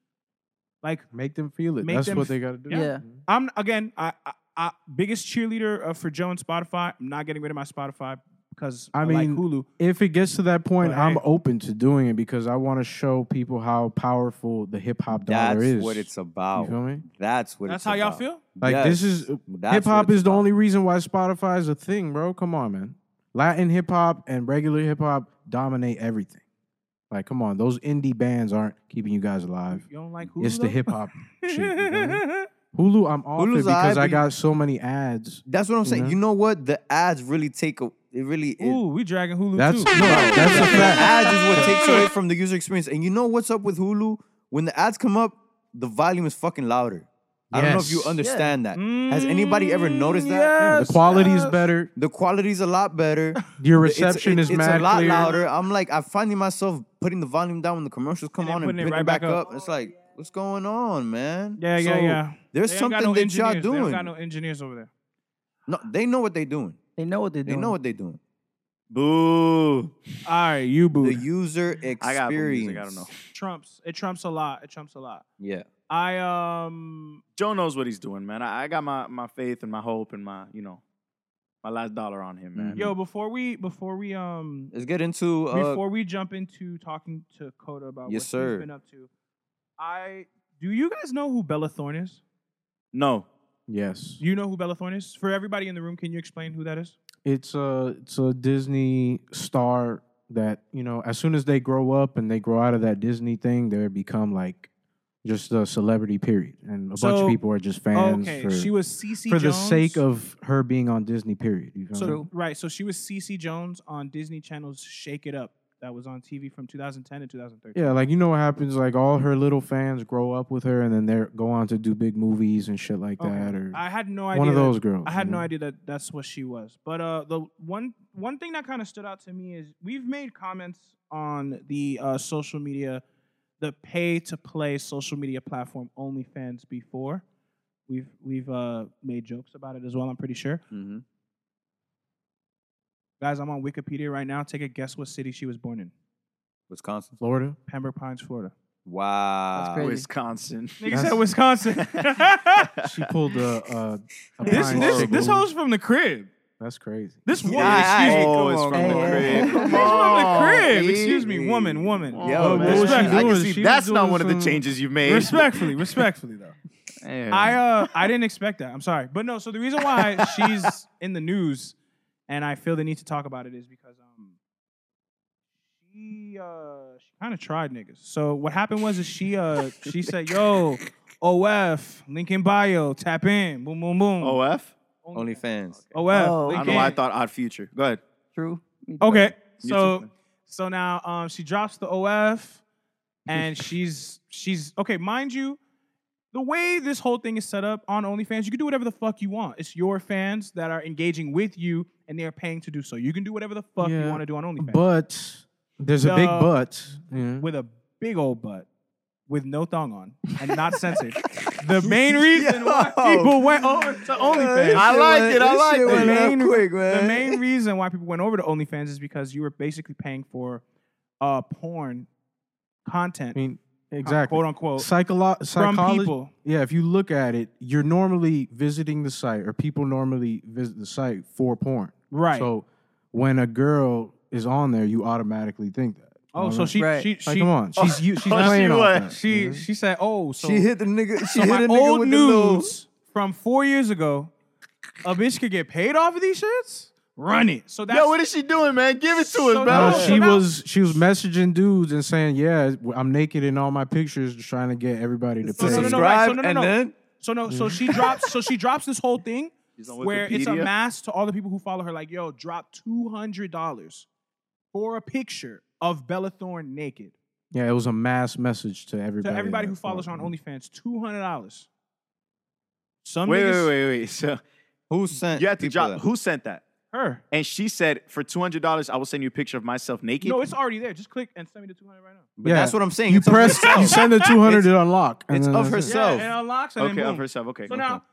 S1: Like
S2: make them feel it.
S1: make
S2: That's
S1: them
S2: what
S1: f-
S2: they got to do.
S7: Yeah. Yeah.
S1: I'm again, I, I, I biggest cheerleader uh, for Joe and Spotify. I'm not getting rid of my Spotify because
S2: I
S1: I mean
S2: mean,
S1: like Hulu.
S2: If it gets to that point,
S1: But
S2: I'm
S1: hey.
S2: open to doing it because I want to show people how powerful the hip hop dollar
S3: That's
S2: is.
S3: what it's
S2: You feel
S3: about.
S2: me?
S3: That's what.
S1: That's
S3: it's
S1: how y'all
S3: about.
S1: feel.
S2: Like
S3: Yes,
S2: this is
S3: that's what
S2: hip hop
S3: it's
S2: is the
S3: about.
S2: only reason why Spotify is a thing, bro. Come on, man. Latin hip hop and regular hip hop dominate everything. Like, come on, those indie bands aren't keeping you guys alive.
S1: You don't like Hulu?
S2: It's the
S1: though?
S2: hip hop shit. you feel me? Hulu, I'm off
S3: Hulu's
S2: it because
S3: aight,
S2: I
S3: but-
S2: got so many ads.
S3: That's what I'm saying.
S2: Mhm.
S3: You know what? The ads really take a. It really. It,
S1: Ooh, we dragging Hulu
S2: That's
S1: too.
S2: no, that's a
S3: the
S2: fact.
S3: ads is what takes away from the user experience. And you know what's up with Hulu? When the ads come up, the volume is fucking louder. I don't know if you
S2: Yes.
S3: understand that.
S1: Mm,
S3: Has anybody ever noticed that?
S2: The quality is better.
S3: The quality's a lot better.
S2: Your
S3: The- it's-
S2: reception
S3: it-
S2: is mad
S3: It's a lot
S2: clear.
S3: louder. I'm like, I'm finding myself putting the volume down when the commercials come
S1: And then
S3: on and
S1: putting it
S3: picking
S1: right
S3: it back
S1: back up.
S3: up. It's like, what's going on, man?
S1: Yeah, yeah,
S3: So
S1: yeah.
S3: There's
S1: They ain't
S3: something
S1: got no
S3: that y'all
S1: engineers. They
S3: doing.
S1: don't got no engineers over there.
S3: no, they know what they're doing.
S7: They know what they're
S3: They
S7: doing.
S3: know what they're doing.
S4: Boo.
S1: All right, you boo.
S3: The user experience.
S4: I got Apple Music, I don't know.
S1: trumps. It trumps a lot. It trumps a lot.
S3: Yeah.
S1: I um
S4: Joe knows what he's doing, man. I, I got my, my faith and my hope and my, you know, my last dollar on him, man.
S2: Mm-hmm.
S3: Mhm.
S2: Hmm.
S1: yo before we before we um
S3: Let's get into uh,
S1: before we jump into talking to Coda about
S3: Yes,
S1: what
S3: sir.
S1: he's been up to, I do you guys know who Bella Thorne is?
S4: No.
S2: Yes,
S1: Do you know who Bella Thorne is? For everybody in the room, can you explain who that is?
S2: it's a it's a Disney star that you know. As soon as they grow up and they grow out of that Disney thing, they become like just a celebrity. Period, and a bunch
S1: So-
S2: of people are just fans
S1: okay,
S2: for,
S1: she was CC
S2: for the
S1: Jones.
S2: sake of her being on Disney. Period. You feel
S1: So,
S2: me?
S1: right, so she was CC Jones on Disney Channel's Shake It Up that was on TV from 2010 to 2013.
S2: Yeah, like you know what happens? Like all her little fans grow up with her, and then they go on to do big movies and shit like
S1: Okay.
S2: that, or
S1: I had no idea.
S2: one of
S1: that-
S2: those girls.
S1: I had
S2: you
S1: no
S2: know?
S1: idea that that's what she was. But uh, the one one thing that kind of stood out to me is we've made comments on the uh, social media, the pay to play social media platform OnlyFans before. We've we've uh, made jokes about it as well. I'm pretty sure,
S3: Mhm.
S1: guys. I'm on Wikipedia right now. Take a guess what city she was born in?
S3: Wisconsin.
S2: Florida.
S1: Pembroke Pines, Florida.
S3: Wow.
S7: That's crazy.
S4: Wisconsin.
S1: Nigga said
S2: That's-
S1: Wisconsin.
S2: She pulled a, a, a
S1: this
S2: pine
S1: this
S2: chick
S1: this
S2: move.
S1: hoe's from the crib.
S2: That's crazy.
S1: This woman,
S3: Yeah,
S1: excuse me.
S3: I-
S4: Oh, it's
S3: come
S4: from
S7: on,
S4: the
S7: man.
S4: crib.
S1: It's
S7: It's
S1: from
S4: Come
S1: the
S4: on.
S1: crib.
S4: See?
S1: Excuse me, woman, woman.
S4: Yo, Oh,
S3: man.
S1: Respect-
S4: I
S2: What she
S4: can
S2: doing?
S4: see
S2: She was
S4: that's not
S2: doing
S4: one of the
S2: some-
S4: changes you've made.
S1: respectfully, respectfully though.
S4: Yeah.
S1: I uh I didn't expect that. I'm sorry. But no, so the reason why she's in the news and I feel the need to talk about it is because um she uh she kind of tried niggas. So what happened was is she uh she said, "Yo, OF, link in bio, tap in. Boom boom boom."
S4: OF?
S3: Only fans.
S1: OF.
S7: Oh,
S1: link
S4: Oh, I
S7: okay.
S4: don't know why I
S1: in.
S4: thought Odd Future. Go ahead.
S7: True.
S1: Okay.
S4: You
S1: So
S4: too.
S1: so now um she drops the OF and she's she's okay, mind you, the way this whole thing is set up on OnlyFans, you can do whatever the fuck you want. It's your fans that are engaging with you and they're paying to do so. You can do whatever the fuck you
S2: Yeah,
S1: want to do on OnlyFans.
S2: But there's a big
S1: The-
S2: but. Yeah.
S1: with a big old butt. with no thong on and not censored. the main reason why people went over to OnlyFans.
S4: I like it. I like
S1: The
S4: it.
S1: main,
S3: quick,
S1: the
S3: man.
S1: main reason why people went over to OnlyFans is because you were basically paying for uh, porn content,
S2: I mean, Mm, exactly.
S1: quote unquote,
S2: Psycholo-
S1: from
S2: psychology.
S1: people.
S2: Yeah, if you look at it, you're normally visiting the site, or people normally visit the site for porn.
S1: Right.
S2: So when a girl is on there, you automatically think that.
S1: oh, so she,
S3: Right.
S1: she, she,
S2: Like, come on, she's you, she's
S4: oh, she
S2: playing
S4: what?
S2: on that.
S1: she, she said, oh, so
S3: she hit the nigga. She
S1: So
S3: hit
S1: my
S3: a nigga
S1: old
S3: with the little-
S1: news from four years ago, a bitch could get paid off of these shits. Run it. So that's
S4: Yo, what is she doing, man? Give it to
S1: So
S4: us,
S2: No,
S1: now-
S4: bro.
S1: so
S2: she
S1: now-
S2: was she was messaging dudes and saying, "Yeah, I'm naked in all my pictures, just trying to get everybody to
S1: No,
S2: pay."
S1: no, no, right, so
S3: Subscribe
S1: no, no,
S3: and
S1: no.
S3: then
S1: so no. So she drops. So she drops this whole thing
S4: Mm-hmm. on
S1: where it's a
S4: Wikipedia.
S1: mass to all the people who follow her. Like, yo, drop two hundred dollars for a picture of Bella Thorne naked
S2: Yeah, it was a mass message to
S1: to
S2: everybody.
S1: everybody who
S2: that followed
S1: follows her on
S2: her.
S1: OnlyFans. Two hundred dollars. Some
S4: Wait,
S1: niggas,
S4: wait, wait, wait. So
S3: who sent?
S4: you have to
S3: people
S4: drop.
S3: that?
S4: Who sent that?
S1: her.
S4: And she said, for two hundred dollars, I will send you a picture of myself naked.
S1: No, it's already there. Just click and send me the two hundred right now.
S3: But
S2: Yeah.
S3: that's what I'm saying.
S2: You
S3: It's of
S2: press,
S3: herself.
S2: you send the 200 to unlock. and
S3: it's
S2: then
S3: of
S2: that's it.
S3: herself.
S1: Yeah, and it unlocks and then
S4: okay, of
S1: boom.
S4: herself. Okay.
S1: So
S4: okay.
S1: now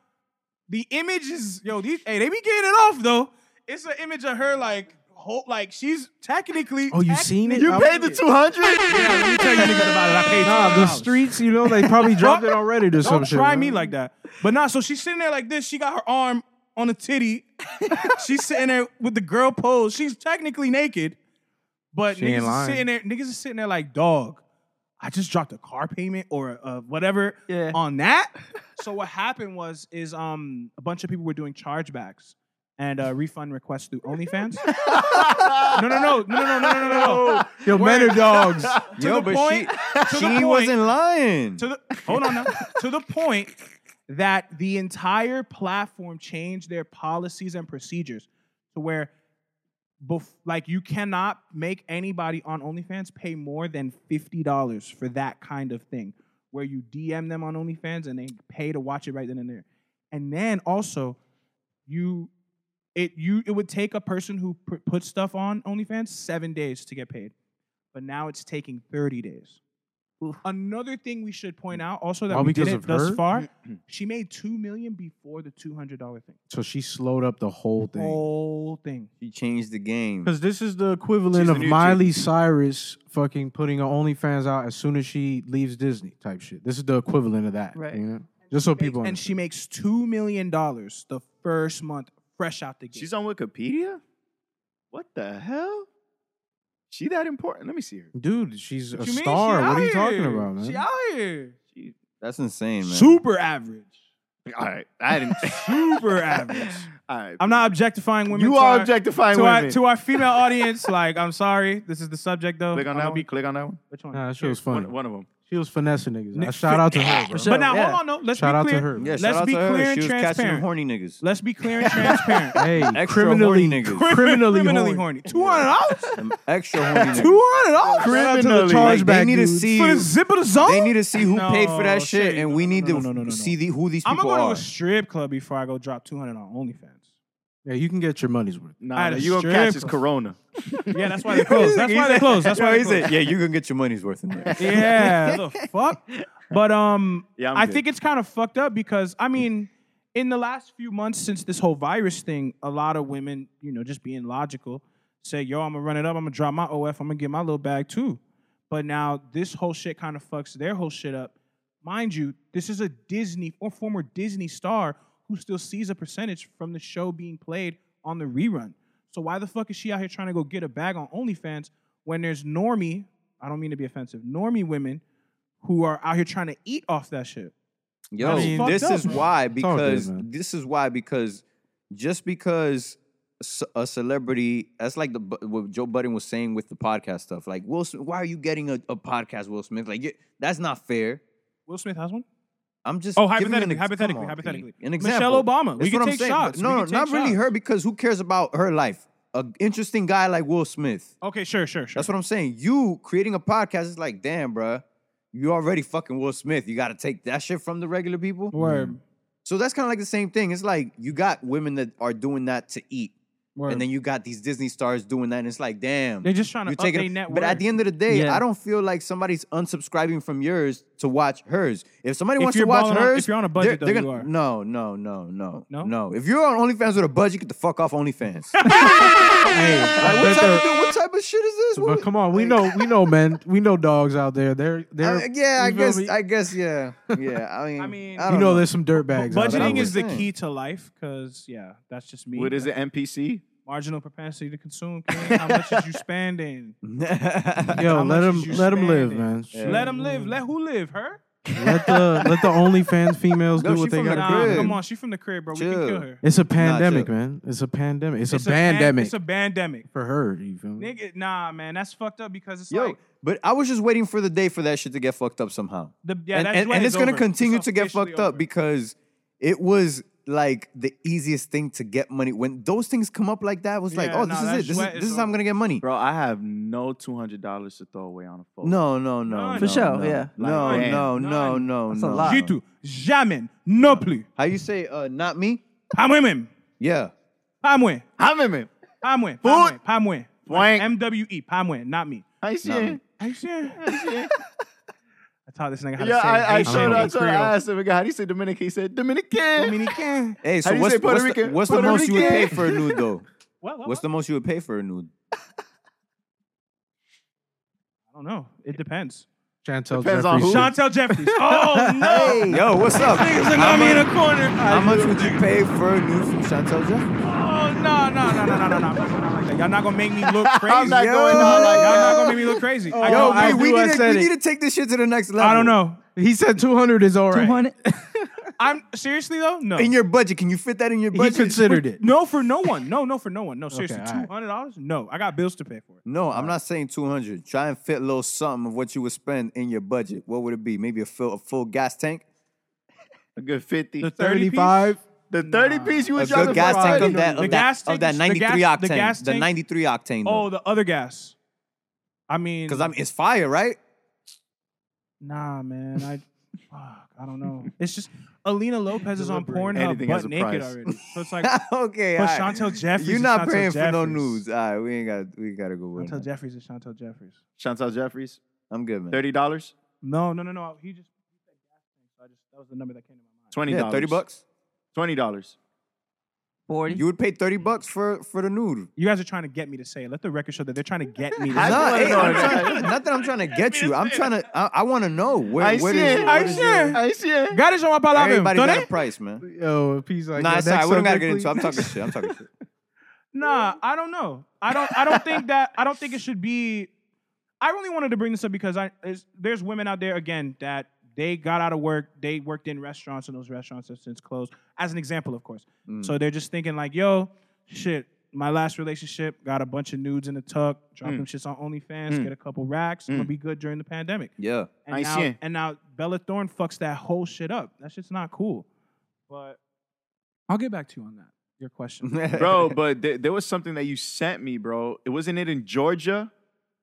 S1: the image is yo, these hey, they be getting it off though. It's an image of her like whole, like she's technically
S2: Oh, you seen it?
S1: technically-
S4: you paid the two hundred.
S1: Let me tell you niggas about it. I paid
S2: Nah, the
S1: $200.
S2: streets, you know, they probably dropped it already to some
S1: Don't
S2: shit.
S1: try
S2: man.
S1: me like that. But nah, so she's sitting there like this. She got her arm on a titty. she's sitting there with the girl pose. She's technically naked, but
S2: She ain't
S1: niggas is
S2: lying.
S1: sitting there. Niggas is sitting there like dog. I just dropped a car payment or a, a whatever
S3: Yeah.
S1: on that. so what happened was is um a bunch of people were doing chargebacks and uh, refund requests through OnlyFans. no, no, no, no, no, no, no, no, no.
S2: Yo, men are dogs.
S1: To
S3: Yo,
S1: the
S3: but
S1: point,
S3: she,
S1: to
S3: she
S1: the point,
S3: wasn't lying.
S1: to the hold on now, to the point that the entire platform changed their policies and procedures to where bef- like you cannot make anybody on OnlyFans pay more than $50 for that kind of thing where you DM them on OnlyFans and they pay to watch it right then and there. And then also you it you it would take a person who pr- puts stuff on OnlyFans 7 days to get paid. But now it's taking 30 days. Another thing we should point out also that
S2: All
S1: we
S2: because
S1: did
S2: of
S1: it thus
S2: her?
S1: far, she made 2 million before the $200 thing.
S2: So she slowed up the whole thing.
S1: Oh. Whole thing.
S3: she changed the game.
S2: Because this is the
S4: She's
S2: equivalent
S4: the
S2: of
S4: new
S2: Miley Cyrus fucking putting her OnlyFans out as soon as she leaves Disney type shit. This is the equivalent of that.
S7: Right.
S2: You know? Just so people
S1: and
S2: understand.
S1: she makes two million dollars the first month, fresh out the gate.
S4: She's on Wikipedia. What the hell? She that important? Let me see her.
S2: Dude, she's a
S1: What you mean?
S2: star.
S1: She
S2: What are
S1: out
S2: you talking
S1: here.
S2: about, man?
S1: She out here,
S3: That's insane, man.
S1: super average,
S4: All right, I didn't.
S1: super average.
S4: All right,
S1: I'm not objectifying women.
S4: you
S1: to
S4: are
S1: our-
S4: objectifying
S1: to
S4: women.
S1: our, to our female audience. Like, I'm sorry, this is the subject though.
S4: Click on
S1: I'm
S4: that
S1: gonna
S4: one.
S1: be-
S4: Click on that one.
S1: which one?
S2: Nah, that shit was funny.
S4: One, one of them.
S2: She was finessing niggas.
S1: Nick-
S2: I shout out to her, bro.
S1: But now,
S3: yeah.
S1: hold on, though. Let's
S2: shout
S1: be
S2: out
S1: clear.
S2: to her. bro.
S3: Yeah,
S1: Let's
S3: shout out
S1: be
S3: to her.
S1: clear and
S3: she was catching them
S1: transparent.
S3: horny niggas.
S1: Let's be clear and transparent.
S2: Hey,
S3: Extra
S2: criminally,
S3: horny niggas.
S2: criminally,
S1: criminally
S2: horny.
S1: horny. Two hundred dollars.
S3: Them extra horny niggas.
S1: Two hundred dollars.
S2: Shout out
S4: Criminally.
S2: to the
S3: Like,
S2: chargeback.
S3: they need to
S2: dudes.
S3: see.
S1: For the zip of the zone.
S3: They need to see who paid for
S1: No,
S3: that shit,
S1: shit,
S3: and
S1: no,
S3: we
S1: no,
S3: need
S1: no,
S3: to
S1: no, no, no, no.
S3: see the, who these
S1: I'm
S3: people
S1: gonna go
S3: are.
S1: to a strip club before I go drop two hundred on OnlyFans.
S2: Yeah, you can get your money's worth.
S4: Nah,
S1: At a
S4: you gonna catch
S1: strip
S4: this
S1: club.
S4: Corona.
S1: Yeah, that's why they closed. That's
S3: He
S1: why they
S3: said-
S1: closed. That's why
S3: Yo,
S1: they
S3: he said,
S1: closed.
S3: Yeah, you're gonna get your money's worth in there.
S1: Yeah, the fuck. But um,
S4: Yeah, I'm
S1: I
S4: good.
S1: think it's kind of fucked up because I mean, in the last few months since this whole virus thing, a lot of women, you know, just being logical, say, "Yo, I'm gonna run it up. I'm gonna drop my OF. I'm gonna get my little bag too." But now this whole shit kind of fucks their whole shit up. Mind you, this is a Disney or former Disney star who still sees a percentage from the show being played on the rerun. So why the fuck is she out here trying to go get a bag on OnlyFans when there's normie, I don't mean to be offensive, normie women who are out here trying to eat off that shit.
S3: Yo,
S1: I mean,
S3: this
S1: fucked
S3: is
S1: up, man.
S3: why
S2: all good,
S3: because
S2: man.
S3: this is why because just because ce- a celebrity that's like the bu- what Joe Budden was saying with the podcast stuff. Like Will, Smith, why are you getting a, a podcast, Will Smith? Like you- that's not fair.
S1: Will Smith has one?
S3: I'm just
S1: Oh,
S3: giving
S1: hypothetically,
S3: an ex-
S1: hypothetically,
S3: come on, P.
S1: hypothetically.
S3: An
S1: Michelle
S3: example.
S1: Obama. We
S3: That's
S1: can
S3: what I'm
S1: take
S3: saying.
S1: shots. We
S3: No, no,
S1: can
S3: not
S1: take
S3: really
S1: shots.
S3: her because who cares about her life? An interesting guy like Will Smith.
S1: Okay, sure, sure, sure.
S3: That's what I'm saying. You creating a podcast is like, damn, bruh, you already fucking Will Smith. You got to take that shit from the regular people.
S1: Word.
S3: So that's kind of like the same thing. It's like you got women that are doing that to eat.
S1: Word.
S3: and then you got these Disney stars doing that, and it's like, damn,
S1: They're just trying to
S3: you're
S1: up their
S3: taking.
S1: net
S3: But at
S1: worth.
S3: the end of the day,
S8: Yeah.
S3: I don't feel like somebody's unsubscribing from yours to watch hers. If somebody
S1: If
S3: wants
S1: you're
S3: to watch
S1: balling on-
S3: hers,
S1: if you're on a budget, though, you are.
S3: No, no, no, no,
S1: No?
S3: no. If you're on OnlyFans with a budget, get the fuck off OnlyFans.
S2: Hey,
S3: Like, what, type of, dude, what type of shit is this? What-
S2: but come on, we know, we know, man, we know dogs out there. They're they're.
S3: I- yeah, I
S2: you feel
S3: guess,
S2: me?
S3: I guess, yeah, yeah. I mean,
S1: I mean-
S3: I
S2: you
S3: don't
S2: know, there's some dirt
S1: Bu-
S2: bags. out there.
S1: budgeting
S3: would
S1: is the
S3: say.
S1: key to life because yeah, that's just me.
S4: What is it? MPC?
S1: Marginal propensity to consume. King. How much is you spending?
S2: Yo,
S1: How
S2: let
S1: much
S2: them
S1: is you
S2: let them live,
S1: spending?
S2: man.
S3: Yeah.
S1: Let them live. Let who live? Her?
S2: Let the let the OnlyFans females
S3: No,
S2: do
S3: she
S2: what they
S3: from the
S2: got.
S1: Nah,
S2: to do.
S3: crib.
S1: come on, she from the crib, bro. We can
S3: Chill.
S1: kill her.
S2: It's a pandemic,
S3: chill.
S2: man. It's a pandemic. It's, a
S1: pan-
S2: pandemic
S1: it's a pandemic.
S2: for her. You feel me?
S1: Nigga, nah, man, that's fucked up because it's
S3: Yo,
S1: like
S3: but I was just waiting for the day for that shit to get fucked up somehow.
S1: the yeah,
S3: and,
S1: that's
S3: and,
S1: when
S3: and it's gonna
S1: over.
S3: continue to get
S1: officially
S3: fucked up
S1: over.
S3: because it was like the easiest thing to get money. When those things come up like that, it was like,
S1: Yeah,
S3: oh, this
S1: nah,
S3: is
S1: that
S3: it. This is,
S1: sweat is
S3: this is how I'm
S1: over.
S3: gonna get money.
S4: Bro, I have no two hundred dollars to throw away on a phone.
S3: No, no, no,
S1: None.
S3: no,
S7: For sure,
S3: no.
S7: yeah.
S3: No,
S4: Like,
S3: no,
S1: none.
S3: no, no,
S7: That's a
S3: no.
S7: lot.
S1: J'ai tout. Jamais. No plus.
S3: How you say? Uh, not me.
S1: Pas moi même.
S3: Yeah.
S1: Pas moi.
S4: I'm in it.
S1: Pas moi. Pas moi.
S4: Food.
S1: Pas moi.
S4: Blank.
S1: MWE. Pas moi. E. Not me.
S4: I see.
S3: Nah,
S4: it.
S3: man.
S1: Are you serious? I taught this nigga how
S4: Yeah,
S1: to say
S4: I, I
S1: Haitian
S4: showed I
S1: and
S4: showed- I
S1: Creole.
S4: asked him, I go, how do you say Dominican? He said, Dominican.
S1: Dominican.
S3: Hey,
S4: do
S3: so
S4: you
S3: what's,
S4: say Puerto
S3: what's the,
S4: Rican?
S3: what's the
S4: Puerto
S3: most you would pay
S4: Rican.
S3: for a nude though?
S1: What, what,
S3: What's
S1: what?
S3: the most you would pay for a nude?
S1: I don't know. It depends.
S2: Chantel
S4: Depends on
S2: Jeffries.
S4: who.
S1: Chantel Jeffries. Oh no!
S3: Yo, what's up?
S1: Niggas are gonna
S3: How
S1: be in a
S3: much-
S1: corner.
S3: how much would you pay for a nude from Chantel Jeffrey?
S1: Oh no no no no no no no! I'm not gonna like that. Y'all not gonna make me look crazy.
S4: I'm not
S1: Yo,
S4: going
S1: y'all
S4: out like
S1: not
S4: that.
S1: gonna make me look crazy. I, don't-
S2: Yo, I
S1: Oh, I,
S3: Yo, we,
S2: do, I
S3: we, need, to, we
S2: said it.
S3: need to take this shit to the next level.
S1: I don't know.
S2: He said 200 is all right.
S7: 200.
S1: I'm seriously though. No,
S3: In your budget, can you fit that in your
S2: He
S3: budget?
S2: considered it.
S1: no for no one. No, no for no one. No, seriously,
S2: all right.
S1: two hundred dollars? No, I got bills to pay for it.
S3: No, I'm not saying 200. Try and fit a little something of what you would spend in your budget. What would it be? Maybe a full, a full gas tank?
S4: A good 50.
S1: The 30 piece?
S2: 35.
S4: The 30 piece you
S3: A
S4: was trying
S3: good
S4: to
S3: gas tank of that,
S1: The
S3: of that,
S1: gas
S3: of that
S1: tank- the
S3: 93
S1: gas-
S3: octane.
S1: the gas
S3: the
S1: tank-
S3: 93 octane.
S1: Oh, the other gas. I mean,
S3: Because I'm, it's fire, right?
S1: Nah, man. I fuck, I don't know. It's just Alina Lopez is on
S4: Deliberate.
S1: Pornhub
S4: Anything has
S1: butt
S4: a
S1: naked
S4: price.
S1: already. So it's like,
S3: okay.
S1: but
S3: all right.
S1: Chantel Jeffries.
S3: You're
S1: is
S3: not
S1: Chantel
S3: paying for no
S1: Jeffries.
S3: news. All right, we ain't got, we gotta go with
S1: Chantel
S3: it.
S1: Jeffries is Chantel Jeffries.
S4: Chantel Jeffries,
S3: I'm good, man.
S4: $30,
S1: No, no, no, no. He just he said gas tank, so I just that was the number that came to my mind.
S4: $20.
S3: Yeah, 30 bucks.
S4: $20.
S7: 40.
S3: You would pay 30 bucks for, for the nude.
S1: You guys are trying to get me to say it. Let the record show that they're trying to get me to
S4: I
S1: say
S3: Nah,
S4: wanna
S3: hey,
S4: know
S3: I'm
S4: that.
S3: trying, not that I'm trying to get you. I'm trying to. I, I want to know where.
S4: I see
S3: where does-
S4: it.
S3: where
S1: I
S3: does
S1: see
S3: your-
S1: it.
S4: I see it.
S1: Got it on my palabra.
S3: Everybody got a
S1: ¿entendés?
S3: price, man.
S2: Yo, he's like,
S3: Nah,
S2: yo,
S3: it's all right.
S2: next
S3: We don't gotta
S2: subject,
S3: get into. it. I'm
S2: please.
S3: talking shit. I'm talking shit.
S1: Nah, I don't know. I don't. I don't think that. I don't think it should be. I really wanted to bring this up because I is, there's women out there again that they got out of work, they worked in restaurants, and those restaurants have since closed. As an example, of course.
S4: Mm.
S1: So they're just thinking like, "Yo, shit, my last relationship got a bunch of nudes in the tuck,
S4: Mm.
S1: drop them shits on OnlyFans, get a couple racks, I'm gonna be good during the pandemic."
S3: Yeah.
S1: And
S4: I
S1: now,
S4: see.
S1: and now Bella Thorne fucks that whole shit up. That shit's not cool. But I'll get back to you on that. Your question.
S4: bro, but th- there was something that you sent me, bro. It wasn't it in Georgia?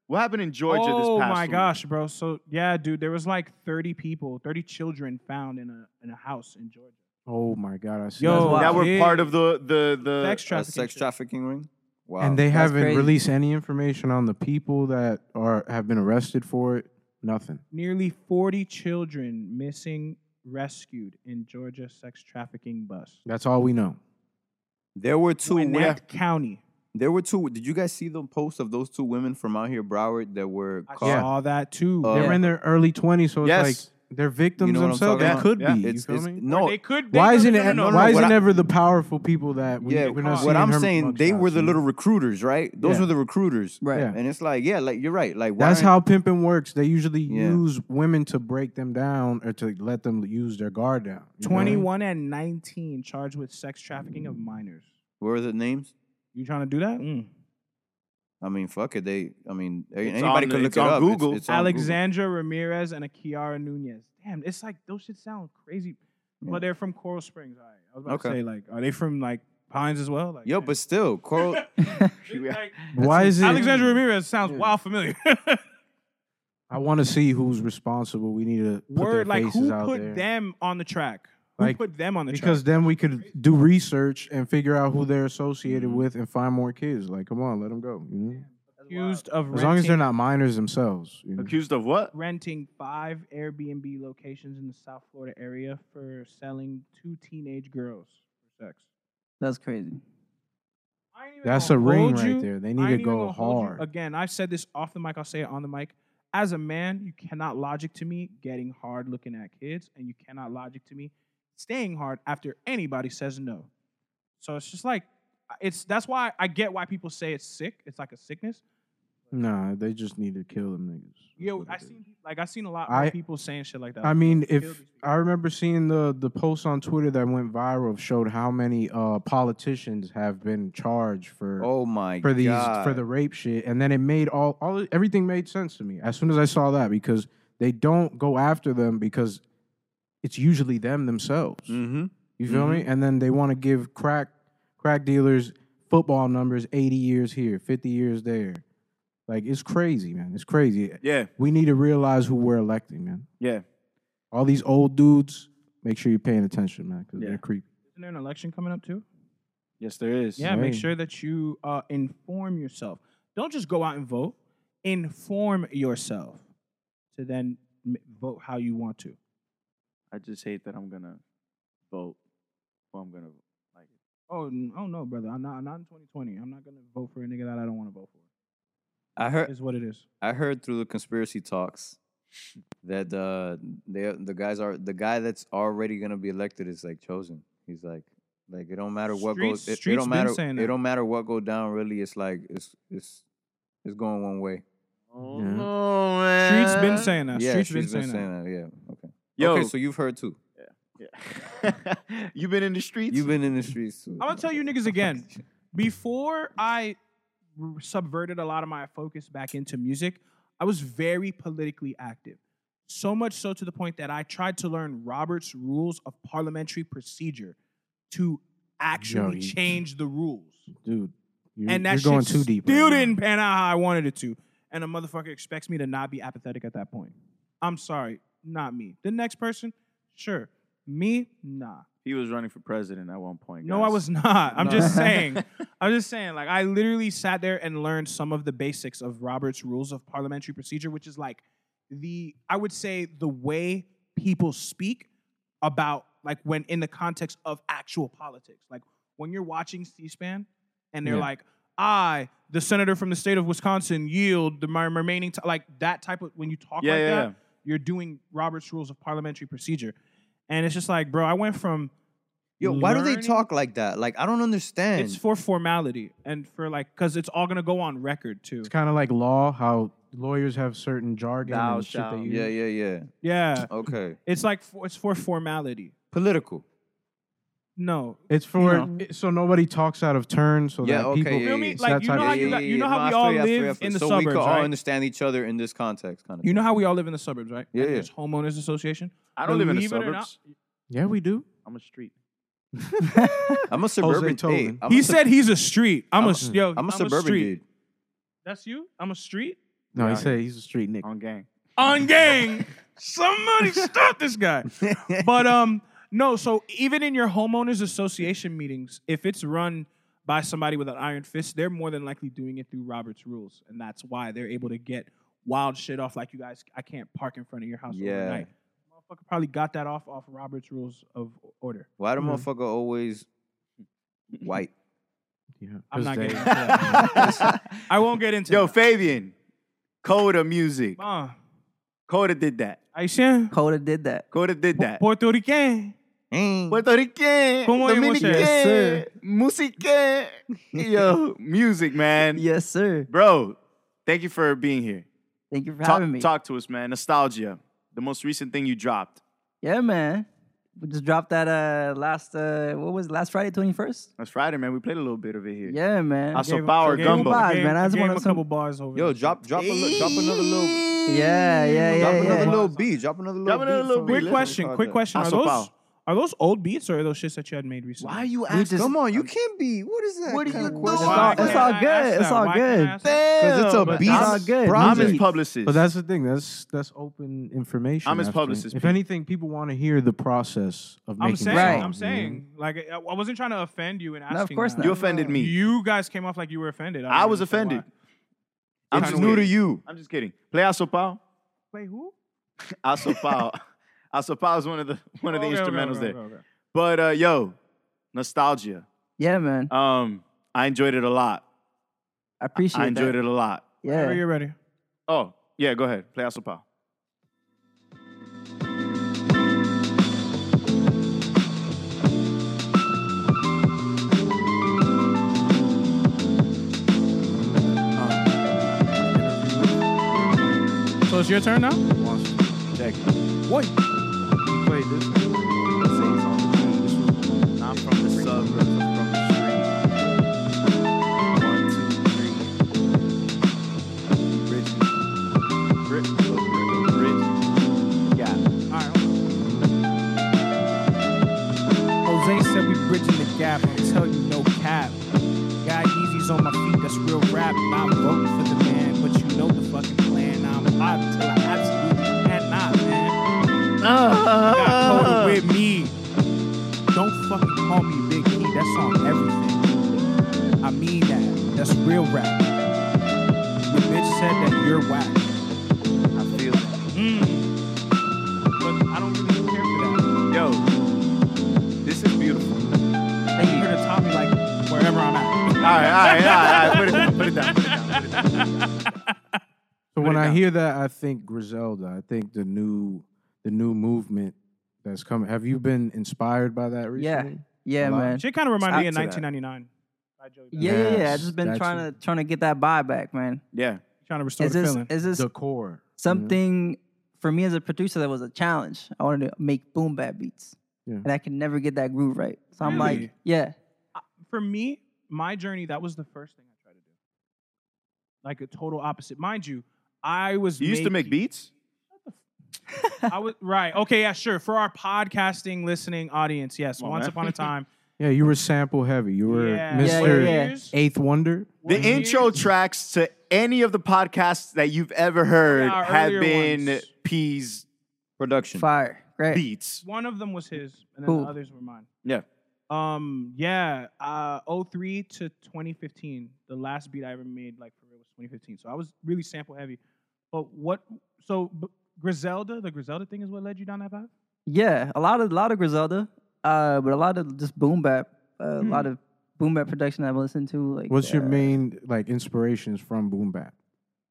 S4: What happened in Georgia this past
S1: Oh my
S4: week?
S1: gosh, bro. So yeah, dude, there was like 30 people, 30 children found in a in a house in Georgia.
S2: Oh my God. I see.
S1: Yo,
S2: That's wild.
S4: Now
S1: Wow.
S4: we're
S1: Yeah.
S4: part of the the
S2: Uh,
S4: the
S1: Sex
S3: A
S1: trafficking.
S3: sex
S1: shit.
S3: trafficking ring. Wow.
S2: and they haven't
S7: crazy.
S2: released any information on the people that are have been arrested for it. Nothing.
S1: Nearly 40 children missing, rescued in Georgia sex trafficking bust.
S2: That's all we know.
S3: there were two. wo-
S1: Gwinnett County.
S3: There were two. Did you guys see the post of those two women from out here, Broward, that were
S1: I
S3: caught?
S1: saw that too.
S3: Uh,
S2: They're
S3: Yeah.
S2: in their early 20s, so it's
S4: Yes.
S2: like they're victims
S3: You know what I'm
S2: themselves. They
S3: talking about?
S2: could
S4: Yeah.
S2: be.
S3: It's-
S2: you feel
S3: it's-
S2: me?
S3: no.
S1: they could. They
S2: oh, Why
S1: no,
S2: isn't
S1: no,
S2: it?
S1: No, no,
S2: why
S1: no,
S2: isn't
S3: what I-
S2: ever the powerful people that we,
S3: yeah.
S2: we're not
S3: what
S2: seeing
S3: I'm
S2: her
S3: saying, they
S2: mugshots,
S3: were
S2: you
S3: the
S2: know?
S3: little recruiters, right? Those
S2: Yeah.
S3: were the recruiters.
S7: Right.
S2: Yeah.
S3: And it's like, yeah, like you're right. Like why
S2: That's
S3: aren't-
S2: how pimping works. They usually
S3: Yeah.
S2: use women to break them down or to let them use their guard down. you know what I mean?
S1: 21 and 19 charged with sex trafficking of minors.
S3: What were the names?
S1: You trying to do that? Mm.
S3: I mean, fuck it. They. I mean,
S4: It's
S3: anybody
S4: on-
S3: could look
S4: it's
S3: it
S4: on
S3: up. It's-
S4: Google.
S3: it's on
S1: Alexandra Ramirez and a Kiara Nunez. Damn, it's like those shit sound crazy,
S3: Yeah.
S1: but they're from Coral Springs. All right. I was about to
S3: Okay.
S1: say like, are they from like Pines as well? Like,
S3: Yo,
S1: damn.
S3: but still, Coral.
S1: Like,
S2: Why is it?
S1: Alexandra Ramirez sounds wild familiar.
S2: I want to see who's responsible. We need to put
S1: Word,
S2: their
S1: like
S2: faces
S1: who
S2: out
S1: put
S2: there.
S1: them on the track? Who
S2: Like,
S1: put them on the
S2: because
S1: chart?
S2: then we could do research and figure out who they're associated
S1: Mm-hmm.
S2: with and find more kids. Like, come on, let them go. You know?
S1: accused of
S2: As long as they're
S1: renting-
S2: not minors themselves. You know?
S4: Accused of what?
S1: renting five Airbnb locations in the South Florida area for selling two teenage girls for sex.
S7: That's crazy.
S1: I ain't even
S2: That's a
S1: gonna
S2: ring
S1: hold
S2: right
S1: you.
S2: there. They
S1: I
S2: need to
S1: ain't even
S2: go
S1: gonna hold you.
S2: hard.
S1: Again, I've said this off the mic. I'll say it on the mic. As a man, you cannot logic to me getting hard looking at kids, and you cannot logic to me staying hard after anybody says no. So it's just like it's that's why I get why people say it's sick. It's like a sickness.
S2: Nah, they just need to kill them niggas. That's
S1: You know,
S2: what
S1: I
S2: it is.
S1: seen like I seen a lot
S2: I-
S1: of people saying shit like that.
S2: I mean,
S1: Kill
S2: if
S1: these people.
S2: I remember seeing the the post on Twitter that went viral showed how many uh, politicians have been charged for
S3: Oh my
S2: for these
S3: god.
S2: for the rape shit, and then it made all all everything made sense to me as soon as I saw that because they don't go after them because it's usually them themselves.
S3: Mm-hmm.
S2: You feel me? And then they want to give crack crack dealers football numbers, eighty years here, fifty years there. Like it's crazy, man. It's crazy.
S4: Yeah,
S2: We need to realize who we're electing, man.
S4: yeah.
S2: All these old dudes, make sure you're paying attention, man, because
S4: Yeah.
S2: they're creepy.
S1: Isn't there an election coming up too?
S4: Yes, there is.
S1: Yeah, make
S2: Same.
S1: sure that you uh, inform yourself. Don't just go out and vote. Inform yourself to then m- vote how you want to.
S4: I just hate that I'm gonna vote. Well, I'm gonna like.
S1: Oh, n- oh no, brother! I'm not. Not in 2020. I'm not gonna vote for a nigga that I don't want to vote for.
S3: I heard
S1: Is what it is.
S3: I heard through the conspiracy talks that uh, they the guys are the guy that's already gonna be elected is like chosen. He's like like it don't matter what
S1: Streets-
S3: goes it- it,
S1: Streets
S3: don't
S1: been
S3: matter
S1: saying that.
S3: it don't matter what go down really. It's like it's it's it's going one way.
S4: Oh
S2: Yeah.
S4: no,
S1: Street's been saying that.
S3: yeah,
S1: Uh, Street's
S3: she's
S1: been saying that.
S3: Yeah. Okay.
S4: Yo,
S3: Okay, so you've heard too.
S4: yeah. you been in the streets?
S3: You've been in the streets too.
S1: I'm gonna tell you niggas again. Before I r- subverted a lot of my focus back into music, I was very politically active. So much so to the point that I tried to learn Robert's rules of parliamentary procedure to actually
S2: you-
S1: change the rules.
S2: Dude, you're,
S1: And that
S2: you're going
S1: shit
S2: too deep.
S1: still
S2: right now.
S1: didn't pan out how I wanted it to. And a motherfucker expects me to not be apathetic at that point. I'm sorry, not me. The next person, sure. Me, nah.
S4: he was running for president at one point.
S1: No, I
S4: guys.
S1: was not. I'm just
S4: No.
S1: saying. I'm just saying. Like, I literally sat there and learned some of the basics of Robert's Rules of Parliamentary Procedure, which is like the, I would say, the way people speak about, like, when in the context of actual politics. Like, when you're watching C SPAN and they're
S2: Yeah.
S1: like, I, the senator from the state of Wisconsin, yield the my remaining, t-, like, that type of, when you talk
S4: Yeah,
S1: like
S4: yeah,
S1: that,
S4: yeah.
S1: you're doing Robert's Rules of Parliamentary Procedure. And it's just like, bro, I went from,
S3: Yo, why do they
S1: learning-
S3: talk like that? Like I don't understand.
S1: it's for formality and for like, cause it's all gonna go on record too.
S2: It's kind of like law, how lawyers have certain jargon
S4: Thou
S2: and shit they
S4: shalt.
S2: use.
S3: yeah, yeah, yeah.
S1: Yeah,
S3: Okay.
S1: it's like for, it's for formality.
S3: Political.
S1: No,
S2: It's for
S7: You know.
S2: it- so nobody talks out of turn, so
S3: Yeah,
S2: that
S3: okay,
S2: people
S3: yeah,
S1: feel
S3: yeah,
S1: me?
S3: yeah.
S2: It's
S1: Like
S2: that
S1: you
S2: type
S1: know
S2: of
S1: how
S2: shit.
S1: you got, you know
S3: No,
S1: how
S3: I
S1: we
S3: feel
S1: all
S3: you, I feel you, I
S1: live
S3: feel
S1: in the
S3: you. so we
S1: suburbs,
S3: could all
S1: right?
S3: understand each other in this context, kind of.
S1: You know how we all live in the suburbs, right?
S3: Yeah,
S1: And
S3: yeah.
S1: There's homeowners association.
S4: I don't live in the
S1: Believe it or not-
S4: suburbs.
S2: Yeah, we do.
S4: I'm a street.
S3: I'm a suburban. Hey,
S2: Tolan.
S3: I'm
S1: he
S3: a, su-
S1: said he's a street. I'm, a,
S3: I'm
S1: s- yo.
S3: I'm a suburban
S1: street.
S3: dude.
S1: That's you. I'm a street
S2: No,
S4: Yeah.
S2: he said he's a street nigga.
S4: On gang.
S1: on gang. Somebody stop this guy. but um no so even in your homeowners association meetings if it's run by somebody with an iron fist they're more than likely doing it through robert's rules and that's why they're able to get wild shit off like you guys i can't park in front of your house
S3: Yeah.
S1: overnight motherfucker probably got that off off robert's rules of order
S3: Why the motherfucker always white?
S2: Yeah,
S1: i'm
S2: 'cause
S1: not
S2: they-
S1: getting into that i won't get into
S4: Yo,
S1: that.
S4: Fabian, Coda music.
S1: Ma,
S4: Coda did that.
S1: Haitian,
S7: Coda did that.
S4: Coda did that.
S1: puerto rican
S3: Mm.
S4: Puerto Rican,
S1: ¿Cómo hemos hecho? Yes,
S4: Dominican,
S1: sir.
S4: musique. Yo, music, man.
S7: Yes, sir.
S4: Bro, thank you for being here.
S7: Thank you for
S4: Talk,
S7: having me.
S4: talk to us, man. Nostalgia, the most recent thing you dropped.
S7: Yeah, man. We just dropped that uh last uh what was it, last Friday, twenty first?
S4: That's Friday, man. We played a little bit of it here.
S7: Yeah, man.
S4: I saw
S1: Gave him-
S4: Power
S1: gave him a
S4: Gumbo.
S1: couple
S7: Vibes,
S1: bars,
S7: man. I just
S1: gave
S7: wanted
S1: him a
S7: some-
S1: couple bars over.
S3: Yo,
S1: there.
S3: drop drop a li- drop another little
S7: yeah, yeah, yeah.
S3: drop another
S7: yeah.
S3: little beat. Drop another little
S4: Drop another
S3: beat
S4: little
S3: for me.
S4: beat.
S1: Quick
S3: Let's
S1: question.
S3: record
S1: Quick
S3: that.
S1: question. Are
S4: Asopao.
S1: those, Are those old beats or are those shits that you had made recently?
S4: Why are you asking?
S3: Come on, you can't be. What is that?
S4: What are you
S1: Why
S4: It's
S1: can't I
S4: all- it's
S7: all
S1: ask
S7: good.
S1: that?
S7: It's all
S1: Why can't I ask that?
S3: Because
S4: it's a
S1: but
S4: beat.
S1: that's
S7: not good.
S4: I'm his
S7: Beat.
S4: publicist.
S2: But that's the thing. That's that's open information.
S4: I'm his
S2: after-
S4: publicist,
S2: If
S4: Pete.
S2: anything, people want to hear the process of making
S1: I'm saying,
S2: Songs,
S1: I'm
S2: you know?
S1: saying, like, I I wasn't trying to offend you and asking.
S7: No, of course
S1: that.
S7: not.
S4: you offended me.
S1: You guys came off like you were offended. don't
S4: I
S1: even
S4: was
S1: understand why.
S4: offended. I'm
S1: It's
S4: just
S1: new to
S4: you. I'm just kidding. Play Asopao.
S1: Wait, who?
S4: Asopao. Asopao is one of the one of the
S1: Okay, okay,
S4: instrumentals
S1: okay,
S4: there.
S1: okay, okay.
S4: But uh, yo, nostalgia.
S7: Yeah, man.
S4: Um, I enjoyed it a lot.
S7: I appreciate
S4: I enjoyed it
S7: that.
S4: a lot.
S1: Are
S7: Yeah.
S1: you ready?
S4: Oh yeah, go ahead. Play Asopao.
S1: So it's your turn now.
S4: Check.
S2: Wait, this-
S4: I'm from the suburbs. I'm from the street. One, two, three. Bridges. Bridge. Bridge. Yeah.
S1: All right. Jose said we bridging the gap. I'm telling you, no cap. Got Yeezys on my feet, that's real rap. Not voting for the man, but you know the fucking plan. I'm hot till I absolutely cannot, man. Got Cody with me. Don't fucking call me Big E, that's on everything. I mean that. That's real rap. Your bitch said that you're whack.
S4: I feel that.
S1: Mm. But I don't really care for that.
S4: Yo, this is beautiful.
S1: Thank you. Here to top me like wherever I'm at.
S4: All right, all right, all right. Put it down. Put it down. Put it down. Put it down.
S2: So
S4: it
S2: when I
S4: down.
S2: hear that, I think Griselda. I think the new the new movement that's coming. Have you been inspired by that
S7: Yeah.
S2: recently?
S7: Yeah,
S2: Hello?
S7: man.
S1: She kind of reminded me of
S4: Back to that.
S1: 1999. By Joey Badass.
S7: Yeah, yeah, yeah. I've
S2: Yes,
S7: just been
S2: that's
S7: trying
S2: it.
S7: to trying to get that vibe back, man.
S4: Yeah.
S1: Trying to restore
S7: Is
S1: the
S7: this
S1: feeling.
S7: is this
S2: The core.
S7: something for me as a producer that was a challenge. I wanted to make boom bap beats,
S2: Yeah.
S7: and I can never get that groove right. So I'm like,
S1: Really?
S7: yeah,
S1: For me, my journey, that was the first thing I tried to do. Like a total opposite. Mind you, I was.
S4: You used to make beats.
S1: I was right. Okay, yeah, sure. For our podcasting listening audience, yes.
S4: Come on,
S1: once
S4: man.
S1: upon a time,
S2: Yeah, you were sample heavy. You were
S1: yeah.
S7: Yeah,
S2: Mr.
S7: yeah, yeah.
S1: Years-
S2: Eighth Wonder.
S4: The
S1: years-
S4: intro tracks to any of the podcasts that you've ever heard
S1: Yeah, our
S4: have
S1: earlier
S4: been
S1: ones.
S4: P's
S3: Production.
S7: fire, great.
S4: beats.
S1: One of them was his, and then
S7: Cool.
S1: the others were mine.
S4: Yeah.
S1: Um. Yeah. Uh. 03 to 2015. The last beat I ever made, like for real, was 2015. So I was really sample heavy. But what? So b- Griselda, the Griselda thing is what led you down that path.
S7: Yeah, a lot of a lot of Griselda, uh, but a lot of just boom bap, uh,
S1: Hmm.
S7: a lot of boom bap production I've listened to. Like,
S2: What's your
S7: uh,
S2: main like inspirations from boom bap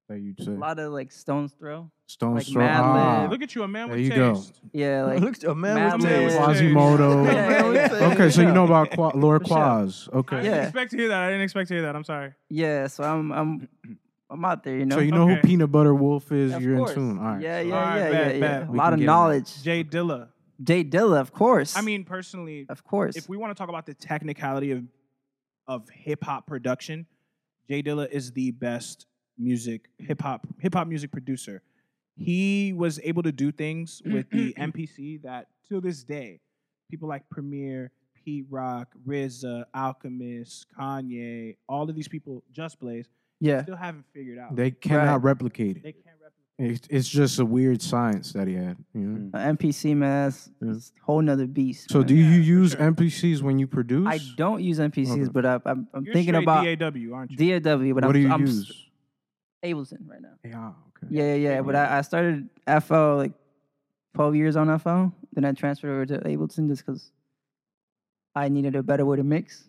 S2: that you'd say?
S7: A lot of like Stones Throw.
S2: Stone
S7: like
S2: Throw.
S7: Mad
S2: Ah,
S7: Lib.
S1: Look at you, a man
S2: there
S1: with
S2: you go.
S1: taste.
S7: Yeah, like
S3: Look, a man
S7: Mad
S3: with
S7: Lib.
S3: taste.
S2: Quasimodo.
S7: Yeah, yeah.
S2: Okay, so you know about Qua- Lord
S7: For sure.
S2: Quaz.
S1: I
S2: Okay.
S1: didn't
S7: Yeah.
S1: expect to hear that. I didn't expect to hear that. I'm sorry.
S7: yeah. So I'm I'm I'm out there, you know.
S2: So you know who
S1: Okay.
S2: Peanut Butter Wolf is?
S7: Of
S2: You're
S7: course.
S2: in tune. All right.
S7: Yeah,
S2: so-
S7: yeah,
S1: Alright,
S7: yeah,
S1: bet, bet.
S7: yeah, yeah. A
S2: We
S7: lot
S2: can
S7: of
S2: get in.
S7: knowledge.
S1: Jay Dilla.
S7: Jay Dilla, of course.
S1: I mean, personally,
S7: of course.
S1: if we want to talk about the technicality of of hip hop production, Jay Dilla is the best music hip hop hip hop music producer. He was able to do things
S7: Mm,
S1: with the MPC that till this day, people like Premier, Pete Rock, RZA, Alchemist, Kanye, all of these people, Just Blaze,
S7: yeah,
S1: still haven't figured out.
S2: They cannot replicate
S1: They
S2: it.
S1: can't replicate.
S2: It's, it's just a weird science that he had. You know?
S4: Mm.
S7: uh, MPC man, that's
S1: Hmm.
S2: Yeah.
S7: that's a whole nother beast.
S2: So
S7: man.
S2: do you
S1: Yeah, for
S2: use
S1: sure.
S2: MPCs when you produce?
S7: I don't use NPCs,
S2: Okay.
S7: but I, I'm I'm
S1: You're
S7: thinking
S1: straight
S7: about
S1: DAW, aren't you?
S7: DAW. But
S2: What
S7: I'm,
S2: do you
S7: I'm s-
S2: use?
S7: Ableton right now.
S2: Yeah. Okay.
S7: Yeah, yeah, yeah. But I, I started FO like 12 years on FO. Then I transferred over to Ableton just because I needed a better way to mix.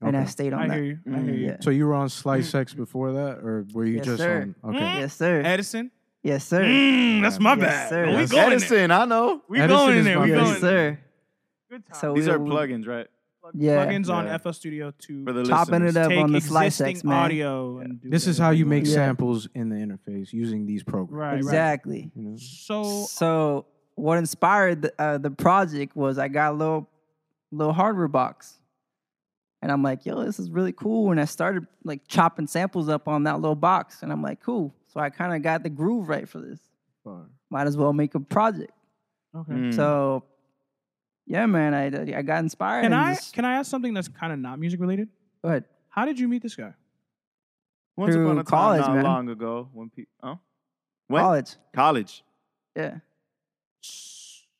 S7: And I
S2: Okay.
S7: stayed on
S1: I
S7: that.
S1: hear you. I hear you.
S7: Yeah.
S2: So you were on Slice X before that, or were you
S7: Mm. Yes,
S2: just
S7: sir. Mm.
S2: on? Okay.
S7: Yes, sir.
S1: Mm. Edison.
S7: yes, sir.
S1: Mm, that's my
S7: Yes,
S1: bad.
S7: sir.
S1: We
S7: Yes.
S1: going in there.
S4: Edison, I know.
S1: We
S2: Edison
S1: going in
S2: is
S1: there.
S2: my
S1: We
S2: bad.
S1: going.
S7: yes,
S1: in there.
S7: sir.
S1: Good time.
S7: So
S4: These
S7: we-
S4: are
S7: we-
S4: plugins, right?
S7: Yeah.
S1: plugins
S4: Yeah.
S1: on FL Studio to
S4: For the
S7: Chopping
S4: listeners.
S7: it up
S1: take
S7: on the slice
S1: existing
S7: X, man.
S1: audio. And do
S2: This is
S1: whatever
S2: how you make
S1: want.
S7: Yeah.
S2: samples in the interface using these programs.
S1: Right, right.
S7: exactly.
S2: You know?
S1: So
S7: So what inspired the, uh, the project was I got a little little hardware box. And I'm like, yo, this is really cool. And I started like chopping samples up on that little box. And I'm like, cool. So I kind of got the groove right for this.
S2: Fire.
S4: Hmm.
S7: Might as well make a project.
S1: okay,
S4: Mm.
S7: So yeah, man, I I got inspired.
S1: Can
S7: and
S1: I
S7: just-
S1: can I ask something that's kind of not music related?
S7: go ahead.
S1: How did you meet this guy?
S4: Once
S7: Through
S4: upon a
S7: college,
S4: time, not
S7: man.
S4: long ago, when people, huh? When?
S7: College,
S4: College.
S7: yeah,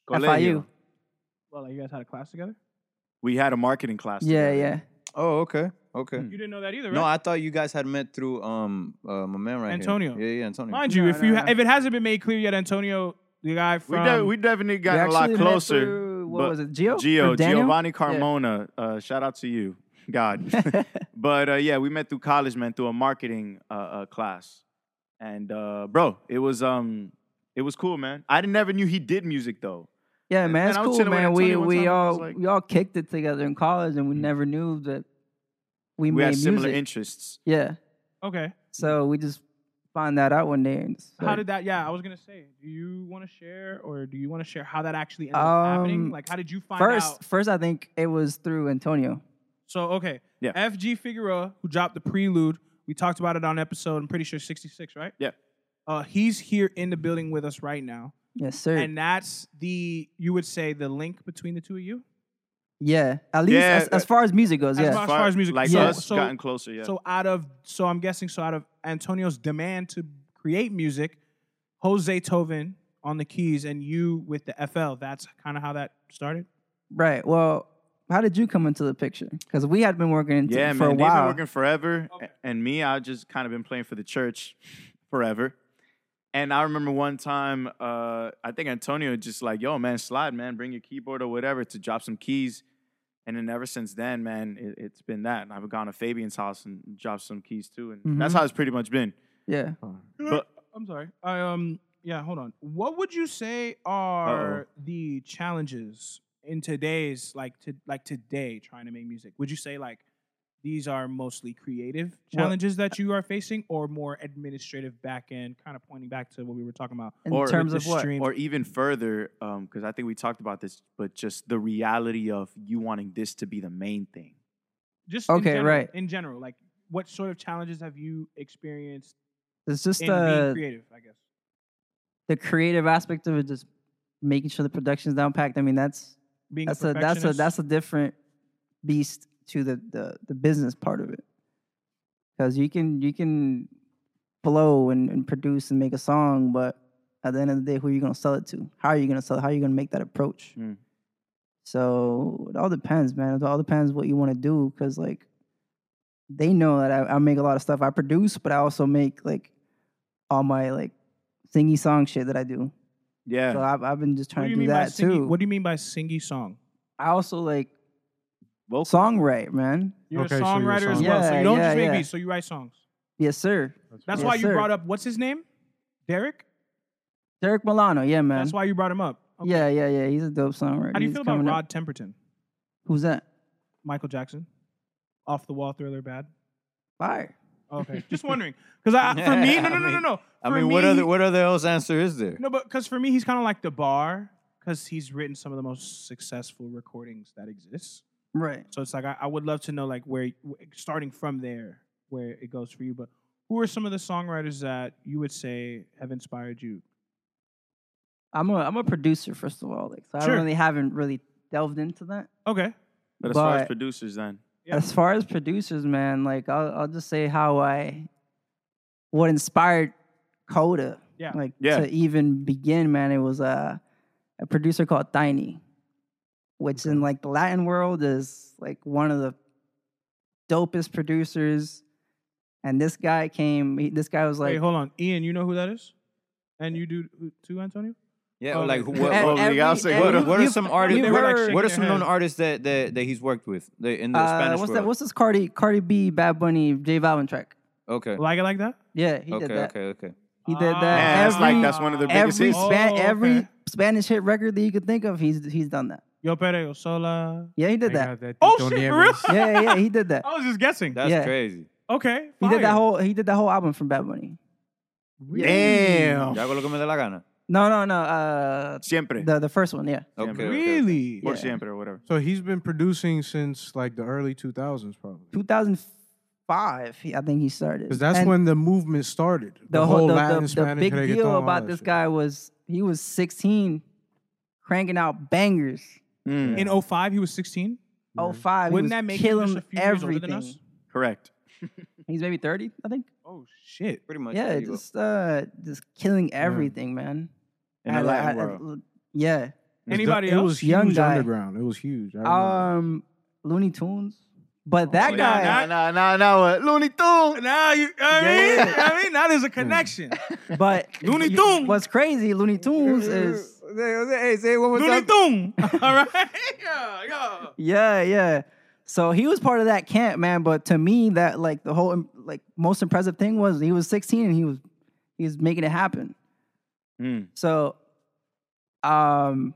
S4: Colegio.
S7: FIU.
S1: Well, like you guys had a class together.
S4: We had a marketing class.
S7: Yeah,
S4: together.
S7: yeah.
S3: Oh, okay, okay.
S2: Hmm.
S1: You didn't know that either, right?
S3: No, I thought you guys had met through um uh, my man right here.
S1: Antonio.
S3: Yeah, yeah, Antonio.
S1: Mind you,
S7: No,
S1: if
S7: no,
S1: you
S7: no.
S1: if it hasn't been made clear yet, Antonio, the guy
S4: We,
S1: from
S4: de- we definitely got a
S7: We
S4: lot
S7: actually met
S4: closer.
S7: through- what
S4: but-
S7: was it, Gio?
S4: Gio,
S7: Or Daniel?
S4: Giovanni Carmona. Uh, shout out to you, God. but uh, yeah, we met through college, man, through a marketing uh, uh, class, and uh, bro, it was um, it was cool, man. I never knew he did music though.
S7: Yeah,
S4: And-
S7: man,
S4: and
S7: it's
S4: I was
S7: cool,
S4: chilling with
S7: man. We
S4: Antonio one time
S7: we
S4: and I
S7: all
S4: was like- Mm-hmm.
S7: we all kicked it together in college, and we never knew that we,
S4: We
S7: made
S4: had similar Mm-hmm.
S7: music.
S4: interests.
S7: yeah,
S1: okay.
S7: so we just found that out one day. And it's
S1: how
S7: like-
S1: did that? Yeah, I was gonna say. Do you want to share, or do you want to share how that actually ended up
S7: Um,
S1: happening? Like, how did you find
S7: first?
S1: out?
S7: First, I think it was through Antonio.
S1: So okay,
S4: Yeah.
S1: FG Figueroa, who dropped the prelude, we talked about it on episode. I'm pretty sure 66, right?
S4: Yeah.
S1: Uh, he's here in the building with us right now,
S7: Yes, sir.
S1: and that's the you would say the link between the two of you.
S7: yeah, at least
S4: Yeah,
S7: as, as far as music goes.
S1: as
S7: Yeah,
S1: far- as music-
S4: like
S7: Yeah.
S4: us,
S1: So-
S4: gotten closer. Yeah.
S1: So out of so I'm guessing so out of Antonio's demand to create music, Jose Tovin on the keys and you with the FL. That's kind of how that started.
S7: right. Well, how did you come into the picture? Because we had been working into,
S4: yeah,
S7: for
S4: man.
S7: a
S4: They've been
S7: while.
S4: working forever, a- and me, I just kind of been playing for the church forever. And I remember one time, uh, I think Antonio just like, "Yo, man, slide, man, bring your keyboard or whatever to drop some keys." And then ever since then, man, it, it's been that. And I've gone to Fabian's house and dropped some keys too, and that's
S7: Mhm.
S4: how it's pretty much been.
S7: yeah,
S4: But-
S1: I'm sorry. I um yeah, hold on. What would you say are the challenges in today's like to like today trying to make music? Would you say like these are mostly creative
S7: Well-
S1: challenges that you are facing or more administrative back end kind of pointing back to what we were talking about
S7: in
S4: Or
S7: terms
S1: the
S7: of what?
S1: stream-
S4: Or even further, because I think we talked about this, but just the reality of you wanting this to be the main thing.
S1: just in
S7: Okay,
S1: general-
S7: right.
S1: in general like what sort of challenges have you experienced
S7: It's just
S1: in being
S7: uh,
S1: creative i guess
S7: the creative aspect of it, just making sure the production's down packed. I mean, that's
S1: being
S7: that's
S1: a,
S7: a that's a
S1: perfectionist?
S7: that's a different beast to the the, the business part of it because you can you can blow and, and produce and make a song but at the end of the day who are you going to sell it to how are you going to sell it how are you going to make that approach
S4: Mm.
S7: so it all depends man it all depends what you want to do because like they know that I, I make a lot of stuff i produce but i also make like all my like singy song shit that i do
S4: Yeah.
S7: so I've, I've been just
S1: what do
S7: trying
S1: you
S7: to do
S1: mean by
S7: that
S1: singy,
S7: too
S1: what do you mean by singy song
S7: i also like
S4: Vocal.
S7: songwrite man
S1: you're
S2: Okay,
S1: a
S2: so you're a
S1: songwriter as
S7: songwriter.
S1: well so
S7: Yeah,
S1: you don't
S7: yeah,
S1: just make
S7: yeah.
S1: beats so you write songs
S7: Yes, sir.
S1: that's
S7: Yes,
S1: why you
S7: sir.
S1: brought up what's his name derek
S7: Derek Milano, yeah, man.
S1: that's why you brought him up Okay.
S7: Yeah, yeah, yeah. He's a dope songwriter.
S1: how do you
S7: He's
S1: feel about
S7: coming up.
S1: rod temperton
S7: Who's that?
S1: michael jackson off the wall thriller bad
S7: Fire.
S1: okay just wondering because i for me no no no no no
S3: I
S1: For
S3: mean, what
S1: me,
S3: other what other else answer is there?
S1: No, but because for me, he's kind of like the bar because he's written some of the most successful recordings that exist.
S7: Right.
S1: So it's like I, I would love to know like where w- starting from there where it goes for you. But who are some of the songwriters that you would say have inspired you?
S7: I'm a I'm a producer first of all. Like, so I
S1: Sure.
S7: really haven't really delved into that.
S1: Okay,
S4: But as far as
S7: but-
S4: producers, then.
S1: Yeah.
S7: As far as producers, man, like I'll I'll just say how I what inspired Coda.
S1: Yeah.
S7: Like
S4: Yeah.
S7: to even begin, man, it was a a producer called Tiny, which in like the Latin world is like one of the dopest producers. And this guy came. He, this guy was like,
S1: wait, hold on, Ian, you know who that is, and you do who- too, Antonio.
S3: Yeah,
S1: Oh,
S3: or like
S1: okay.
S3: who-
S4: Well,
S3: what,
S7: Ev-
S4: well,
S3: what,
S4: we
S7: every-
S4: gotta say,
S7: every-
S4: what are-
S3: what are
S7: you've-
S3: some artists?
S7: you've
S1: they were like
S7: heard-
S1: shaking
S3: what are
S1: their
S3: some known
S1: heads.
S3: artists that, that that he's worked with the, in the
S7: uh,
S3: Spanish
S7: what's
S3: world?
S7: that? What's this Cardi Cardi B Bad Bunny J Balvin track?
S3: okay,
S1: Like it like that.
S7: Yeah, he
S3: okay,
S7: did that.
S3: okay, okay.
S7: He did
S4: Man,
S7: that.
S4: that's
S7: every
S4: like that's one of the biggest
S7: every
S4: hits.
S1: Oh,
S7: Spa-
S1: okay.
S7: every Spanish hit record that you could think of, he's he's done that.
S1: Yo Pereo Sola.
S7: Yeah, he did that.
S1: Oh shit, for real?
S7: yeah, yeah, yeah, he did that.
S1: I was just guessing.
S3: That's
S7: Yeah.
S3: crazy.
S1: okay,
S7: He did
S1: Oh,
S7: that
S1: fire.
S7: whole he did that whole album from Bad Bunny.
S4: Damn.
S3: Ya hago lo que me da la gana.
S7: No, no, no. Uh,
S4: Siempre.
S7: the the first one, yeah.
S3: Okay, okay, okay.
S1: really.
S4: Or
S7: Yeah.
S4: siempre or whatever.
S2: So he's been producing since like the early 2000s, probably.
S7: 2005, he, I think he started.
S2: Because that's
S7: And
S2: when the movement started. The,
S7: the
S2: whole
S7: whole the,
S2: Latin,
S7: the, the
S2: Spanish
S7: big
S2: reggaeton,
S7: deal
S2: all
S7: about
S2: that
S7: this
S2: shit.
S7: guy was he was 16, cranking out bangers.
S4: Mm,
S1: In 05, he was 16.
S7: Oh five. he
S1: Wouldn't
S7: was
S1: that make
S7: killing
S1: him just a few years older
S7: everything?
S1: than us?
S4: correct.
S7: He's maybe thirty, I think.
S1: Oh shit!
S3: Pretty much.
S7: yeah,
S3: there you go.
S7: just uh, just killing everything, man.
S4: In the
S7: I-
S4: Latin
S7: I- I-
S4: world.
S7: yeah.
S2: It was
S1: Anybody
S2: du-
S1: else?
S2: It was
S7: Young
S2: huge
S7: guy.
S2: underground. It was huge. I remember.
S7: Um, Looney Tunes, but
S4: Oh,
S7: that
S1: yeah,
S7: guy.
S1: nah,
S4: Nah, nah, nah, nah. what? Looney Tunes.
S1: now you, I mean,
S7: Yeah.
S1: I mean, now there's a connection.
S7: But
S1: Looney
S7: you-
S1: Tunes.
S7: What's crazy, Looney Tunes is
S3: Hey, say what was
S1: Looney
S3: up?
S1: Tune. All right. Yeah, yeah.
S7: yeah, yeah. So he was part of that camp, man. But to me, that like the whole like most impressive thing was he was 16 and he was he was making it happen.
S4: Mm.
S7: So, um,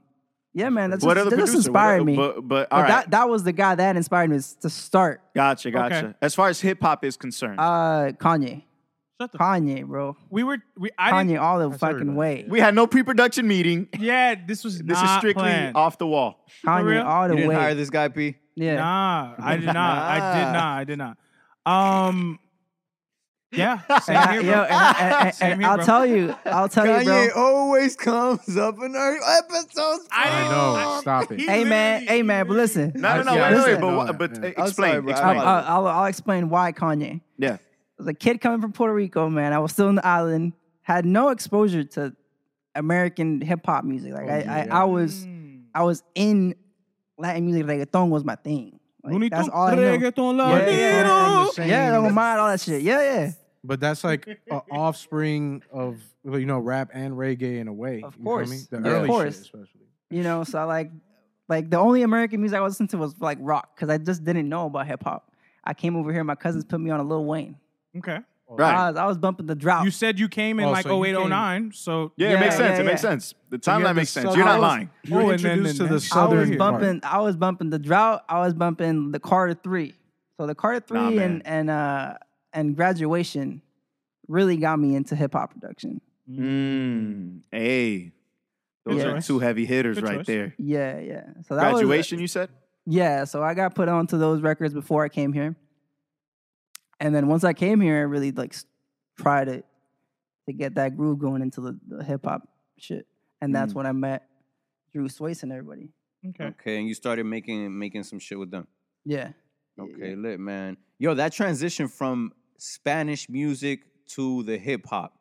S7: yeah, man, that's
S4: What
S7: just,
S4: other
S7: that just
S4: producer? What
S7: inspired
S4: other-
S7: me. But,
S4: But, but all right.
S7: that that was the guy that inspired me to start.
S4: gotcha, gotcha.
S1: Okay.
S4: As far as hip hop is concerned,
S7: Uh, Kanye,
S1: Shut the.
S7: Kanye, bro,
S1: we were. We, I
S7: Kanye,
S1: didn't.
S7: all the
S2: I started
S7: fucking
S2: that.
S7: way,
S4: we had no pre-production meeting.
S1: Yeah, this was.
S4: This is
S1: not
S4: strictly
S1: planned.
S4: off the wall.
S7: Kanye,
S1: real?
S7: all
S3: You
S7: the
S3: didn't hire
S7: way.
S3: this guy, P.
S7: Yeah,
S1: Nah, I did not. I did not. I did not. Um. Yeah. Same
S7: And I-
S1: here,
S7: yo,
S1: bro.
S7: and I- and- and-
S1: Same
S7: and
S1: here,
S7: I'll
S1: bro.
S7: tell you, I'll tell you, bro.
S3: oh always comes up in our episodes.
S1: I
S2: I
S1: didn't-
S7: Uh,
S2: know. Stop it.
S1: He
S7: Hey man,
S1: literally-
S7: hey man, but listen,
S4: No, no, no.
S2: Yeah,
S4: wait, wait,
S2: listen.
S4: wait, but
S2: No,
S4: what-
S2: no,
S4: but
S2: yeah.
S4: uh, explain,
S3: sorry, bro. I-
S4: explain.
S3: I-
S7: I'll, I'll, I'll explain why Kanye.
S4: yeah,
S7: As a kid coming from Puerto Rico, man, I was still in the island, had no exposure to American hip hop music. Like I, I, I
S1: Mm.
S7: was,
S1: Hmm.
S7: I was in Latin music. Reggaeton was my thing. Like,
S1: Looney
S7: that's
S1: Tune,
S7: all I knew.
S1: Reggaeton
S2: But
S1: Ladino.
S2: it's from the same-
S7: Yeah, don't mind all that shit. Yeah, yeah.
S2: But that's like an offspring of well, you know rap and reggae in a way.
S7: Of
S2: you feel me?
S7: course.
S2: the
S7: Yeah. Of
S2: early
S7: course.
S2: shit especially.
S7: You know, so I like, like the only American music I was listening to was like rock because I just didn't know about hip hop. I came over here. My cousins put me on a Lil Wayne.
S1: Okay.
S4: right.
S7: I was, I was bumping the drought.
S1: You said you came in
S2: Oh,
S1: like
S2: so
S1: 08,
S2: you came-
S1: 09, so
S4: Yeah, it
S7: Yeah,
S4: makes sense.
S7: yeah,
S4: it makes
S7: yeah.
S4: sense. The
S2: you
S4: timeline
S2: had
S4: makes
S2: the
S4: sense.
S2: Southern-
S4: You're
S7: I
S4: not
S7: was-
S4: lying.
S2: You
S1: Oh,
S2: were
S1: and then-
S2: introduced
S1: then-
S2: to the
S1: then-
S7: I was
S2: southern part.
S7: bumping. I was bumping the drought. I was bumping the Carter Three. So the Carter Three
S4: Nah, man.
S7: and and uh and graduation really got me into hip hop production.
S4: Mm. Hey, those
S7: Yeah.
S4: are two heavy hitters
S1: Good
S4: right
S1: choice.
S4: there.
S7: Yeah, yeah. So that
S4: Graduation, you said?
S7: Was, yeah. So I got put onto those records before I came here, and then once I came here, I really like s- tried to to get that groove going into the, the hip hop shit, and that's
S3: Mm.
S7: when I met Drew Swayze and everybody.
S1: okay.
S3: Okay, and you started making making some shit with them.
S7: Yeah.
S3: Okay, lit man. Yo, that transition from Spanish music to the hip hop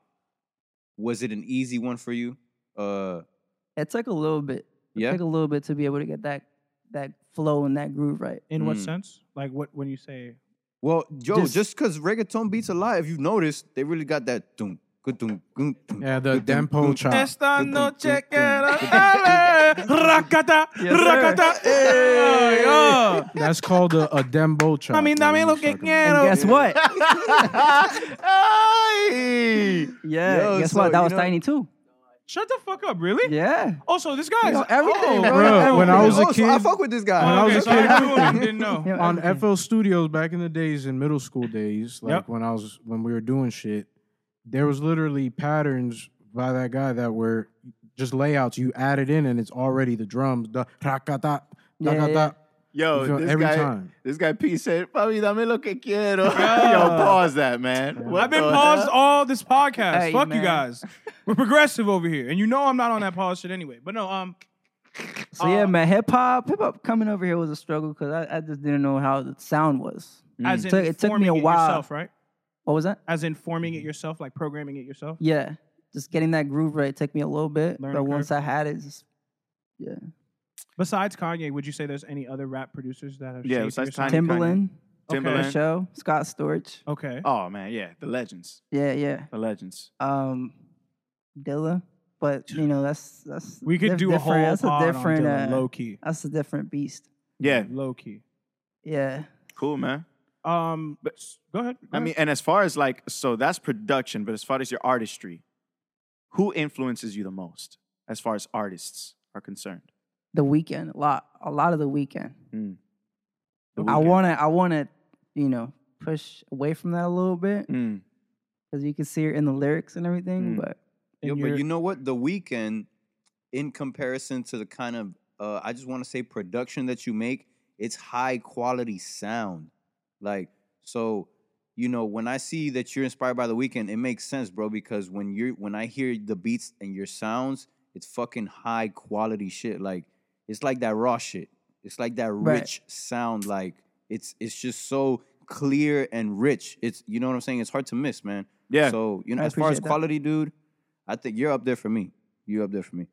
S3: was it an easy one for you? Uh,
S7: It took a little bit. It
S3: Yeah?
S7: took a little bit to be able to get that that flow and that groove right.
S1: In what
S2: Hmm.
S3: Mm.
S1: sense? Like what when you say
S3: well, yo,
S7: Just-
S3: just because reggaeton beats a lot, if you noticed, they really got that doom, good doom, doom, doom.
S2: Yeah, the dempo chop.
S1: Esta noche quiero dale rakata
S7: Yes, sir.
S1: rakata. Hey, yo.
S2: That's called a, a dembo chop.
S1: uh, I mean,
S2: man.
S1: dame
S2: You
S1: lo
S2: suck
S1: que
S2: it.
S1: quiero.
S7: And guess what?
S4: Ay!
S7: Yeah,
S3: Yo,
S7: guess
S3: so,
S7: what? That
S3: you
S7: was
S3: know-
S7: tiny too.
S1: Shut the fuck up, really?
S7: Yeah.
S1: Also, this guy
S7: You
S1: is
S7: know, everything,
S1: oh,
S7: bro.
S2: Bro, when I was a
S3: Oh, so I
S2: kid,
S3: fuck with this guy.
S2: When I
S1: okay,
S2: was a
S1: so I
S2: kid-
S1: knew him, didn't
S7: You
S1: know.
S7: know,
S2: on
S7: everything.
S2: FL Studios back in the days in middle school days, like
S1: Yep.
S2: when I was when we were doing shit, there was literally patterns by that guy that were just layouts you added in and it's already the drums, the rakata,
S7: Yeah, yeah.
S2: rakata. You
S4: Yo,
S2: feel
S4: this
S2: every
S4: guy,
S2: time.
S4: this guy P said, "Papi, dame lo que quiero." Yo,
S1: Yeah.
S4: pause that, man. What
S1: I've been
S4: the
S1: paused
S4: hell?
S1: all this podcast.
S7: Hey,
S1: Fuck
S7: man.
S1: you guys. We're progressive over here, and you know I'm not on that pause shit anyway. But no, um,
S7: So yeah,
S1: uh,
S7: man, hip hop, hip hop coming over here was a struggle because I, I just didn't know how the sound was.
S1: as in
S7: Took- it took me
S1: forming
S7: a
S1: it
S7: while.
S1: yourself, right?
S7: What was that?
S1: As in forming it yourself, like programming it yourself.
S7: Yeah, just getting that groove right took me a little bit,
S1: Learning
S7: but
S1: curve.
S7: once I had it, just, yeah,
S1: Besides Kanye, would you say there's any other rap producers that have
S4: Yeah,
S1: shaped
S4: besides
S1: your sound?
S4: Kanye.
S7: Timbaland,
S4: Timbaland.
S7: Show, Scott Storch,
S1: Okay.
S4: Oh man, yeah, the legends,
S7: yeah, yeah,
S4: the legends.
S7: um, Dilla, but you know that's that's
S1: We could
S7: diff-
S1: do a whole
S7: different- that's
S1: pod
S7: a different
S1: on Dylan,
S7: uh,
S1: low key.
S7: that's a different beast.
S4: Yeah,
S1: Low key.
S7: Yeah,
S4: cool, man.
S1: Um,
S4: But
S1: go ahead. go
S4: I
S1: ahead.
S4: mean, and as far as like, so that's production, but as far as your artistry, who influences you the most as far as artists are concerned?
S7: the weekend a lot, a lot of the weekend.
S4: Mm.
S7: I wanna, I wanna, you know, push away from that a little bit
S4: Mm.
S7: because you can see her in the lyrics and everything.
S4: Mm.
S7: But
S1: And
S3: Yo,
S1: you're-
S3: but you know what? The weekend, in comparison to the kind of uh, I just want to say production that you make, it's high quality sound. Like so, you know, when I see that you're inspired by the weekend, it makes sense, bro. Because when you're when I hear the beats and your sounds, it's fucking high quality shit. Like It's like that raw shit. It's like that
S7: Right.
S3: rich sound. Like it's it's just so clear and rich. It's you know what I'm saying. It's hard to miss, man.
S4: Yeah.
S3: So you know,
S7: I
S3: as far as
S7: appreciate that.
S3: quality, dude, I think you're up there for me. You up there for me.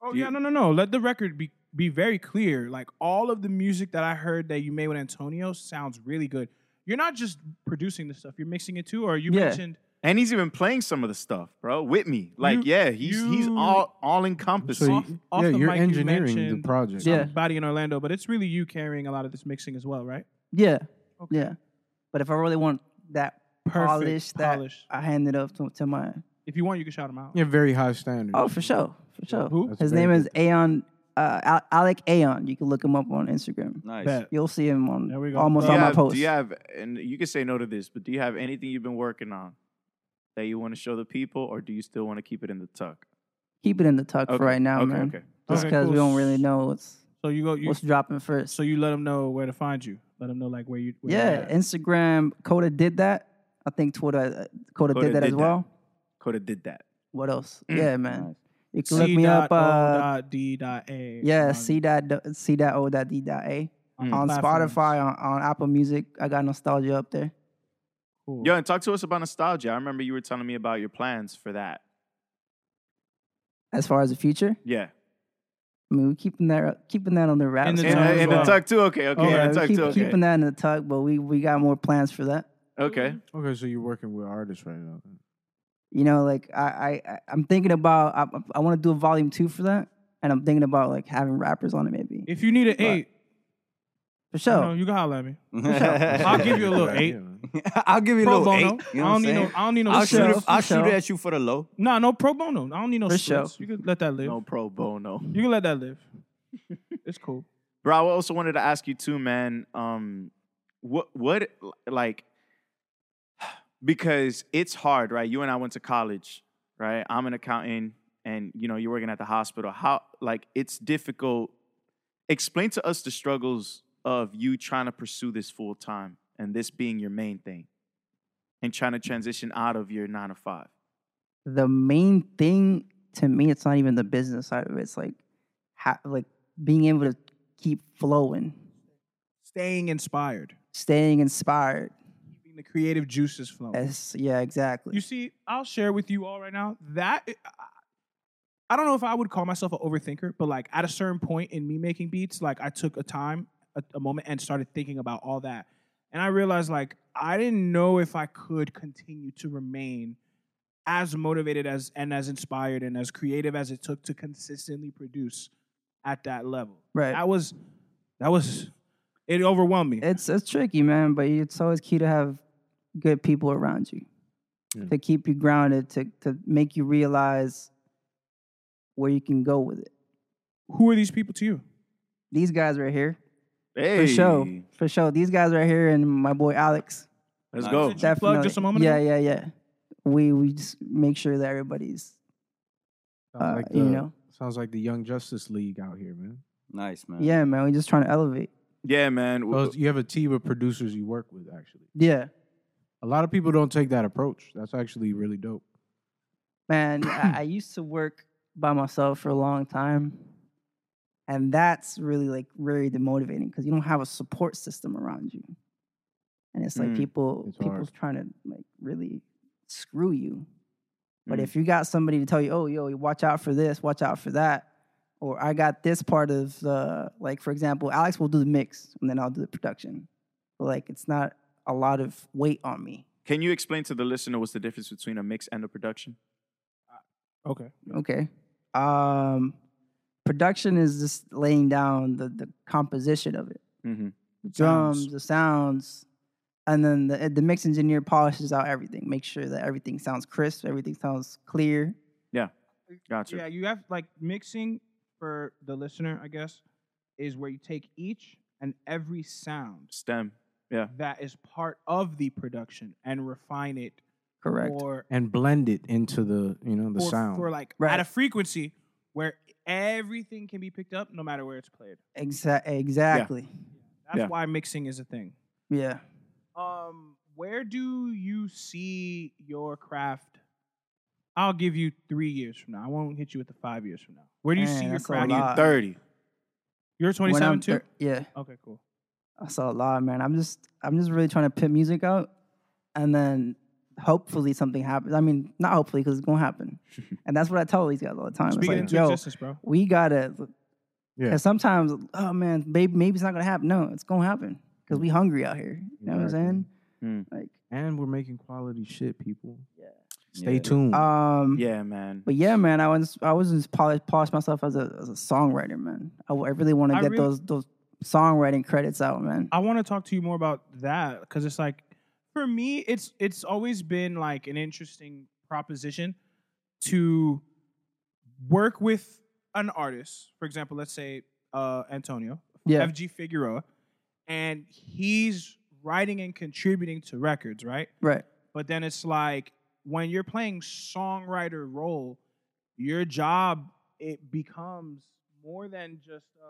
S1: Oh
S3: Do you-
S1: yeah, no, no, no. Let the record be be very clear. Like all of the music that I heard that you made with Antonio sounds really good. You're not just producing this stuff; you're mixing it too. Or you
S7: Yeah.
S1: mentioned
S4: And he's even playing some of the stuff, bro, with me. Like,
S1: You-
S4: yeah, he's he's
S1: you-
S4: all all encompassing.
S2: So
S1: off-
S2: you,
S1: off
S2: yeah,
S1: the
S2: you're
S1: mic you
S2: engineering the
S1: mentioned-
S2: project.
S7: Yeah.
S1: somebody in Orlando, but it's really you carrying a lot of this mixing as well, right?
S7: Yeah.
S1: Okay.
S7: Yeah. But if I really want that
S1: Perfect,
S7: polish that
S1: polish.
S7: I hand it up to, to my
S1: If you want, you can shout them out.
S2: You have very high standards.
S7: Oh, for sure. For sure.
S1: Who?
S2: That's
S7: His
S2: very
S7: name
S2: good
S7: is Aon uh Al- Alec Aon. You can look him up on Instagram.
S3: Nice.
S1: Bet.
S7: You'll see him
S1: There
S7: on
S1: we go.
S7: almost
S4: do,
S1: Yeah,
S4: you
S7: all my
S4: have,
S7: posts.
S4: do you have and you can say no to this, but do you have anything you've been working on that you want to show the people, or do you still want to keep it in the tuck?
S7: Keep it in the tuck
S4: Okay.
S7: for right now,
S4: okay,
S7: man.
S4: okay.
S7: Just
S1: Okay,
S7: because we
S1: cool.
S7: don't really know what's
S1: So you go, you
S7: what's dropping first.
S1: so you let them know where to find you. Let them know like where you. Where
S7: yeah, Instagram Coda did that. I think Twitter uh, Coda,
S4: Coda
S7: did that
S4: did
S7: as
S4: that.
S7: well.
S4: Coda did that.
S7: What else? Yeah, man. You can
S1: Look
S7: look me up. Uh,
S1: D. Dot A.
S7: yeah,
S1: on-
S7: C dot d- C dot O dot D dot A
S4: Hmm.
S1: on
S7: on
S1: platforms.
S7: Spotify, on, on Apple Music. I got nostalgia up there.
S1: Cool.
S4: Yo, and talk to us about nostalgia. I remember you were telling me about your plans for that.
S7: As far as the future,
S4: Yeah,
S7: I mean, we're keeping that uh, keeping that on the wrap.
S1: In the
S4: and,
S1: tuck
S4: and,
S1: as
S4: and the
S1: well.
S4: tuck too. Okay, okay,
S1: Oh,
S4: and
S7: yeah,
S4: the
S7: we
S4: tuck
S7: keep,
S4: too. Okay,
S7: keeping that in the tuck, but we we got more plans for that.
S4: okay.
S2: Okay, so you're working with artists right now.
S7: You know, like I I- I I'm thinking about I I want to do a volume two for that, and I'm thinking about like having rappers on it maybe
S1: If you need an eight,
S7: for
S1: you,
S7: sure.
S1: know, you can holler at me.
S3: I'll
S1: I'll give you a little eight.
S3: I'll give you a
S1: Pro
S3: little
S1: bono.
S3: eight. You know
S1: I don't
S3: what I'm
S1: need no.
S3: saying?
S1: I don't need no.
S3: I'll
S1: splits.
S3: shoot, it,
S7: for
S3: I'll shoot
S7: sure.
S3: it at you for the low.
S1: Nah, no pro bono. I don't need no
S7: For
S1: splits. You can let that live.
S4: No pro bono.
S1: You can let that live. it's cool.
S4: Bro, I also wanted to ask you too, man. Um, what what like because it's hard, right? You and I went to college, right? I'm an accountant, and you know you're working at the hospital. How like it's difficult. Explain to us the struggles of you trying to pursue this full time and this being your main thing, and trying to transition out of your nine to five.
S7: the main thing to me it's not even the business side of it it's like ha- like being able to keep flowing
S1: Staying inspired,
S7: staying inspired
S1: keeping the creative juices flowing.
S7: That's- yeah exactly
S1: Oh. You see, I'll share with you all right now that eh, I- I don't know if I would call myself an overthinker, but like at a certain point in me making beats, like I took a time, a, a moment, and started thinking about all that, and I realized like I didn't know if I could continue to remain as motivated as and as inspired and as creative as it took to consistently produce at that level.
S7: Right. Eh
S1: That was that was it overwhelmed me.
S7: it's it's tricky man but it's always key to have good people around you
S2: Yeah.
S7: to keep you grounded to to make you realize where you can go with it
S1: Who are these people to you?
S7: these guys right here
S4: Hey,
S7: for sure for sure these guys right here and my boy alex
S4: Let's
S3: Nice.
S4: go.
S1: Did you plug just a moment
S7: yeah
S1: ago?
S7: yeah yeah we we just make sure that everybody's uh,
S2: like the,
S7: you know
S2: Sounds like the Young Justice League out here, man.
S3: Nice man.
S7: Yeah, man, we just trying to elevate.
S4: Yeah, man.
S2: Well, it's- you have a team of producers you work with, actually.
S7: Yeah,
S2: A lot of people don't take that approach. That's actually really dope.
S7: man, I, I used to work by myself for a long time, and that's really like very demotivating because you don't have a support system around you, and it's like
S4: Mm,
S7: people
S2: it's hard.
S7: people's trying to like really screw you. But
S4: Mm.
S7: if you got somebody to tell you, oh, yo, watch out for this, watch out for that, or I got this part of the, like, for example, Alex will do the mix and then I'll do the production. But, like, it's not a lot of weight on me.
S4: Can you explain to the listener what's the difference between a mix and a production?
S1: Okay.
S7: Okay. Um, production is just laying down the, the composition of it,
S4: Mm-hmm.
S7: the drums,
S1: Sounds.
S7: the sounds, and then the the mix engineer polishes out everything, makes sure that everything sounds crisp, everything sounds clear.
S4: Gotcha.
S1: Yeah, you have like mixing for the listener, I guess, is where you take each and every sound
S4: Stem.
S1: that is part of the production and refine it
S7: Correct.
S1: for
S2: And blend it into the, you know, the
S1: for,
S2: sound.
S1: for like
S7: Right.
S1: at a frequency where everything can be picked up no matter where it's played.
S7: Exa- exactly.
S1: That's
S4: Yeah.
S1: why mixing is a thing.
S7: yeah.
S1: Um, where do you see your craft? I'll give you three years from now. I won't hit you with the five years from now. Where do you
S7: Man,
S1: see your
S7: that's a
S1: craft?
S7: lot. Uh,
S4: 30.
S1: You're 27 too.
S7: thir- yeah.
S1: okay, cool.
S7: I saw a lot, man. I'm just I'm just really trying to put music out, and then hopefully something happens. I mean, not hopefully because it's gonna happen, and that's what I tell these guys all the time. It's
S1: Speaking
S7: like,
S1: into
S7: yo,
S1: existence, bro.
S7: we gotta.
S2: Yeah.
S7: Yeah. And sometimes, oh man, maybe maybe it's not gonna happen. No, it's gonna happen because we hungry out here. You know what I'm saying?
S2: Exactly.
S7: Like,
S2: And we're making quality shit, people. Stay
S3: Yeah. Uh,
S2: tuned.
S7: um,
S4: Yeah, man.
S7: But yeah, man, I was I was just polish, polish myself as a as a songwriter, man. I, w- I really want to
S1: I
S7: get
S1: really-
S7: those those songwriting credits out, man.
S1: I want to talk to you more about that because it's like, for me, it's it's always been like an interesting proposition to work with an artist. For example, let's say uh, Antonio,
S7: yeah,
S1: FG Figueroa, and he's writing and contributing to records, right?
S7: right.
S1: But then it's like when you're playing songwriter role, your job it becomes more than just uh,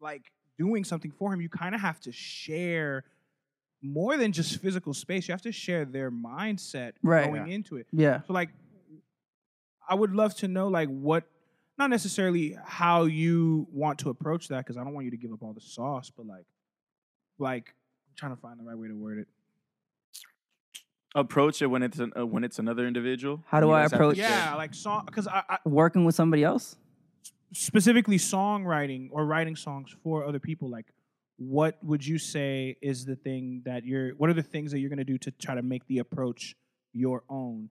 S1: like doing something for him. You kind of have to share more than just physical space. You have to share their mindset
S7: Right.
S1: going into it.
S7: Yeah,
S1: So like, I would love to know like what, not necessarily how you want to approach that because I don't want you to give up all the sauce, but like, like I'm trying to find the right way to word it.
S4: Approach it when it's an, uh, when it's another individual.
S7: How do
S4: You
S7: I
S4: guys have to
S7: approach-
S4: share.
S1: Yeah, like song because I, I
S7: working with somebody else.
S1: specifically songwriting or writing songs for other people. Like, what would you say is the thing that you're? What are the things that you're gonna do to try to make the approach your own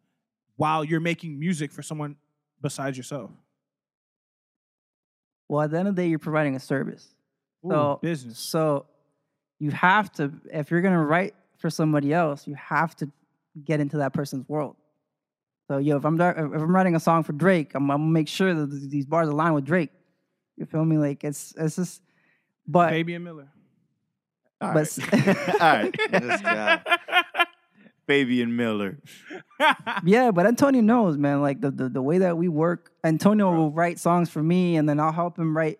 S1: while you're making music for someone besides yourself?
S7: Well, at the end of the day, you're providing a service.
S1: Ooh,
S7: So-
S1: business.
S7: So you have to, if you're gonna write for somebody else, you have to get into that person's world. So yo, if I'm dar- if I'm writing a song for Drake, I'm, I'm gonna make sure that th- these bars align with Drake. You feel me? Like it's it's just, but
S1: Fabian Miller.
S4: All
S7: But-
S4: right. All right.
S3: This guy.
S4: Baby and Miller.
S7: yeah, but Antonio knows, man. Like the, the the way that we work, Antonio will write songs for me, and then I'll help him write.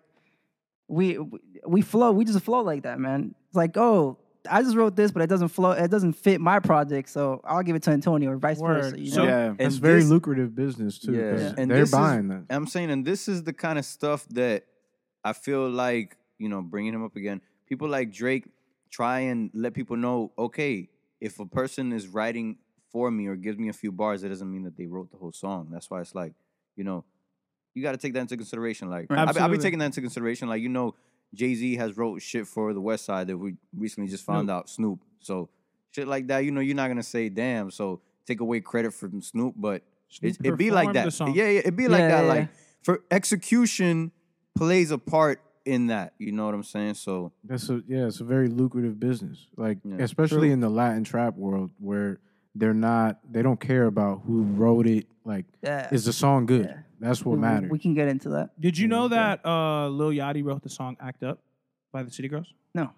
S7: We we- we flow. We just flow like that, man. It's like, oh, I just wrote this, but it doesn't flow. It doesn't fit my project, so I'll give it to Antonio, or vice
S1: Word.
S7: versa. You
S1: So-
S7: know?
S4: yeah.
S3: And
S2: It's very
S3: this-
S2: lucrative business too.
S3: Yeah.
S2: 'cause
S7: Yeah.
S3: And
S2: They're
S3: this is-
S2: buying that.
S3: I'm saying, and this is the kind of stuff that I feel like, you know, bringing him up again, people like Drake try and let people know, okay, if a person is writing for me or gives me a few bars, that doesn't mean that they wrote the whole song. That's why it's like, you know, you got to take that into consideration. Like, I've been- I've been
S1: Absolutely.
S3: taking that into consideration. Like, you know, Jay Z has wrote shit for the West Side that we recently just found out, Snoop. So, shit like that, you know, you're not going to say, damn. So, take away credit from Snoop, but it,
S1: Snoop
S3: it be like
S1: performed the
S3: that.
S1: song.
S3: Yeah, yeah, it be like
S7: Yeah,
S3: that.
S7: yeah,
S3: Like for execution plays a part in that. You know what I'm saying? So
S2: That's a yeah, it's a very lucrative business. Like
S3: Yeah.
S2: especially in the Latin trap world where they're not they don't care about who wrote it. Like
S7: Yeah.
S2: is the song good?
S7: Yeah.
S2: That's
S7: We-
S2: what
S3: Mm-hmm.
S7: we-
S2: matters.
S7: We can get into that.
S1: Did you know that uh, Lil Yachty wrote the song "Act Up" by the City Girls?
S7: No,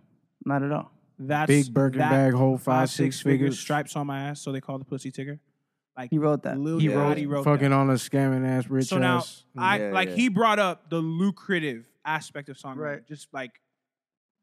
S7: not at all.
S1: That's
S2: Big Birkin
S1: that
S2: bag, whole five, six figures.
S1: stripes on my ass, so they call the pussy ticker. Like
S7: He wrote that.
S1: Lil
S3: Uh, He wrote
S1: Yachty wrote that.
S2: Fucking on a scamming ass rich
S1: So now
S2: ass.
S1: I
S3: Yeah,
S1: like
S3: yeah.
S1: he brought up the lucrative aspect of songwriting.
S7: Right.
S1: Just like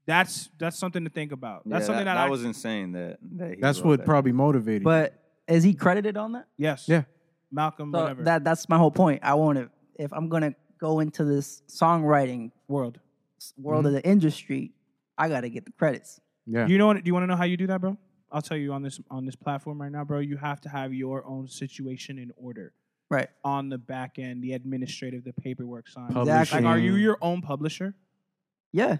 S1: that's that's something to think about. That's
S3: yeah,
S1: something that,
S3: that,
S1: I
S3: was insane. That, that he
S2: That's
S3: wrote
S2: what
S3: that.
S2: probably motivated. you.
S7: But is he credited on that?
S1: yes
S2: Yeah.
S1: Malcolm
S7: So
S1: whatever
S7: that that's my whole point. I want to if I'm gonna go into this songwriting
S1: world.
S7: s- world
S1: Mm-hmm.
S7: of the industry, I gotta get the credits.
S2: yeah.
S1: You know what? Do you want to know how you do that, bro? I'll tell you on this on this platform right now, bro. You have to have your own situation in order
S7: Right.
S1: on the back end, the administrative, the paperwork signed.
S2: Publishing.
S1: Like, are you your own publisher?
S7: Mm-hmm. Yeah.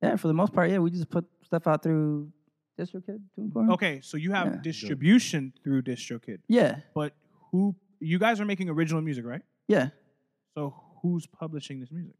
S7: Yeah. For the most part, yeah. We just put stuff out through DistroKid, TuneCore.
S1: Okay, so you have
S7: Yeah.
S1: distribution through DistroKid,
S7: Yeah.
S1: but who? You guys are making original music, right?
S7: Yeah.
S1: So who's publishing this music?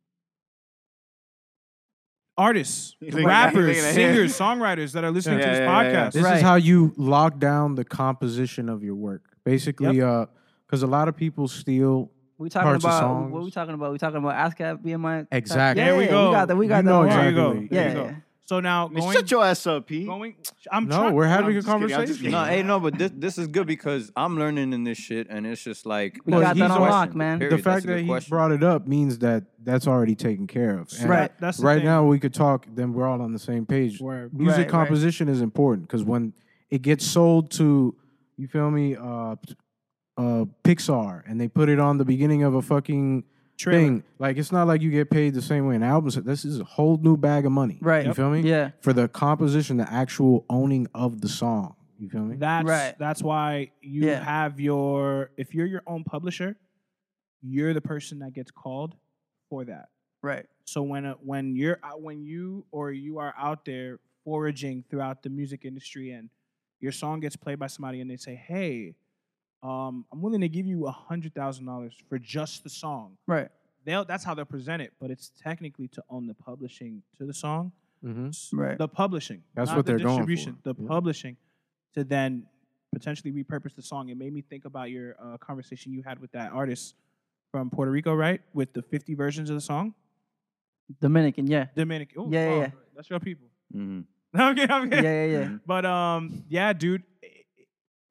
S1: Artists,
S4: He's looking at- he's
S1: rappers,
S4: looking at-
S1: singers, songwriters that are listening
S4: Yeah,
S1: to this
S4: yeah, yeah, yeah.
S1: podcast.
S2: This
S7: Right.
S2: is how you lock down the composition of your work. Basically, uh, because a lot of people steal.
S7: We talking
S2: Parts of
S7: about
S2: songs.
S7: what we talking about? We talking about ASCAP, BMI.
S2: Exactly.
S7: Yeah,
S1: There we
S7: yeah,
S1: go.
S7: We got that. We got
S2: You
S7: that.
S2: know
S7: all.
S1: There you go.
S2: Exactly.
S1: There
S7: Yeah,
S1: you go.
S7: yeah.
S1: So now
S4: Man,
S1: going,
S4: shut your ass up, Pete.
S1: going. I'm
S2: No,
S1: try-
S2: we're having
S4: I'm
S2: a
S4: just kidding, I'm just
S2: conversation.
S4: kidding.
S3: No, hey, no, but this this is good because I'm learning in this shit, and it's just like
S7: We
S2: got that
S3: a
S2: on
S3: question,
S7: lock, man.
S3: period.
S2: the
S3: That's a
S2: fact
S3: good
S2: that he
S3: question.
S2: brought it up means that that's already taken care of. And
S7: Right.
S1: That's the
S2: right
S1: thing.
S2: now, we could talk. Then we're all on the same page.
S1: Word.
S2: Music
S7: Right, right.
S2: composition is important because when it gets sold to, you feel me, uh, uh, Pixar, and they put it on the beginning of a fucking
S1: Trailer.
S2: thing. Like it's not like you get paid the same way an album. So this is a whole new bag of money.
S7: Right.
S2: You
S7: Yep.
S2: feel me?
S7: Yeah.
S2: For the composition, the actual owning of the song. You feel me?
S1: That's
S7: Right.
S1: that's why you
S7: Yeah.
S1: have your if you're your own publisher, you're the person that gets called for that.
S7: Right.
S1: So when uh, when you're out, when you or you are out there foraging throughout the music industry and your song gets played by somebody and they say, "Hey, um, I'm willing to give you a hundred thousand dollars for just the song."
S7: Right.
S1: They'll that's how they'll present it, but it's technically to own the publishing to the song.
S2: Mm-hmm.
S1: S-
S7: Right.
S1: The publishing.
S2: That's
S1: not
S2: what
S1: the
S2: they're going
S1: distribution,
S2: for.
S1: The
S2: Yeah.
S1: publishing to then potentially repurpose the song. It made me think about your uh, conversation you had with that artist from Puerto Rico, right? With the 50 versions of the song.
S7: Dominican. Yeah.
S1: Dominic. Ooh,
S7: Yeah, yeah,
S1: oh,
S7: yeah.
S1: That's your people.
S3: hmm
S1: okay, okay.
S7: Yeah. Yeah. Yeah.
S1: But um, yeah, dude,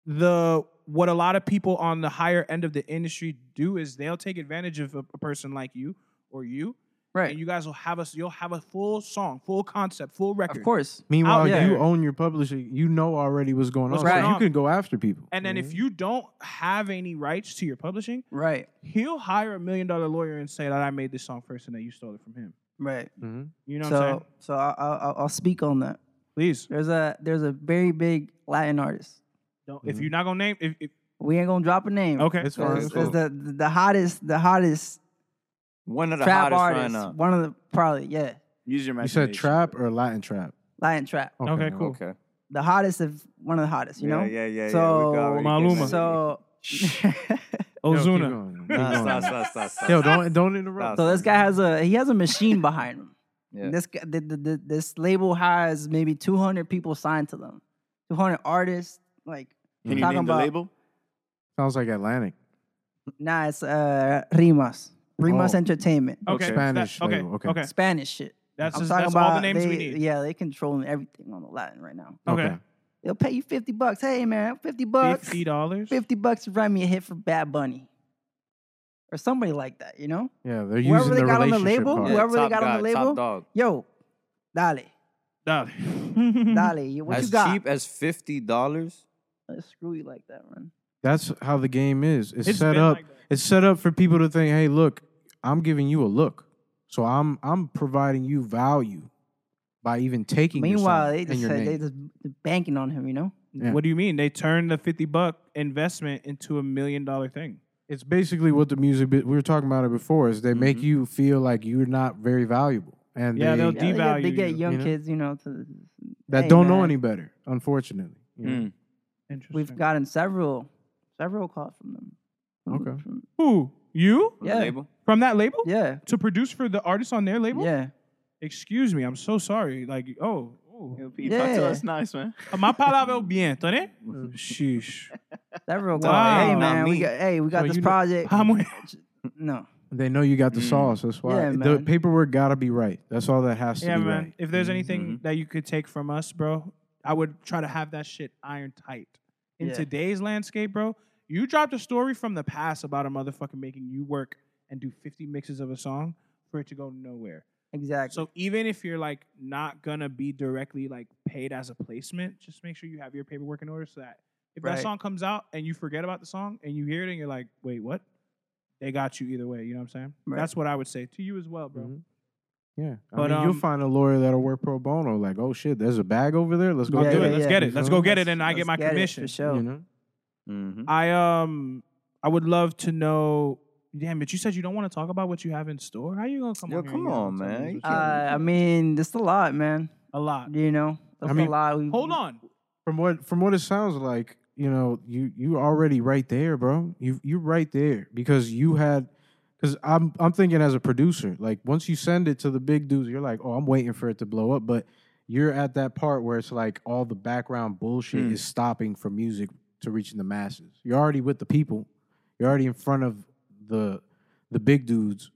S1: the what a lot of people on the higher end of the industry do is they'll take advantage of a, a person like you or you,
S7: Right.
S1: and you guys will have us. You'll have a full song, full concept, full record.
S7: Of course.
S2: Meanwhile,
S7: Out there.
S2: you own your publishing. You know already what's going
S1: Oh, What's
S2: on. so
S7: going
S2: you
S1: on.
S2: can go after people.
S1: And then
S2: know?
S3: Mm-hmm.
S7: Mm-hmm.
S1: if you don't have any rights to your publishing,
S7: Right.
S1: he'll hire a million dollar lawyer and say that I made this song first and that you stole it from him.
S7: Right.
S3: Mm-hmm.
S2: Mhm.
S1: You know what I'm saying?
S7: so so I'll, I'll I'll speak on that.
S1: Please
S7: There's a there's a very big Latin artist.
S1: don't. If
S7: Mm-hmm.
S1: you're not gonna name, if, if
S7: We ain't gonna drop a name.
S1: okay,
S2: It's fine.
S7: It's,
S2: It's cool.
S7: the the hottest the hottest
S3: One of the
S7: trap
S3: hottest
S7: artists.
S3: right now.
S7: One of the probably yeah
S4: Use your
S2: You
S4: imagination.
S2: said trap or Latin trap?
S7: Latin trap.
S1: Okay, cool.
S3: Okay.
S7: The hottest of one of the hottest. You know.
S3: Yeah, yeah, yeah.
S7: So-
S3: yeah. We
S1: Maluma.
S3: got-
S7: So
S2: Yo, keep
S1: Oh, Ozuna.
S2: going, keep
S3: Nah,
S2: going.
S3: stop, stop, stop, stop.
S2: Yo, don't don't interrupt.
S7: so this guy has a he has a machine behind him.
S3: Yeah.
S7: This g- the, the, the, this label has maybe 200 people signed to them, 200 artists. Like
S4: Can you
S7: talking
S4: name the
S7: about-
S4: label?
S2: Sounds like Atlantic.
S7: Nah, it's uh Rimas, Rimas
S2: Oh.
S7: Entertainment,
S1: okay, that-
S2: Spanish
S1: okay,
S2: label, okay.
S1: okay.
S7: Spanish shit.
S1: That's
S7: I'm
S1: just,
S7: talking
S1: that's
S7: about
S1: all the names
S7: they,
S1: we need.
S7: Yeah, they controlling everything on the Latin right now.
S1: Okay.
S7: They'll pay you 50 bucks. Hey man, 50 bucks.
S1: Fifty dollars.
S7: 50 bucks to write me a hit for Bad Bunny. Or somebody like that, you know?
S2: Yeah,
S7: Whoever
S2: they're using
S7: they
S2: the
S7: got on the
S2: relationship
S7: label,
S2: card.
S3: Yeah,
S7: whoever they
S3: top
S7: got on the
S3: guy,
S7: label.
S3: Top dog.
S7: Yo, dale,
S1: dollars. Mm-hmm.
S7: dale, you- what
S3: as
S7: you got?
S3: cheap as fifty dollars.
S7: Let's screw you like that, man.
S2: That's how the game is. It's,
S1: It's
S2: set
S1: been
S2: up.
S1: like that.
S2: it's set up for people to think, "Hey, look, I'm giving you a look, so I'm I'm providing you value by even taking." your
S7: Meanwhile,
S2: song
S7: they
S2: and
S7: just
S2: your
S7: said,
S2: name."
S7: they just they're banking on him, you know?
S2: Yeah.
S1: What do you mean? They turned the fifty buck investment into a million dollar thing.
S2: it's basically what the music bi- we were talking about it before is they make you feel like you're not very valuable, and
S1: Mm-hmm. Yeah,
S2: they,
S1: they'll
S7: Yeah, they, get, they
S1: Devalue
S7: get
S1: you,
S7: young
S2: you know?
S7: kids, you know, to
S2: that
S7: hey,
S2: don't know
S7: man,
S2: any better. Unfortunately, you know?
S4: Mm.
S1: Interesting.
S7: We've gotten several, several calls from them. From-
S2: Okay.
S7: from-
S1: who you
S3: from the
S7: Yeah.
S3: Label.
S1: from that label
S7: yeah.
S1: to produce for the artists on their label.
S7: Yeah.
S1: Excuse me, I'm so sorry. Like, oh, oh.
S4: LP, Talk to
S7: Yeah.
S4: us nice, man.
S1: My palabra es bien, ¿entendés? Sheesh.
S7: Mm, Several calls.
S1: Wow.
S7: Hey,
S1: Not
S7: man, we
S3: me.
S7: got, hey, we got
S2: So
S7: this
S2: you know-
S7: project.
S1: Vamos.
S7: no.
S2: They know you got the
S4: Mm.
S2: sauce. That's why
S7: Yeah,
S2: the
S7: man.
S2: paperwork gotta be right. That's all that has to
S1: Yeah,
S2: be
S1: man.
S2: right.
S1: If there's anything
S7: Mm-hmm.
S1: that you could take from us, bro, I would try to have that shit iron tight. In
S7: Yeah.
S1: today's landscape, bro, you dropped a story from the past about a motherfucker making you work and do 50 mixes of a song for it to go nowhere.
S7: Exactly.
S1: So even if you're like not gonna be directly like paid as a placement, just make sure you have your paperwork in order so that if
S7: Right.
S1: that song comes out and you forget about the song and you hear it and you're like, wait, what? They got you either way. You know what I'm saying?
S7: Right.
S1: That's what I would say to you as well, bro.
S2: Mhm. Yeah,
S1: But,
S2: but you'll
S1: um,
S2: find a lawyer that'll work pro bono. Like, oh shit, there's a bag over there. Let's go
S7: Yeah,
S1: Do
S2: get
S1: it.
S2: it.
S1: Let's
S7: yeah.
S1: get
S2: You
S1: it. Let's
S2: feel
S1: go
S2: me?
S1: get it, and I get
S7: Let's
S1: my
S7: it,
S1: commission.
S7: for sure.
S2: You know?
S3: Mm-hmm.
S1: I um, I would love to know. Damn, but you said you don't want to talk about what you have in store. How you gonna come
S3: Yo,
S1: on? here
S3: come
S1: and
S3: on,
S1: tell me
S3: man.
S1: what's
S7: Uh,
S1: up?
S7: I mean, it's a lot, man.
S1: a lot.
S7: You know, it's
S2: mean,
S7: a lot. We,
S1: Hold on.
S2: From what from what it sounds like, you know, you you already right there, bro. You you right there because you had because I'm I'm thinking as a producer, like once you send it to the big dudes, you're like, oh, I'm waiting for it to blow up, but you're at that part where it's like all the background bullshit
S4: Mm.
S2: is stopping from music to reaching the masses. You're already with the people. You're already in front of the the big dudes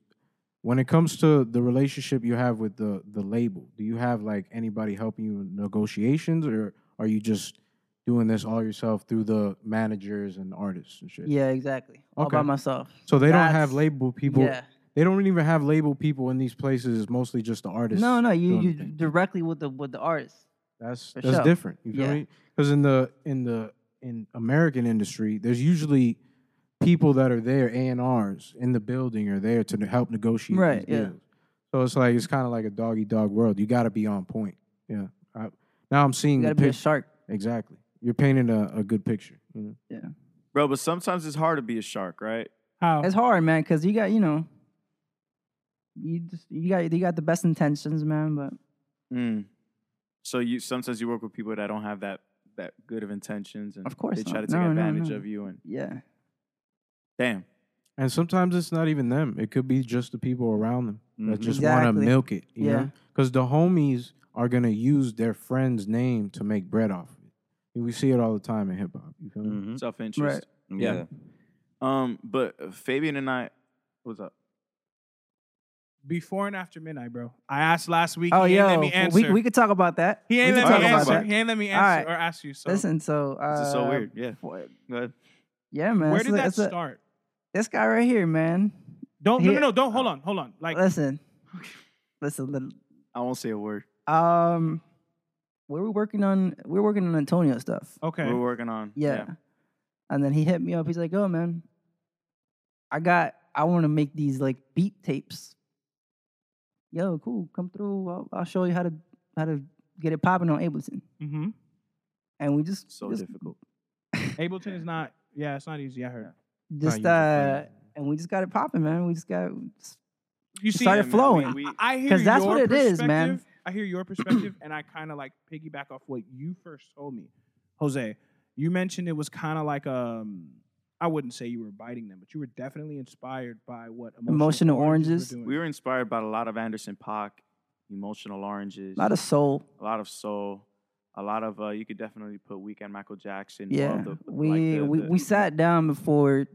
S2: when it comes to the relationship you have with the the label do you have like anybody helping you in negotiations or are you just doing this all yourself through the managers and artists and shit
S7: Yeah, exactly. All by
S2: Okay.
S7: myself.
S2: so they don't have
S7: That's-
S2: label people
S7: Yeah.
S2: they don't even have label people in these places it's mostly just the artists
S7: No, no, you
S2: doing
S7: you
S2: the thing.
S7: directly with the with the artist.
S2: that's
S7: for
S2: that's
S7: sure.
S2: different you feel
S7: Yeah.
S2: me because in the in the in american industry there's usually people that are there, A and R's in the building, are there to help negotiate.
S7: Right,
S2: these
S7: yeah.
S2: deals. So it's like it's kind of like a dog eat dog world. You got to be on point. Yeah. I, now I'm seeing
S7: You
S2: the
S7: gotta be a
S2: picture.
S7: shark.
S2: Exactly. You're painting a, a good picture. you know?
S4: Bro, but sometimes it's hard to be a shark, right?
S1: How?
S7: It's hard, man, because you got you know, you just you got you got the best intentions, man. But
S4: Mm. So you sometimes you work with people that don't have that that good of intentions, and
S7: Of course
S4: they try
S7: not.
S4: to take
S7: No, no,
S4: advantage
S7: no.
S4: of you. And
S7: yeah,
S4: damn,
S2: And sometimes it's not even them. It could be just the people around them that
S4: Mhm.
S2: just want
S7: Exactly.
S2: to milk it. You
S7: Yeah.
S2: yeah. Because the homies are gonna use their friend's name to make bread off of it. We see it all the time in hip hop. You feel me?
S3: Mhm.
S4: self interest. Yeah.
S3: Yeah.
S4: Um, but uh, Fabian and I, what's up?
S1: Before and after midnight, bro. I asked last week.
S7: Oh,
S1: he ain't
S7: yeah,
S1: let me answer.
S7: we we could talk about that.
S1: he ain't
S7: we
S1: let
S7: could
S1: me
S4: talk about
S1: answer.
S4: that.
S1: He ain't let me
S7: All
S1: answer
S7: right.
S1: or ask you. So
S7: Listen, so uh,
S4: This is so weird. Yeah.
S7: for-
S4: Go ahead.
S7: yeah, man.
S1: where
S7: it's
S1: did
S7: a-
S1: that
S7: it's a-
S1: start?
S7: this guy right here, man.
S1: Don't no
S7: here-
S1: no no. Don't hold on. Hold on. Like
S7: Listen, listen. little-
S4: I won't say a word.
S7: Um, we were working on we were working on Antonio stuff.
S1: okay.
S4: We're working on.
S7: Yeah. And then he hit me up. He's like, "Oh man, I got. I want to make these like beat tapes. Yo, cool. Come through. I'll, I'll show you how to how to get it popping on Ableton."
S1: Mm-hmm.
S7: And we just
S4: So
S7: just,
S4: difficult.
S1: Ableton is not. Yeah, it's not easy. I heard.
S7: just
S2: user
S7: uh,
S2: friendly.
S7: and we just got it popping, man. We just got
S1: You see,
S7: started
S4: man, we-
S7: flowing.
S4: we-
S1: I- I hear
S7: 'Cause that's
S1: your
S7: what it is, man.
S1: perspective. I hear your perspective, and I kind of like piggyback off what you first told me, Jose. You mentioned it was kind of like um, I wouldn't say you were biting them, but you were definitely inspired by what
S7: Emotional Oranges.
S1: were doing.
S4: We were inspired by a lot of Anderson Paak, emotional oranges,
S7: a lot of soul.
S4: a lot of soul, a lot of uh, you could definitely put Weekend Michael Jackson. all
S7: Yeah,
S4: the- like
S7: we
S4: the-
S7: we
S4: the-
S7: we sat down before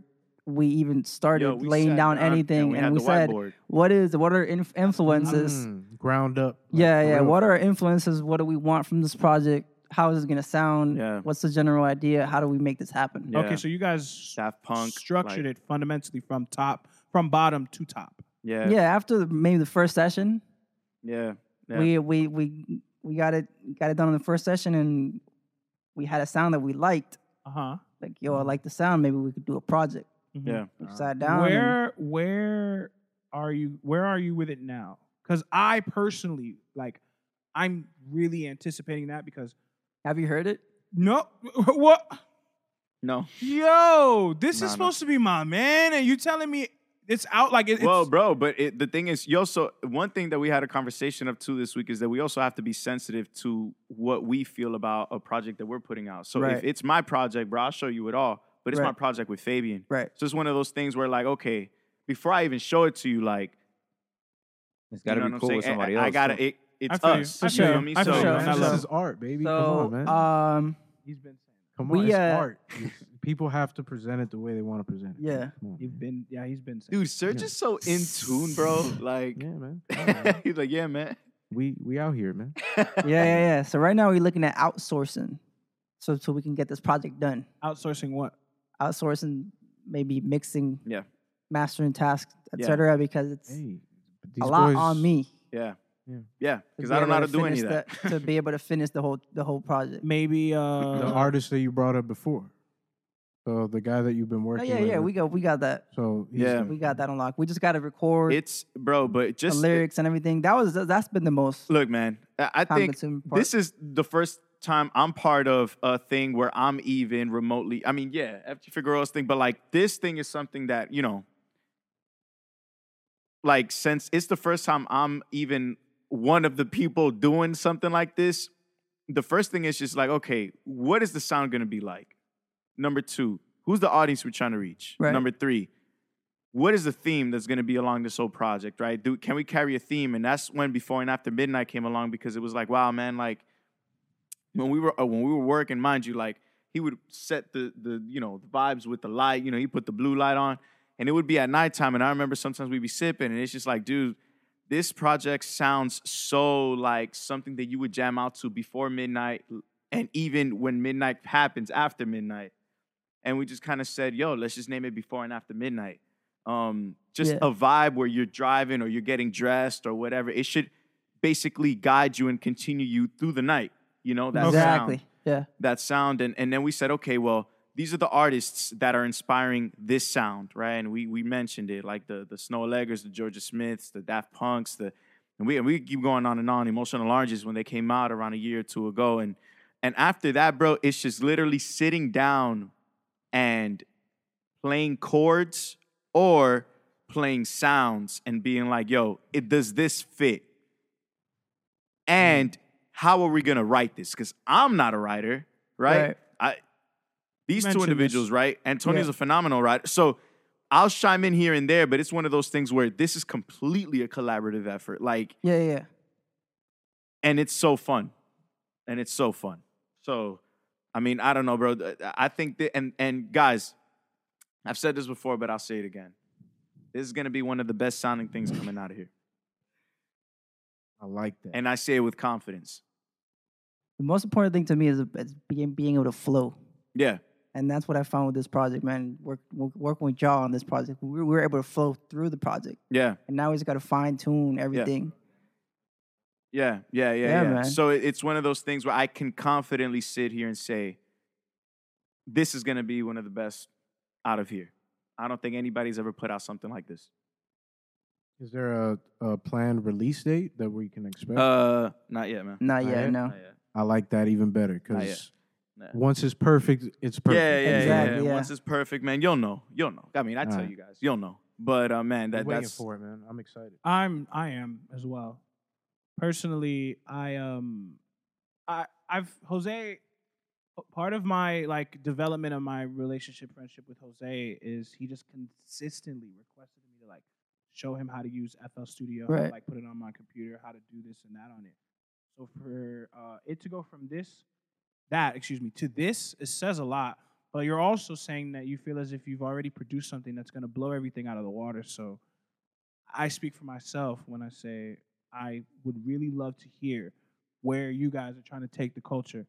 S7: we even started
S4: Yo, we
S7: laying
S4: sat
S7: down
S4: and
S7: anything, and
S4: had
S7: we
S4: the
S7: said,
S4: whiteboard. Mm-hmm.
S7: "What is what are inf- influences?"
S2: Mm, ground up. like,
S7: Yeah,
S2: for
S7: yeah.
S2: real.
S7: What are our influences? What do we want from this project? How is it gonna sound?
S4: Yeah.
S7: What's the general idea? How do we make this happen?
S4: Yeah.
S1: Okay, so you guys
S4: Daft Punk
S1: structured
S4: like-
S1: it fundamentally from top, from bottom to top.
S4: Yeah,
S7: Yeah. after the, maybe the first session,
S4: yeah, yeah.
S7: we we we we got it got it done on the first session, and we had a sound that we liked.
S1: Uh huh.
S7: Like, yo, I like the sound. Maybe we could do a project.
S4: yeah.
S7: We sat down. and-
S1: Mm-hmm. Where where are you where are you with it now? Cuz I personally like I'm really anticipating that because
S7: have you heard it?
S1: no what
S4: No,
S1: yo, this
S4: Nah, nah.
S1: is supposed to be my man and you telling me it's out like it, it's
S4: well, bro, but it, the thing is, yo. So one thing that we had a conversation of too this week is that we also have to be sensitive to what we feel about a project that we're putting out. So if
S7: Right.
S4: it's my project, bro, I'll show you it all. But it's my
S7: Right.
S4: project with Fabian.
S7: Right.
S4: So it's one of those things where like, okay, before I even show it to you, like,
S3: It's
S4: you
S3: gotta
S4: know
S3: be
S4: what
S3: cool
S4: I'm
S3: with
S4: saying? I-
S3: somebody
S4: I,
S3: else.
S4: I gotta.
S3: too.
S4: It, it's
S1: feel you.
S4: us.
S1: I
S4: you
S1: feel
S4: know
S1: you.
S4: what I mean?
S1: I
S4: so
S1: feel you.
S4: man,
S1: I
S2: this
S1: love
S2: is art, baby. Come
S7: So,
S2: on, man.
S7: um,
S1: he's been saying that.
S2: Come on,
S7: we,
S2: it's
S7: uh,
S2: art. It's- people have to present it the way they want to present it.
S7: Yeah.
S2: Come on,
S1: You've been yeah, he's been saying
S4: dude, Serge
S2: Yeah.
S4: is so in tune, bro. Like,
S2: yeah, man. Come on, man.
S4: he's like, yeah, man.
S2: we we out here, man.
S7: yeah, yeah, yeah. So right now we're looking at outsourcing, so so we can get this project done.
S1: outsourcing what?
S7: outsourcing maybe mixing
S4: Yeah.
S7: mastering tasks
S4: Yeah.
S7: etc because it's
S2: Hey,
S7: a
S2: these
S7: lot
S2: boys-
S7: on me
S4: Yeah.
S2: Yeah.
S4: Yeah.
S7: to
S4: Because
S7: be
S4: I don't know how
S7: able
S4: to do any of
S7: finish
S4: that.
S7: the- to be able to finish the whole the whole project
S1: Maybe uh
S2: The artist that you brought up before. So the guy that you've been
S7: oh
S2: working.
S7: yeah
S2: with,
S7: yeah we got we got that
S2: So he's
S4: Yeah.
S2: the-
S7: we got that on lock we just got to record
S4: It's, bro, but
S7: the
S4: just
S7: lyrics and everything that was that's been the most
S4: look, man, I I
S7: time
S4: think
S7: consuming part
S4: this is the first time I'm part of a thing where I'm even remotely, I mean, yeah, FG Figueroa's thing, but like this thing is something that, you know, like since it's the first time I'm even one of the people doing something like this, the first thing is just like, okay, what is the sound gonna be like? Number two, who's the audience we're trying to reach?
S7: Right.
S4: Number three, what is the theme that's gonna be along this whole project, right? Do, can we carry a theme? And that's when Before and After Midnight came along because it was like, wow, man, like when we were uh, when we were working, mind you, like he would set the the you know the vibes with the light. You know, he put the blue light on, and it would be at nighttime. And I remember sometimes we'd be sipping, and it's just like, dude, this project sounds so like something that you would jam out to before midnight, and even when midnight happens after midnight. And we just kind of said, yo, let's just name it before and after midnight. Um, just
S7: Yeah.
S4: a vibe where you're driving or you're getting dressed or whatever. It should basically guide you and continue you through the night. You know that sound
S7: exactly yeah
S4: that sound and, and then we said okay well these are the artists that are inspiring this sound, right? And we we mentioned it, like the the Snow Leggers, the Georgia Smiths, the Daft Punks, the and we and we keep going on and on. Emotional Oranges when they came out around a year or two ago, and and after that, bro, it's just literally sitting down and playing chords or playing sounds and being like, yo, it does this fit? And how are we gonna write this? Because I'm not a writer, right?
S7: Right.
S4: I these two
S1: Mentioned this.
S4: individuals, right? Antonio's
S7: Yeah.
S4: a phenomenal writer. So I'll chime in here and there, but it's one of those things where this is completely a collaborative effort. Like,
S7: Yeah, yeah.
S4: and it's so fun. And it's so fun. So, I mean, I don't know, bro. I think that and and guys, I've said this before, but I'll say it again. This is gonna be one of the best sounding things coming out of here.
S2: I like that.
S4: And I say it with confidence.
S7: The most important thing to me is, is being being able to flow.
S4: Yeah.
S7: And that's what I found with this project, man. Work, work working with y'all on this project, we were, we were able to flow through the project,
S4: Yeah.
S7: and now we just got to fine tune everything.
S4: Yeah, yeah, yeah,
S7: Yeah,
S4: yeah.
S7: man.
S4: So it- it's one of those things where I can confidently sit here and say, this is going to be one of the best out of here. I don't think anybody's ever put out something like this.
S2: Is there a, a planned release date that we can expect?
S4: Uh, not yet, man.
S7: Not
S2: Not
S7: yet,
S2: yet?
S7: no.
S4: Not yet.
S2: I like that even better
S4: Not yet.
S2: because
S4: Nah.
S2: once it's perfect, it's perfect.
S4: Yeah, yeah, yeah,
S7: Exactly,
S4: yeah.
S7: yeah.
S4: Once it's perfect, man, you'll know. You'll know. I mean, I tell
S2: Alright.
S4: you guys, you'll know. But uh, man, that
S2: I'm waiting
S4: that's
S2: for it, man. I'm excited.
S1: I'm I am as well. Personally, I um I I've Jose part of my like development of my relationship friendship with Jose is he just consistently requested me to like show him how to use FL Studio, how to,
S7: Right.
S1: like put it on my computer, how to do this and that on it. So for uh, it to go from this that, excuse me, to this, it says a lot. But you're also saying that you feel as if you've already produced something that's going to blow everything out of the water. So I speak for myself when I say I would really love to hear where you guys are trying to take the culture.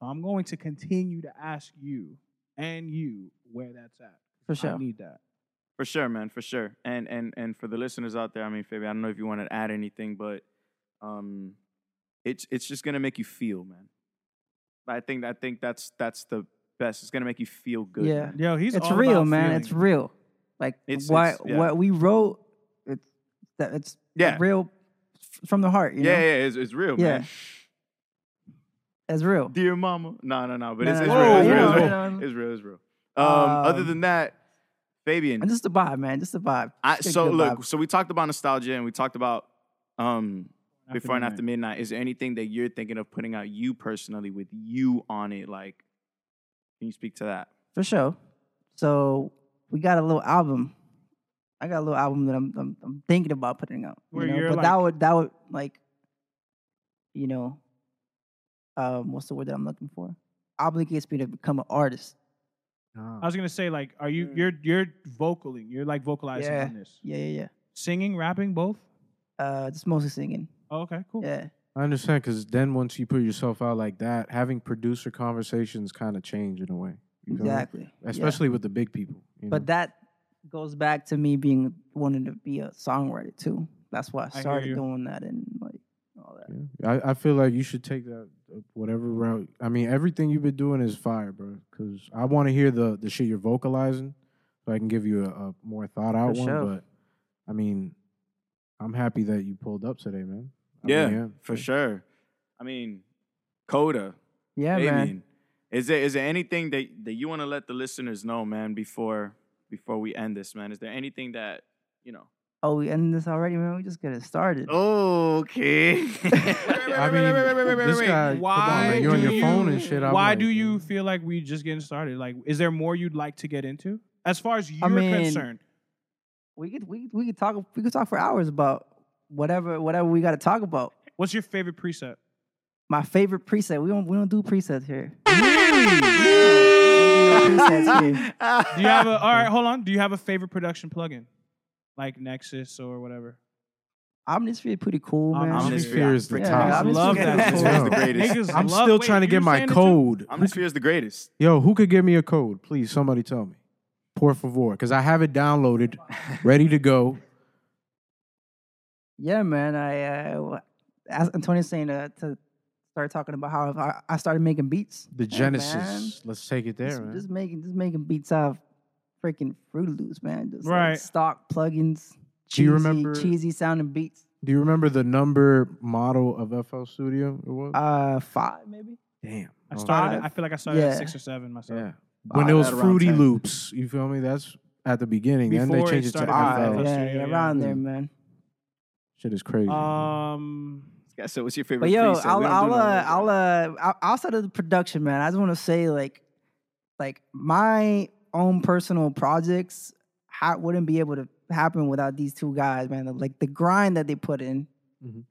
S1: So I'm going to continue to ask you and you where that's at.
S7: For sure.
S1: I need that.
S4: For sure, man, for sure. And and and for the listeners out there, I mean, Fabi, I don't know if you want to add anything, but um it's it's just gonna make you feel, man. I think I think that's that's the best. It's gonna make you feel good.
S7: Yeah.
S4: man.
S1: Yo, he's
S7: it's
S1: all
S7: real,
S1: about
S7: man.
S1: feeling.
S7: It's real. Like
S4: It's-
S7: what
S4: it's- yeah.
S7: what we wrote, it's that it's
S4: Yeah.
S7: real f- from the heart. You
S4: yeah,
S7: know?
S4: yeah, it's, it's real,
S7: Yeah.
S4: man.
S7: it's real.
S4: Dear mama. No, no, no. But
S7: No,
S4: it's,
S7: no,
S4: it's,
S7: no,
S4: real,
S7: no,
S4: it's,
S7: yeah,
S4: real, it's,
S7: you
S4: real,
S7: know.
S4: it's real. It's real. Um, other
S7: Um,
S4: than that, Fabian,
S7: And just the vibe, man. Just the vibe.
S4: I,
S7: Just a
S4: so
S7: good
S4: look,
S7: vibe.
S4: so we talked about nostalgia and we talked about um before and after midnight. Is there anything that you're thinking of putting out you personally with you on it? Like, can you speak to that?
S7: for sure. So we got a little album. I got a little album that I'm I'm, I'm thinking about putting out. You
S1: Where
S7: know?
S1: you're
S7: But that
S1: like-
S7: would that would like, you know, um, what's the word that I'm looking for? Obligates me to become an artist.
S2: Ah.
S1: I was gonna say like, are you
S7: Mm.
S1: you're you're vocaling? You're like vocalizing
S7: Yeah.
S1: on this,
S7: Yeah, yeah,
S1: singing, rapping, both.
S7: yeah. Uh, just mostly singing.
S1: Oh, okay, cool.
S7: Yeah,
S2: I understand because then once you put yourself out like that, having producer conversations kind of change in a way. You feel me?
S7: exactly. Yeah.
S2: Especially with the big people. you know?
S7: But that goes back to me being wanting to be a songwriter too. That's why
S1: hear
S7: I started
S1: you.
S7: doing that and like all that.
S2: Yeah. I, I feel like you should take that uh, whatever route. I mean, everything you've been doing is fire, bro. Because I want to hear the the shit you're vocalizing, so I can give you a, a more thought out
S7: For
S2: one.
S7: sure.
S2: But I mean, I'm happy that you pulled up today, man. I
S4: yeah,
S2: really am.
S4: for sure. I mean, Coda,
S7: Yeah, man.
S4: Fabian, is there is there anything that that you want to let the listeners know, man? Before before we end this, man, is there anything that you know?
S7: Oh, we ended this already, man. We just got it started.
S2: Oh.
S4: Okay.
S2: I mean, this guy, come on,
S1: Why
S2: man, you're on
S1: do
S2: your phone
S1: you-
S2: and shit. I'm
S1: Why
S2: like,
S1: do you
S2: mm.
S1: feel like we just getting started? Like, is there more you'd like to get into as far as you're
S7: mean,
S1: concerned?
S7: we could we could- we could talk we could talk for hours about whatever whatever we got to talk about.
S1: What's your favorite preset?
S7: My favorite preset. We don't we don't do presets here. We don't do presets here.
S1: Do you have a? all right, hold on. Do you have a favorite production plugin, like Nexus or whatever?
S7: Omnisphere pretty cool,
S1: Um,
S7: man.
S1: Omnisphere.
S2: Omnisphere is the
S7: Yeah,
S2: top.
S7: Omnisphere
S1: love
S7: is
S1: that.
S7: cool.
S4: Omnisphere is the
S2: Yeah.
S4: greatest.
S1: Niggas
S2: I'm
S1: love-
S2: still
S1: wait,
S2: trying to
S1: you
S2: get my
S1: saying it too?
S2: code.
S4: Omnisphere is the greatest.
S2: Yo, who could give me a code, please? Somebody tell me. Por favor, because I have it downloaded, ready to go.
S7: Yeah, man. I uh, as Antonio's saying uh, to started talking about how I- I started making beats.
S2: The
S7: Yeah,
S2: genesis.
S7: man.
S2: Let's take it there,
S7: just,
S2: man.
S7: just making just making beats off freaking Fruity Loops, man. Just like,
S1: Right.
S7: stock plugins.
S2: Do
S7: Cheesy,
S2: you remember-
S7: cheesy sounding beats?
S2: Do you remember the number model of FL Studio it was?
S7: Uh, five maybe.
S2: Damn.
S1: I
S2: Oh,
S1: started. I
S7: Five?
S1: feel like I started at
S7: Yeah.
S1: six or seven myself.
S2: Yeah.
S4: Wow,
S2: when it was
S4: right around
S2: Fruity
S4: 10.
S2: Loops, you feel me? That's at the beginning. then
S1: Before
S2: they
S1: it
S2: changed it, to
S1: started
S2: FL.
S1: FL. Studio,
S7: yeah, yeah,
S1: yeah.
S7: around there,
S2: Hmm.
S7: man.
S2: Shit is crazy.
S1: Um,
S4: Yeah, so what's your favorite?
S7: But yo,
S4: preset? We
S7: I'll
S4: don't do
S7: I'll,
S4: no
S7: uh,
S4: rules,
S7: I'll
S4: right?
S7: uh I'll- outside of the production, man, I just want to say like like my own personal projects ha- wouldn't be able to happen without these two guys, man. Like the grind that they put in
S2: Mhm.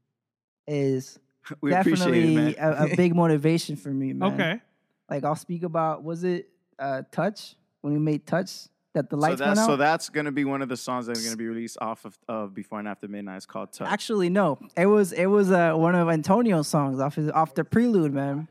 S7: is
S4: Mm-hmm. we appreciate it,
S7: definitely
S4: man.
S7: a, a big motivation for me, man.
S1: okay.
S7: Like I'll speak about was it uh touch when we made touch that the
S4: so
S7: lights went
S4: that's
S7: out.
S4: so that's gonna be one of the songs that's gonna be released off of, of Before and After Midnight. It's called Touch.
S7: Actually, no. It was it was uh, one of Antonio's songs off his off the prelude, man.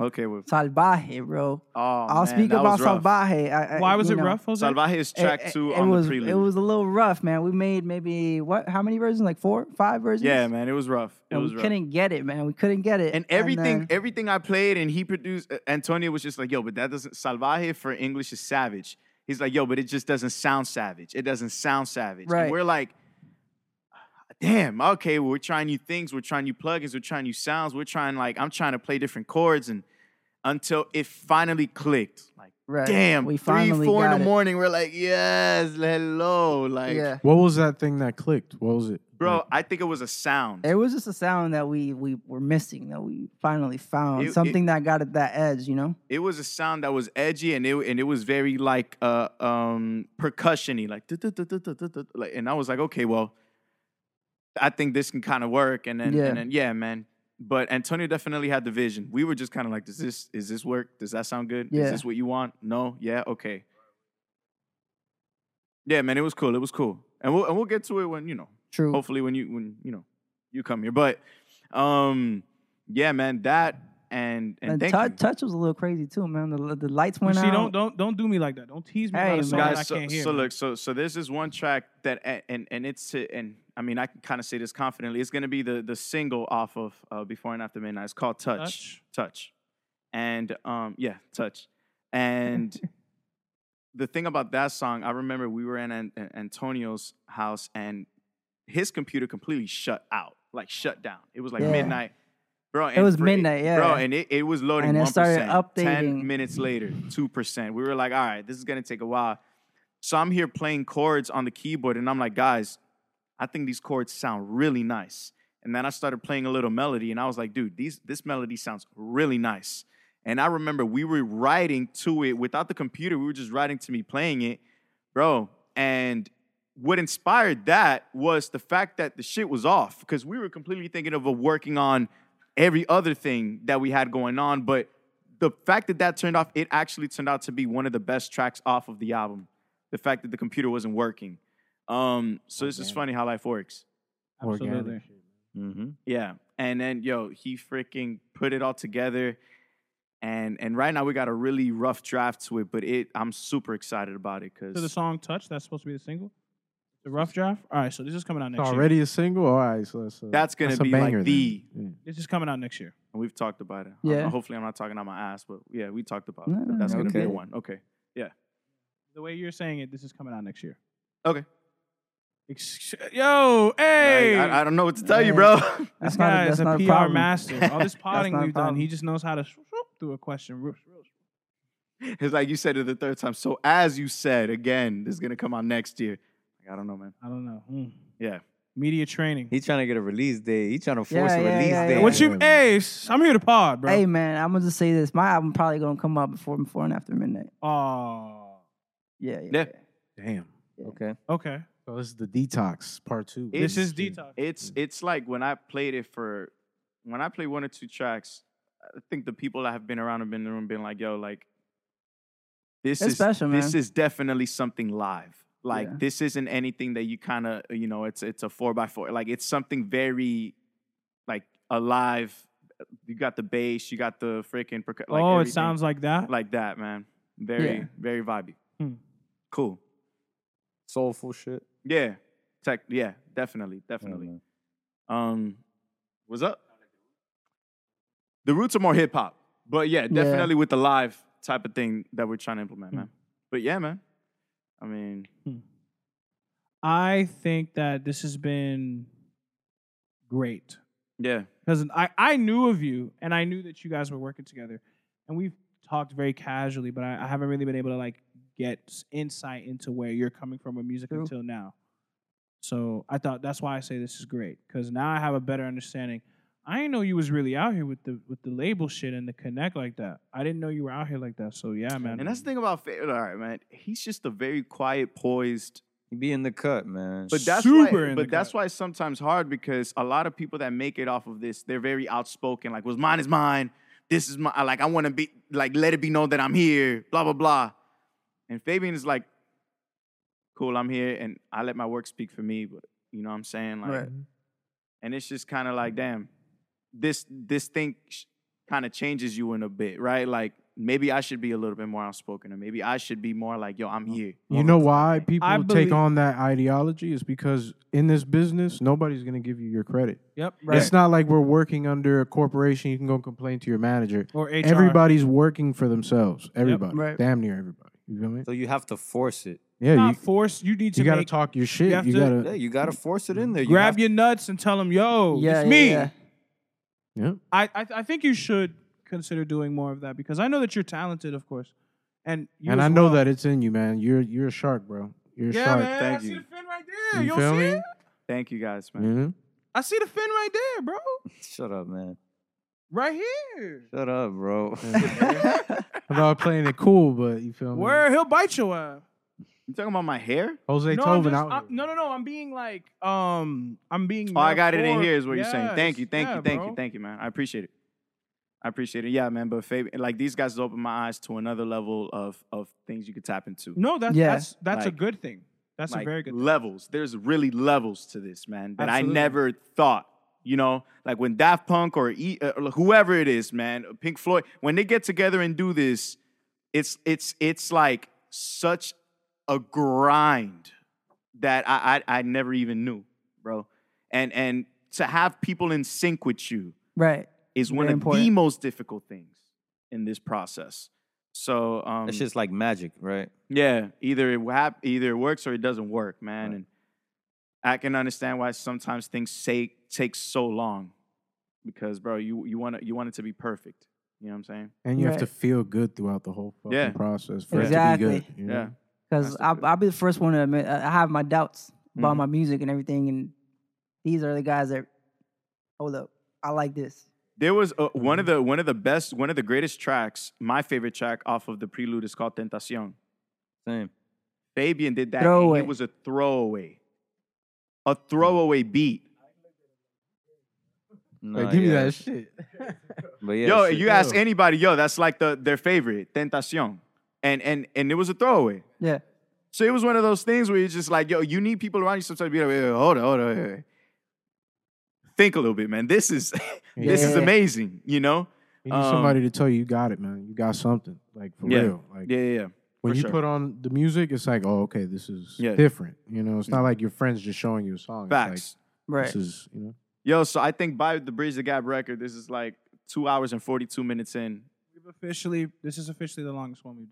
S4: okay, well,
S7: Salvaje, bro.
S4: oh
S7: I'll
S4: man,
S7: speak
S4: that
S7: about
S4: was rough.
S7: Salvaje. I, I-
S1: Why was
S7: Uh, you
S1: it
S7: know,
S1: rough, Jose?
S4: Salvaje is
S7: it-
S4: track
S7: it-
S4: two
S7: it
S4: on
S7: was,
S4: the prelude.
S7: It was a little rough, man. We made maybe what? How many versions? Like four, five versions?
S4: yeah, man, it was rough. It
S7: And
S4: was
S7: we
S4: rough.
S7: couldn't get it, man. We couldn't get it.
S4: And everything,
S7: then-
S4: everything I played and he produced, uh, Antonio was just like, yo, but that doesn't, salvaje for English is savage. He's like, yo, but it just doesn't sound savage. It doesn't sound savage. And
S7: Right.
S4: we're like, damn, okay, well, we're trying new things. We're trying new plugins. We're trying new sounds. We're trying, like, I'm trying to play different chords. And until it finally clicked, like,
S7: right,
S4: damn,
S7: we
S4: three,
S7: finally
S4: four in
S7: got
S4: the
S7: it.
S4: morning, we're like, yes, hello. Like,
S7: Yeah,
S2: what was that thing that clicked? What was it?
S4: bro,
S2: Like,
S4: I think it was a sound.
S7: it was just a sound that we we were missing that we finally found
S4: It- it-
S7: something that got at that edge, you know?
S4: it was a sound that was edgy and it and it was very like uh um percussiony like duh, duh, duh, duh, duh, duh, duh, like and I was like okay well I think this can kind of work and then
S7: Yeah.
S4: and then yeah man but Antonio definitely had the vision we were just kind of like does this is this work does that sound good
S7: Yeah.
S4: is this what you want no yeah okay yeah man it was cool it was cool and we'll and we'll get to it when you know
S7: True.
S4: hopefully when you when you know you come here but um yeah man that and and,
S7: and
S4: thank
S7: touch,
S4: you.
S7: touch was a little crazy too, man. The, the lights
S1: You
S7: went
S1: see,
S7: out.
S1: don't don't don't do me like that. Don't tease me
S7: Hey,
S1: about a
S7: man.
S1: song that I
S4: guys so,
S1: can't hear.
S4: so
S1: man.
S4: look so so there's this one track that a- and and it's to, and i mean i can kind of say this confidently it's going to be the the single off of uh, before and after midnight it's called touch touch,
S1: Touch.
S4: and um yeah touch and the thing about that song i remember we were in An- An- antonio's house and his computer completely shut out like shut down it was like
S7: Yeah.
S4: midnight Bro,
S7: was midnight,
S4: Bro,
S7: yeah.
S4: and it, it was loading.
S7: And it
S4: 1%,
S7: started updating.
S4: Ten minutes later, two percent. We were like, all right, this is gonna take a while. So I'm here playing chords on the keyboard, and I'm like, guys, I think these chords sound really nice. And then I started playing a little melody, and I was like, dude, these this melody sounds really nice. And I remember we were writing to it without the computer. We were just writing to me playing it, bro. And what inspired that was the fact that the shit was off because we were completely thinking of uh, working on every other thing that we had going on. But the fact that that turned off, it actually turned out to be one of the best tracks off of the album. The fact that the computer wasn't working. Um, so it's just funny how life works.
S2: organic
S1: Absolutely.
S2: shit.
S3: Mm-hmm.
S4: Yeah. And then yo, he freaking put it all together. And and right now we got a really rough draft to it, but it I'm super excited about it
S1: To the
S4: because
S1: song "Touch" that's supposed to be the single. The rough draft. All right, so this is coming out
S2: It's
S1: next year.
S2: already a single? All right. So that's, a,
S4: That's gonna
S2: a
S4: be like
S2: banger then.
S4: the-
S2: Yeah.
S1: This is coming out next year.
S4: we've talked about it. I'm-
S7: Yeah.
S4: hopefully I'm not talking out my ass, but yeah, we talked about
S7: No,
S4: it. But that's
S7: no,
S4: gonna be
S3: okay.
S4: the one. Okay.
S1: The way you're saying it, this is coming out next year.
S4: Okay.
S1: Ex- Yo, hey,
S4: I, I don't know what to tell you,
S7: Hey.
S4: bro.
S1: this
S7: not a-
S1: guy is
S7: that's
S1: a,
S7: not a
S1: PR
S7: problem.
S1: master. All this potting
S7: not a
S1: we've done,
S7: problem.
S1: he just knows how to swoop through a question. Whoosh, whoosh.
S4: it's like you said it the third time. So as you said again, this is gonna come out next year. Like, I don't know, man.
S1: I don't know. Hmm.
S4: Yeah.
S1: Media training.
S3: He trying to get a release date. He trying to force
S7: Yeah,
S3: a
S7: yeah,
S3: release
S7: yeah,
S3: date.
S7: yeah.
S1: What you? Hey, s- I'm here to pod, bro.
S7: Hey man, I'm gonna just say this. My album probably gonna come out before before and after midnight.
S1: Oh,
S7: Yeah, yeah.
S4: Yeah.
S7: yeah.
S2: Damn.
S3: Okay.
S1: okay.
S2: So this is the detox part two.
S1: This is
S2: Shit.
S1: detox.
S4: It's
S7: Mm.
S4: it's like when I played it for when I play one or two tracks, I think the people that have been around have been in the room been like, yo, like this
S7: It's
S4: is
S7: special,
S4: this
S7: man.
S4: is definitely something live. Like
S7: Yeah.
S4: this isn't anything that you kind of you know it's it's a four by four. Like it's something very like alive. You got the bass, you got the freaking percu- like
S1: oh,
S4: everything
S1: it sounds like that.
S4: like that, man. Very
S7: Yeah.
S4: very vibey.
S1: Hmm.
S4: Cool.
S3: Soulful shit.
S4: Yeah. Tech. Yeah. Definitely.
S3: I don't
S4: Definitely.
S3: know.
S4: Um, what's up? The roots are more hip hop, but yeah,
S7: Yeah.
S4: definitely with the live type of thing that we're trying to implement, man. But yeah, man. I mean,
S1: Hmm. I think that this has been great
S4: yeah,
S1: because I, I knew of you and I knew that you guys were working together, and we've talked very casually, but I, I haven't really been able to like get s- insight into where you're coming from with music
S7: True.
S1: until now. So I thought that's why I say this is great because now I have a better understanding. I didn't know you was really out here with the with the label shit and the connect like that. I didn't know you were out here like that. So yeah, man.
S4: and that's the thing about Fade. All right, man. He's just a very quiet, poised.
S3: You be in the cut, man.
S4: But that's
S1: Super
S4: why.
S1: in
S4: But
S1: the
S4: that's
S1: cut.
S4: why it's sometimes hard because a lot of people that make it off of this, they're very outspoken. Like, "Was mine is mine. This is my like. I want to be like. Let it be known that I'm here. Blah blah blah." And Fabian is like, "Cool, I'm here, and I let my work speak for me." But you know what I'm saying? Like,
S7: Right.
S4: and it's just kind of like damn this this thing kind of changes you in a bit right like maybe i should be a little bit more outspoken or maybe i should be more like yo i'm here
S2: You know why people
S1: I
S2: take
S1: believe-
S2: on that ideology is because in this business, nobody's going to give you your credit.
S1: yep.
S2: It's not like we're working under a corporation. You can go complain to your manager.
S1: Or HR.
S2: Everybody's working for themselves. Everybody,
S7: Right.
S2: damn near everybody. You feel me?
S3: so you have to force it.
S2: Yeah,
S1: not
S2: you,
S1: forced. You need to
S2: you got to
S1: make-
S2: talk your shit.
S1: you have
S2: You,
S1: to-
S2: got
S3: Yeah,
S2: to.
S3: you gotta force it in there. You
S1: grab
S3: have
S1: your nuts and tell them, "Yo,
S7: Yeah,
S1: it's
S7: yeah,
S1: me."
S7: yeah.
S2: Yeah.
S1: I, I I think you should consider doing more of that because I know that you're talented, of course, and you
S2: And
S1: as
S2: I know
S1: well.
S2: that it's in you, man. You're you're a shark, bro. You're a
S1: Yeah,
S2: shark.
S1: man.
S4: thank
S1: I see
S4: you.
S1: the fin right there. You,
S2: You
S1: don't
S2: feel
S1: see
S2: me?
S1: it?
S4: thank you guys man
S2: Mhm.
S1: I see the fin right there, bro.
S3: Shut up, man.
S1: Right here.
S3: Shut up, bro.
S2: about playing it cool, but you feel me?
S1: Where he'll bite your ass.
S4: you talking about my hair
S2: Jose
S1: no, I'm
S2: Tovin
S1: just-
S2: out.
S1: I'm-
S2: here.
S1: no, no, no. I'm being like, um, I'm being.
S4: oh i got it in
S1: metaphor-
S4: here is what you're saying thank
S1: Yes.
S4: you thank
S1: Yeah,
S4: you thank
S1: bro.
S4: you thank you man i appreciate it i appreciate it yeah man but Fabi- like these guys opened my eyes to another level of of things you could tap into
S1: No, that's
S7: Yeah.
S1: that's that's a
S4: Like-
S1: good thing. That's a
S4: like,
S1: very good. Thing.
S4: levels. There's really levels to this, man, that
S1: Absolutely.
S4: I never thought. You know, like when Daft Punk or, e, uh, or whoever it is, man, Pink Floyd, when they get together and do this, it's it's it's like such a grind that I I, I never even knew, bro. And and to have people in sync with you,
S7: Right.
S4: is one
S7: Very
S4: of the
S7: important.
S4: most difficult things in this process. So um,
S3: That's just like magic, right?
S4: yeah, either it hap- either it works or it doesn't work, man. And I can understand why sometimes things say, take so long because, bro, you you want it, you want it to be perfect. You know what I'm saying?
S2: And you have to
S7: Right.
S2: feel good throughout the whole fucking
S4: Yeah.
S2: process for it to be
S7: Exactly.
S2: good. you know?
S4: Yeah.
S7: Because
S4: That's
S7: I'll,
S4: good.
S7: I'll be the first one to admit I I have my doubts about
S4: Mhm.
S7: my music and everything, and these are the guys that hold up. I like this.
S4: There was uh one of the one of the best, one of the greatest tracks. My favorite track off of the prelude is called Tentacion.
S3: Same.
S4: Fabian did that. And
S7: Throwaway.
S4: it was a throwaway, a throwaway beat.
S3: No,
S2: Like, give me
S3: yeah.
S2: that shit.
S3: But yeah,
S4: yo,
S3: shit.
S4: you ask anybody, yo, that's like the their favorite Tentacion, and and and it was a throwaway.
S7: Yeah.
S4: So it was one of those things where you're just like, yo, you need people around you sometimes to be like, wait, wait, hold on, hold on, wait, wait. think a little bit, man. This is this is
S7: Yeah.
S4: amazing, you know?
S2: You need
S4: Um,
S2: somebody to tell you you got it, man. You got something. Like for
S4: Yeah.
S2: real. Like
S4: Yeah, yeah, yeah.
S2: when
S4: for
S2: you
S4: sure.
S2: put on the music, it's like, oh, okay, this is
S4: Yeah. Mm.
S2: different. You know, it's not like your friends just showing you a song. It's like,
S4: Facts.
S7: Right.
S2: This is, you know.
S4: Yo, so I think by the Bridge the Gap record, this is like two hours and forty two minutes in.
S1: We've officially, this is officially the longest one we've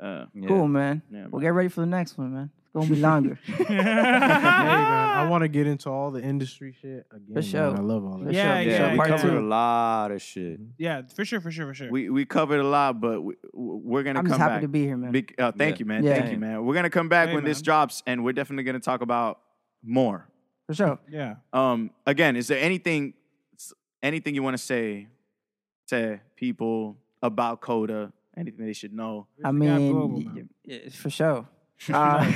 S4: Uh,
S3: Yeah.
S7: Cool, man.
S4: Yeah,
S7: Well, get ready for the next one, man. It's gonna be longer.
S2: Hey,
S1: done.
S2: man, I want to get into all the industry shit again. man.
S7: sure.
S2: I love all that.
S7: For
S2: shit.
S1: Yeah,
S7: sure,
S1: yeah,
S7: for
S3: Yeah,
S7: sure.
S1: yeah.
S3: we
S7: Part
S3: covered
S7: two.
S3: a lot of shit.
S1: Yeah, for sure, for sure, for sure.
S4: we we covered a lot, but we, we're gonna
S7: I'm
S4: come
S7: just happy
S4: back.
S7: to be here, man.
S4: Bec- uh, thank
S3: Yeah.
S4: you, man.
S7: Yeah.
S4: Thank you, man. We're gonna come back
S1: Hey,
S4: when this
S1: man.
S4: drops, and we're definitely gonna talk about more.
S7: For sure.
S1: yeah.
S4: Um, again, is there anything s- anything you want to say to people about Coda? Anything they should know?
S1: Bridge
S7: I
S1: the Gap
S7: mean,
S1: Global,
S7: y-
S1: man.
S7: y- y- for sure. Uh,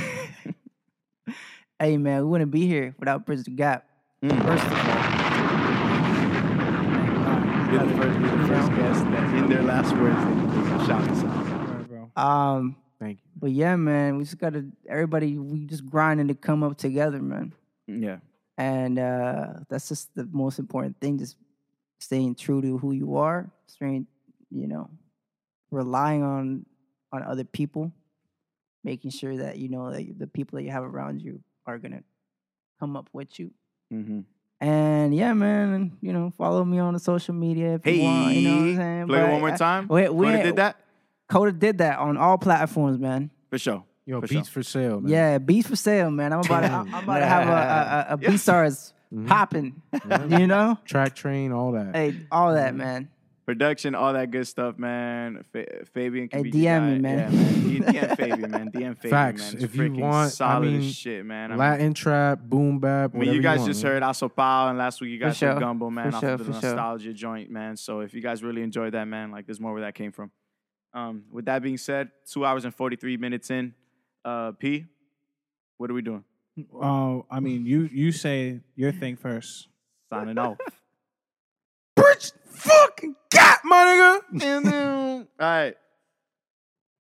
S7: hey, man, we wouldn't be here without Bridge the Gap.
S4: Mm.
S7: First of all,
S4: You're the first, you're the first guest that in their last words they shout us out.
S1: Alright, bro.
S7: um,
S2: Thank you.
S7: but yeah, man, we just gotta everybody. We just grinding to come up together, man.
S4: Yeah,
S7: And uh, that's just the most important thing. Just staying true to who you are, staying, you know, relying on on other people, making sure that you know that you- the people that you have around you are gonna come up with you.
S4: hmm
S7: And yeah, man, and, you know, follow me on the social media if you want. You know what I'm saying?
S4: play
S7: But
S4: it one more
S7: I-
S4: time.
S7: Wait, we
S4: Coda
S7: ain't-
S4: did that
S7: Coda did that on all platforms, man.
S4: for sure.
S2: Yo,
S4: For
S2: beats for sale, man.
S7: Yeah, beats for sale, man. I'm about to, I'm I'm about to have a, a, a, a
S4: Yeah.
S7: beat stars popping. You know,
S2: Track train, all that.
S7: hey, all that, man.
S4: Production, all that good stuff, man. Fa- Fabian can
S7: Hey,
S4: be
S7: DM me,
S4: your guy.
S7: man.
S4: Yeah, man. DM Fabian, man. DM Fabian,
S2: Facts.
S4: man. It's
S2: If you
S4: freaking
S2: want- I
S4: solid
S2: mean,
S4: as shit, man. I'm-
S2: Latin trap, boom bap.
S4: I mean, you guys just heard Aso Pao, and last week you guys
S7: sure.
S4: heard Gumbo, man,
S7: For
S4: off
S7: sure,
S4: of the
S7: for sure.
S4: nostalgia joint, man. So if you guys really enjoyed that, man, like there's more where that came from. Um, with that being said, two hours and 43 minutes in. Uh, P, what are we doing?
S1: Uh, I mean, you you say your thing first.
S4: Signing off.
S1: Fucking got my nigga.
S4: and then, all right.